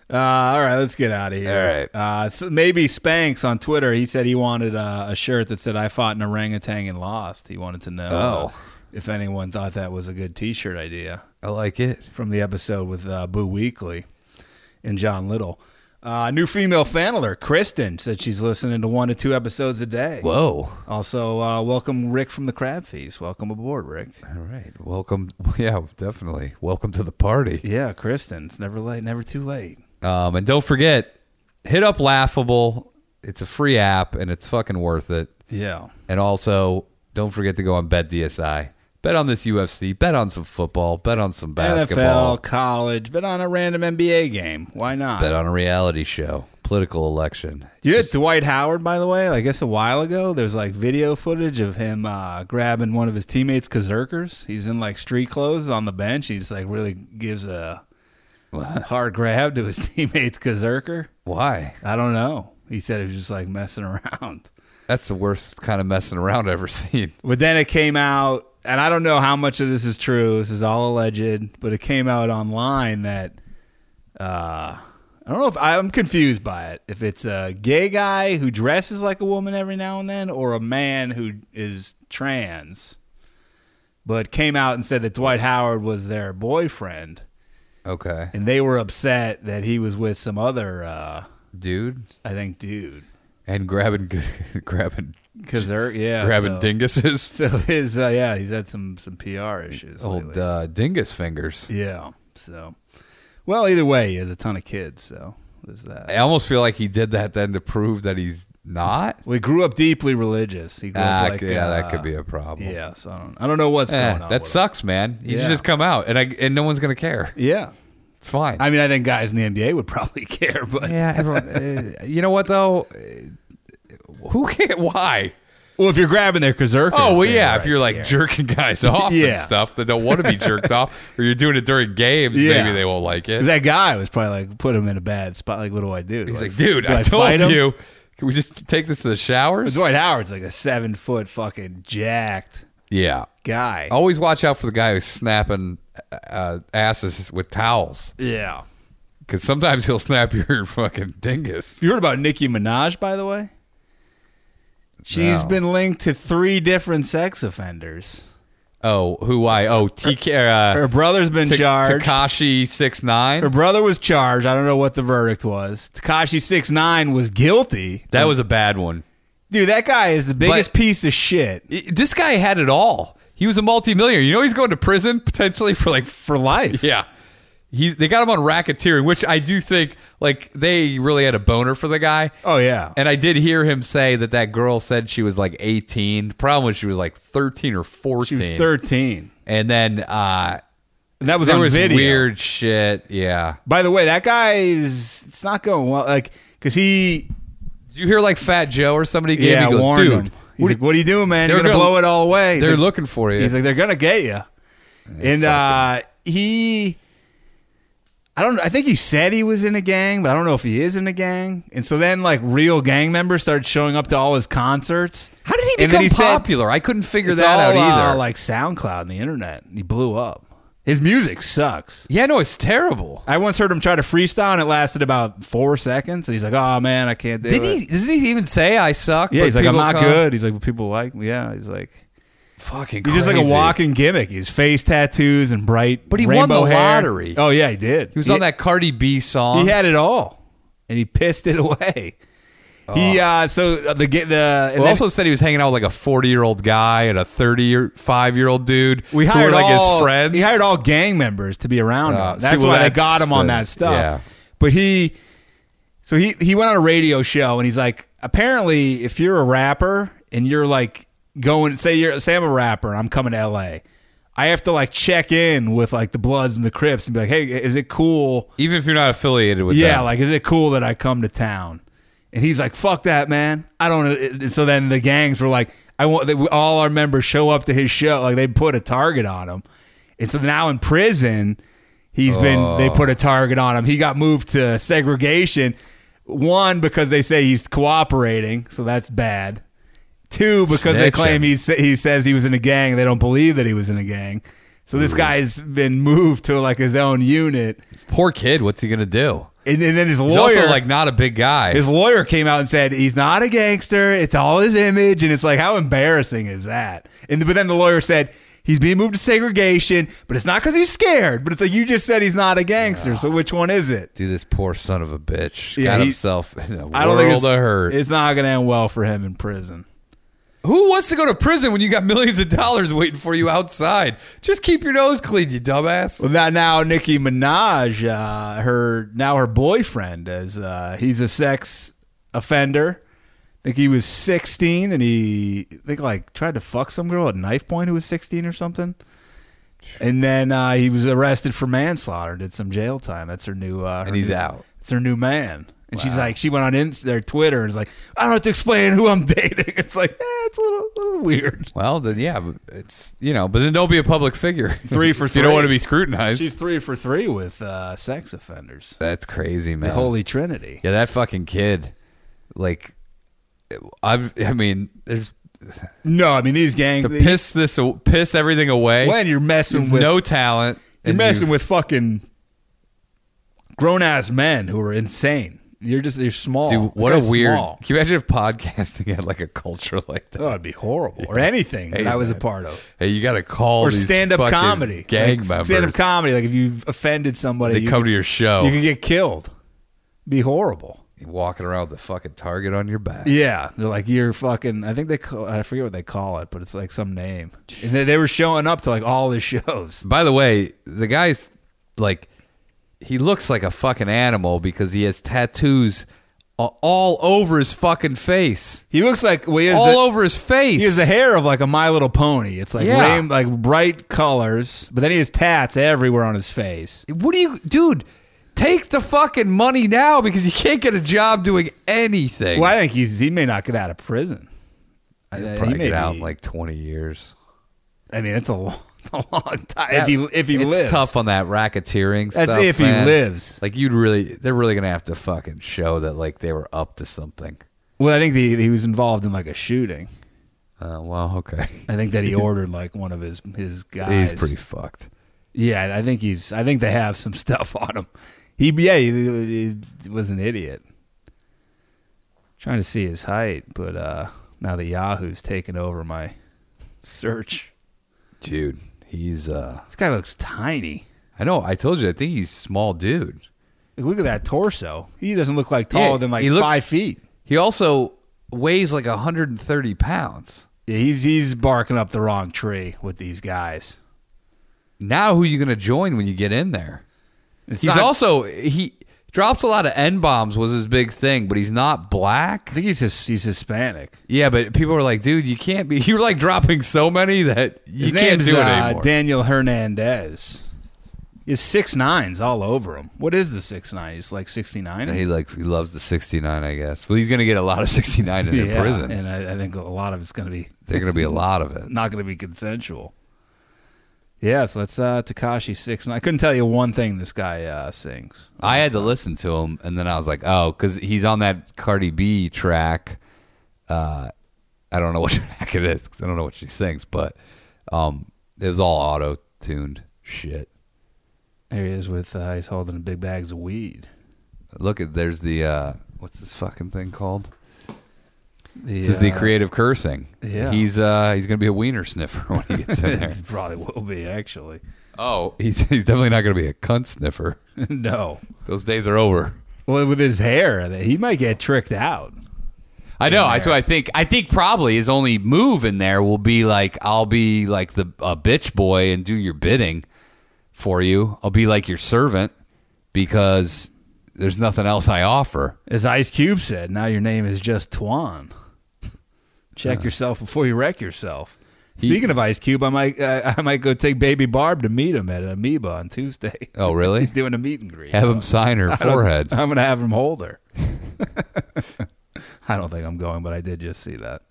Uh, all right, let's get out of here.
All right.
Uh, so maybe Spanks on Twitter, he said he wanted uh, a shirt that said, I fought an orangutan and lost. He wanted to know uh,
Oh.
if anyone thought that was a good t shirt idea.
I like it.
from the episode with uh, Boo Weekly and John Little. Uh, new female fan alert, Kristen said she's listening to one to two episodes a day.
Whoa.
Also, uh, welcome Rick from the Crab Feast. Welcome aboard, Rick.
All right. Welcome. Yeah, definitely. Welcome to the party.
Yeah, Kristen. It's never late, never too late.
Um, and don't forget, hit up Laughable. It's a free app and it's fucking worth it.
Yeah.
And also, don't forget to go on Bet DSI. Bet on this UFC. Bet on some football. Bet on some basketball.
NFL, college, but on a random NBA game. Why not?
Bet on a reality show. Political election.
You had Dwight Howard, by the way. I guess a while ago, there's like video footage of him uh, grabbing one of his teammates' Kazurkers. He's in like street clothes on the bench. He's like really gives a hard grab to his teammate's Kazurker.
Why?
I don't know. He said he was just like messing around.
That's the worst kind of messing around I've ever seen.
But then it came out, and I don't know how much of this is true. This is all alleged, but it came out online that uh, I don't know if I'm confused by it. If it's a gay guy who dresses like a woman every now and then, or a man who is trans, but came out and said that Dwight Howard was their boyfriend,
Okay.
and they were upset that he was with some other, uh,
Dude.
I think, dude.
And grabbing, grabbing,
Because they're yeah,
grabbing
so,
dinguses.
So his uh, yeah, he's had some some PR issues. lately.
Old uh, dingus fingers.
Yeah. So, well, either way, he has a ton of kids. So is that.
I almost feel like he did that then to prove that he's not.
We grew up deeply religious. He grew
Ah,
up like,
yeah,
uh,
that could be a problem.
Yeah, so I don't, I don't know what's
Eh,
going on.
that
with
sucks, man. You
Yeah.
should just come out, and I and no one's gonna care.
him. Yeah.
It's fine.
I mean, I think guys in the NBA would probably care, but
yeah, everyone, uh, you know what though? Uh, Who can't? Why?
well, if you're grabbing their Kazerkas.
Oh well,
then
yeah. If
right.
you're like jerking guys off and
Yeah.
stuff that don't want to be jerked off, or you're doing it during games,
Yeah.
maybe they won't like it.
'Cause that guy was probably like, put him in a bad spot. Like, what do I do?
He's like, dude, I,
fight
told
him?"
you. Can we just take this to the
But
showers?
Dwight Howard's like a seven foot fucking jacked
Yeah.
guy.
Always watch out for the guy who's snapping uh, asses with towels,
yeah.
because sometimes he'll snap your fucking dingus.
You heard about Nicki Minaj, by the way? She's
No.
been linked to three different sex offenders.
Oh, who I? Oh, TK. Uh,
Her brother's been charged.
Takashi six
Her
nine.
brother was charged. I don't know what the verdict was. Takashi six nine was guilty.
That was a bad one.
Dude, that guy is the biggest
But-
piece of shit
I- This guy had it all. He was a multimillionaire. You know he's going to prison potentially for like
for life.
yeah. He they got him on racketeering, which I do think like they really had a boner for the guy.
Oh yeah.
And I did hear him say that that girl said she was like 18. The problem was she was like 13 or 14.
She was thirteen.
And then uh
And that was
there
on
was
video.
weird shit. Yeah.
By the way, that guy is it's not going well. Like, cause he
Did you hear like Fat Joe or somebody gave
yeah
he goes,
warned
dude,
him. He's like, what are you doing, man? You're
they're
gonna,
gonna-
blow it all away. He's
they're
like,
looking for you.
He's like, they're gonna get you. And uh, he, I don't. I think he said he was in a gang, but I don't know if he is in a gang. And so then, like, real gang members started showing up to all his concerts.
How did he
And
become
then he said-
popular? I couldn't figure
It's
that out
all, uh,
either.
like SoundCloud and the internet. He blew up. His music sucks.
yeah, no, it's terrible.
I once heard him try to freestyle, and it lasted about four seconds. And he's like, "Oh man, I can't do it."
Didn't he? Doesn't he even say I suck?
Yeah,
but
he's like, "I'm
people
not
come?"
good." He's like, "But people like me." Yeah, he's like,
Fucking.
he's just like a
crazy.
walking gimmick. He's face tattoos and bright.
But he won the
rainbow hair.
lottery.
Oh yeah, he did.
He was on that Cardi B song.
He had it all, and he pissed it away. He uh, so the get the
Oh.
and
Well,
then-
also said he was hanging out with like a 40 year old guy and a 30 year 5 year old dude.
we
who
hired
were like
all
his friends.
He hired all gang members to be around
Uh,
him.
see,
That's
well,
why
that's
they got him on
the-
that stuff.
yeah.
But he, so he he went on a radio show and he's like, apparently, if you're a rapper and you're like going, say you're say I'm a rapper and I'm coming to L.A. I have to like check in with like the Bloods and the Crips and be like, hey, is it cool?
even if you're not affiliated with
Yeah,
them.
like, is it cool that I come to town? And he's like, fuck that, man. I don't. And so then the gangs were like, I want they, all our members show up to his show. Like they put a target on him. And so now in prison, he's been
Oh.
they put a target on him. He got moved to segregation. One because they say he's cooperating, so that's bad. Two because they
Snitching.
claim he sa- he says he was in a gang. They don't believe that he was in a gang. So this guy's been moved to like his own unit.
poor kid, what's he going to do?
And, and then his
He's
lawyer,
also like not a big guy.
his lawyer came out and said he's not a gangster. It's all his image, and it's like how embarrassing is that? And but then the lawyer said he's being moved to segregation, but it's not because he's scared. But it's like you just said he's not a gangster. So which one is it?
Dude, this poor son of a bitch
Yeah,
got
he-
himself in a world
I don't think it's,
of hurt.
it's not going to end well for him in prison.
Who wants to go to prison when you got millions of dollars waiting for you outside? Just keep your nose clean, you dumbass.
Well, now, now Nicki Minaj, uh, her now her boyfriend is uh, he's a sex offender. I think he was 16 and he I think like tried to fuck some girl at knife point who was 16 or something. And then uh, he was arrested for manslaughter, did some jail time. That's her new. Uh, her
And he's
new-
out.
It's her new man. And she's like, she went on Inst- their Twitter and was like, I don't have to explain who I'm dating. It's like, eh, it's a little, little weird.
Well, then yeah, it's you know, but then don't be a public figure.
Three for
If You don't
three.
want to be scrutinized.
She's three for three with uh, sex offenders.
That's crazy, man.
The Holy Trinity.
yeah, that fucking kid. Like, I've. I mean, there's
No, I mean these gangs.
to piss this piss everything away.
when you're messing
You've
with
no talent.
you're
and
messing
you've-
with fucking grown ass men who are insane. You're just you're small.
Dude, what
You're
a weird.
small.
Can you imagine if podcasting had like a culture like that?
Oh, it'd be horrible. Or anything that I was a
man.
part of.
Hey, you got to call
Or
these
stand up
fucking
comedy.
gang
like,
members.
Stand up comedy. Like if you've offended somebody,
They
you,
come to your show.
you can get killed. Be horrible.
You're walking around with a fucking target on your back.
Yeah, they're like you're fucking. I think they call, I forget what they call it, but it's like some name. And they, they were showing up to like all his shows.
By the way, the guy's like he looks like a fucking animal because he has tattoos a- all over his fucking face,
He looks like well, he has
all
the,
over his face.
He has the hair of like a My Little Pony. It's like
Yeah.
rain- like bright colors, but then he has tats everywhere on his face.
What do you, dude? Take the fucking money now because you can't get a job doing anything.
Well, I think he's he may not get out of prison. I- I- he
Probably
may
get out
be-
in like twenty years.
I mean, it's a long, a long time if he if he
it's
lives.
tough on that racketeering.
That's
stuff,
if he
man.
lives.
Like you'd really, they're really gonna have to fucking show that like they were up to something.
Well, I think the, he was involved in like a shooting.
Uh, well, okay,
I think that he ordered like one of his his guys.
he's pretty fucked.
Yeah, I think he's. I think they have some stuff on him. He yeah, he, he was an idiot. Trying to see his height, but uh now the Yahoo's taken over my search.
Dude, he's uh
This guy looks tiny.
I know, I told you I think he's small dude.
Like, Look at that torso. He doesn't look like taller
Yeah,
than like
he look-
five feet.
He also weighs like 130 pounds.
Yeah, he's he's barking up the wrong tree with these guys.
Now who you going to join when you get in there?
It's
he's
not-
also he drops a lot of N-bombs was his big thing, but he's not
I
black.
think he's his, he's Hispanic.
Yeah, but people are like, "Dude, you can't be you're like dropping so many that you
His
can't
name's,
do it
uh,
anymore."
Daniel Hernandez. He's six nines all over him. What is the six nine? He's like sixty nine.
he likes he loves the 69, I guess. Well, he's going to get a lot of 69 in in prison.
and I, I think a lot of it's going to be
There're going to be a lot of it.
not going to be consensual. Yeah, so that's uh, Takashi six nine. I couldn't tell you one thing this guy uh, sings.
I had to listen to him, and then I was like, oh, because he's on that Cardi B track. Uh, I don't know what track it is 'cause I don't know what she sings, but um, it was all auto tuned shit.
There he is with uh, he's holding big bags of weed.
Look at there's the uh, what's this fucking thing called?
The,
This is the
uh,
creative cursing.
yeah.
he's uh, he's gonna be a wiener sniffer when he gets in there.
probably will be actually.
oh, he's he's definitely not gonna be a cunt sniffer.
no,
Those days are over.
well with his hair, uh, he might get tricked out.
I know. That's what I think. I think probably his only move in there will be like, I'll be like the a bitch boy and do your bidding for you. I'll be like your servant because there's nothing else I offer.
As Ice Cube said, now your name is just Tuan. Check yourself before you wreck yourself. Speaking of Ice Cube, I might uh, I might go take Baby Barb to meet him at Amoeba on Tuesday.
Oh, really?
He's doing a meet and greet.
Have him sign her forehead.
I'm gonna have him hold her. I don't think I'm going, but I did just see that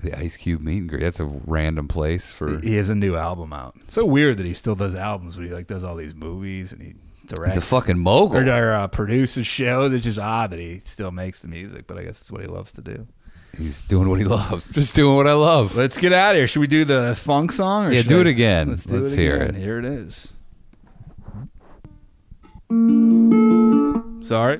The Ice Cube meet and greet. That's a random place for.
he has a new album out. so weird that he still does albums, but he like does all these movies and he directs.
He's a fucking mogul.
or, or uh, produces shows. It's just odd that he still makes the music, but I guess it's what he loves to do.
He's doing what he loves. Just doing what I love.
Let's get out of here. Should we do the funk song? Or
Yeah,
should
do
I-
it again.
Let's do
Let's
it
hear
again.
it.
Here it is. Sorry.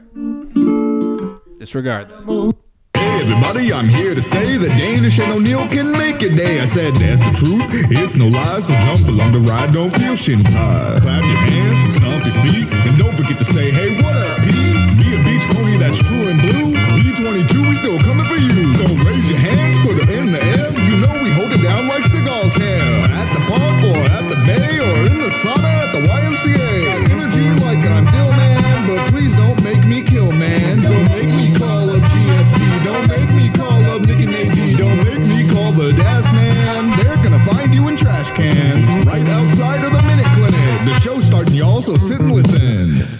Disregard that.
Hey everybody, I'm here to say that Danish and O'Neill can make it day. I said that's the truth, it's no lie, so jump along the ride, don't feel shin tired. Clap your hands, stomp your feet, and don't forget to say, hey, what up, P? Be a beach pony that's true and blue. B22, we still coming for you. So raise your hands, put them in the air. You know we hold it down like cigars here. At the park or at the bay or in the sauna at the YMCA. Got energy like I'm Dillman, but please don't make me kill man. Don't make me call up GSP. Don't make me call up Nicky Nady. Don't make me call the Das Man. They're gonna find you in trash cans. Right outside of the Minute Clinic. The show's starting, y'all, so sit and listen.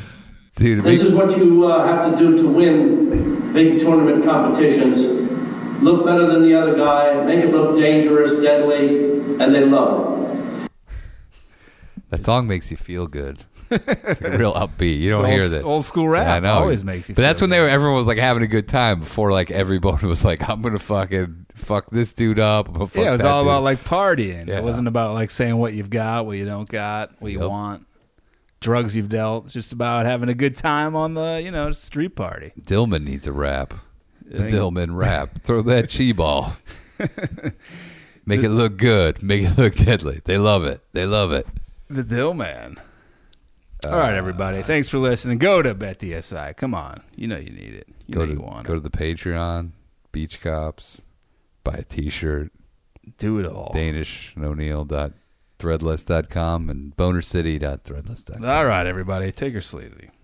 Dude,
This is what you uh, have to do to win big tournament competitions. Look better than the other guy, make it look dangerous, deadly, and they love it.
That song makes you feel good. It's like a real upbeat. You don't
Old-
hear that
old school rap
Yeah, I know.
always makes you
But that's
feel
when they were, everyone was like having a good time before like everyone was like, "I'm gonna fucking fuck this dude up." I'm gonna fuck
yeah, it was
that
all
dude.
about like partying.
Yeah.
It wasn't about like saying what you've got, what you don't got, what you
Yep.
want, drugs you've dealt. It's just about having a good time on the you know street party.
Dillman needs a rap. The
think-
Dillman rap. Throw that chi ball. Make it look good. Make it look deadly. They love it. They love it.
The Dill Man. All right,
Uh,
everybody. Thanks for listening. Go to BetDSI. Come on, you know you need it. You
Go
know
to
you want
go to
it.
the Patreon. Beach cops. Buy a T-shirt.
Do it all.
DanishO'Neill dot threadless.com and bonercity.threadless.com.
All right, everybody, take her sleazy.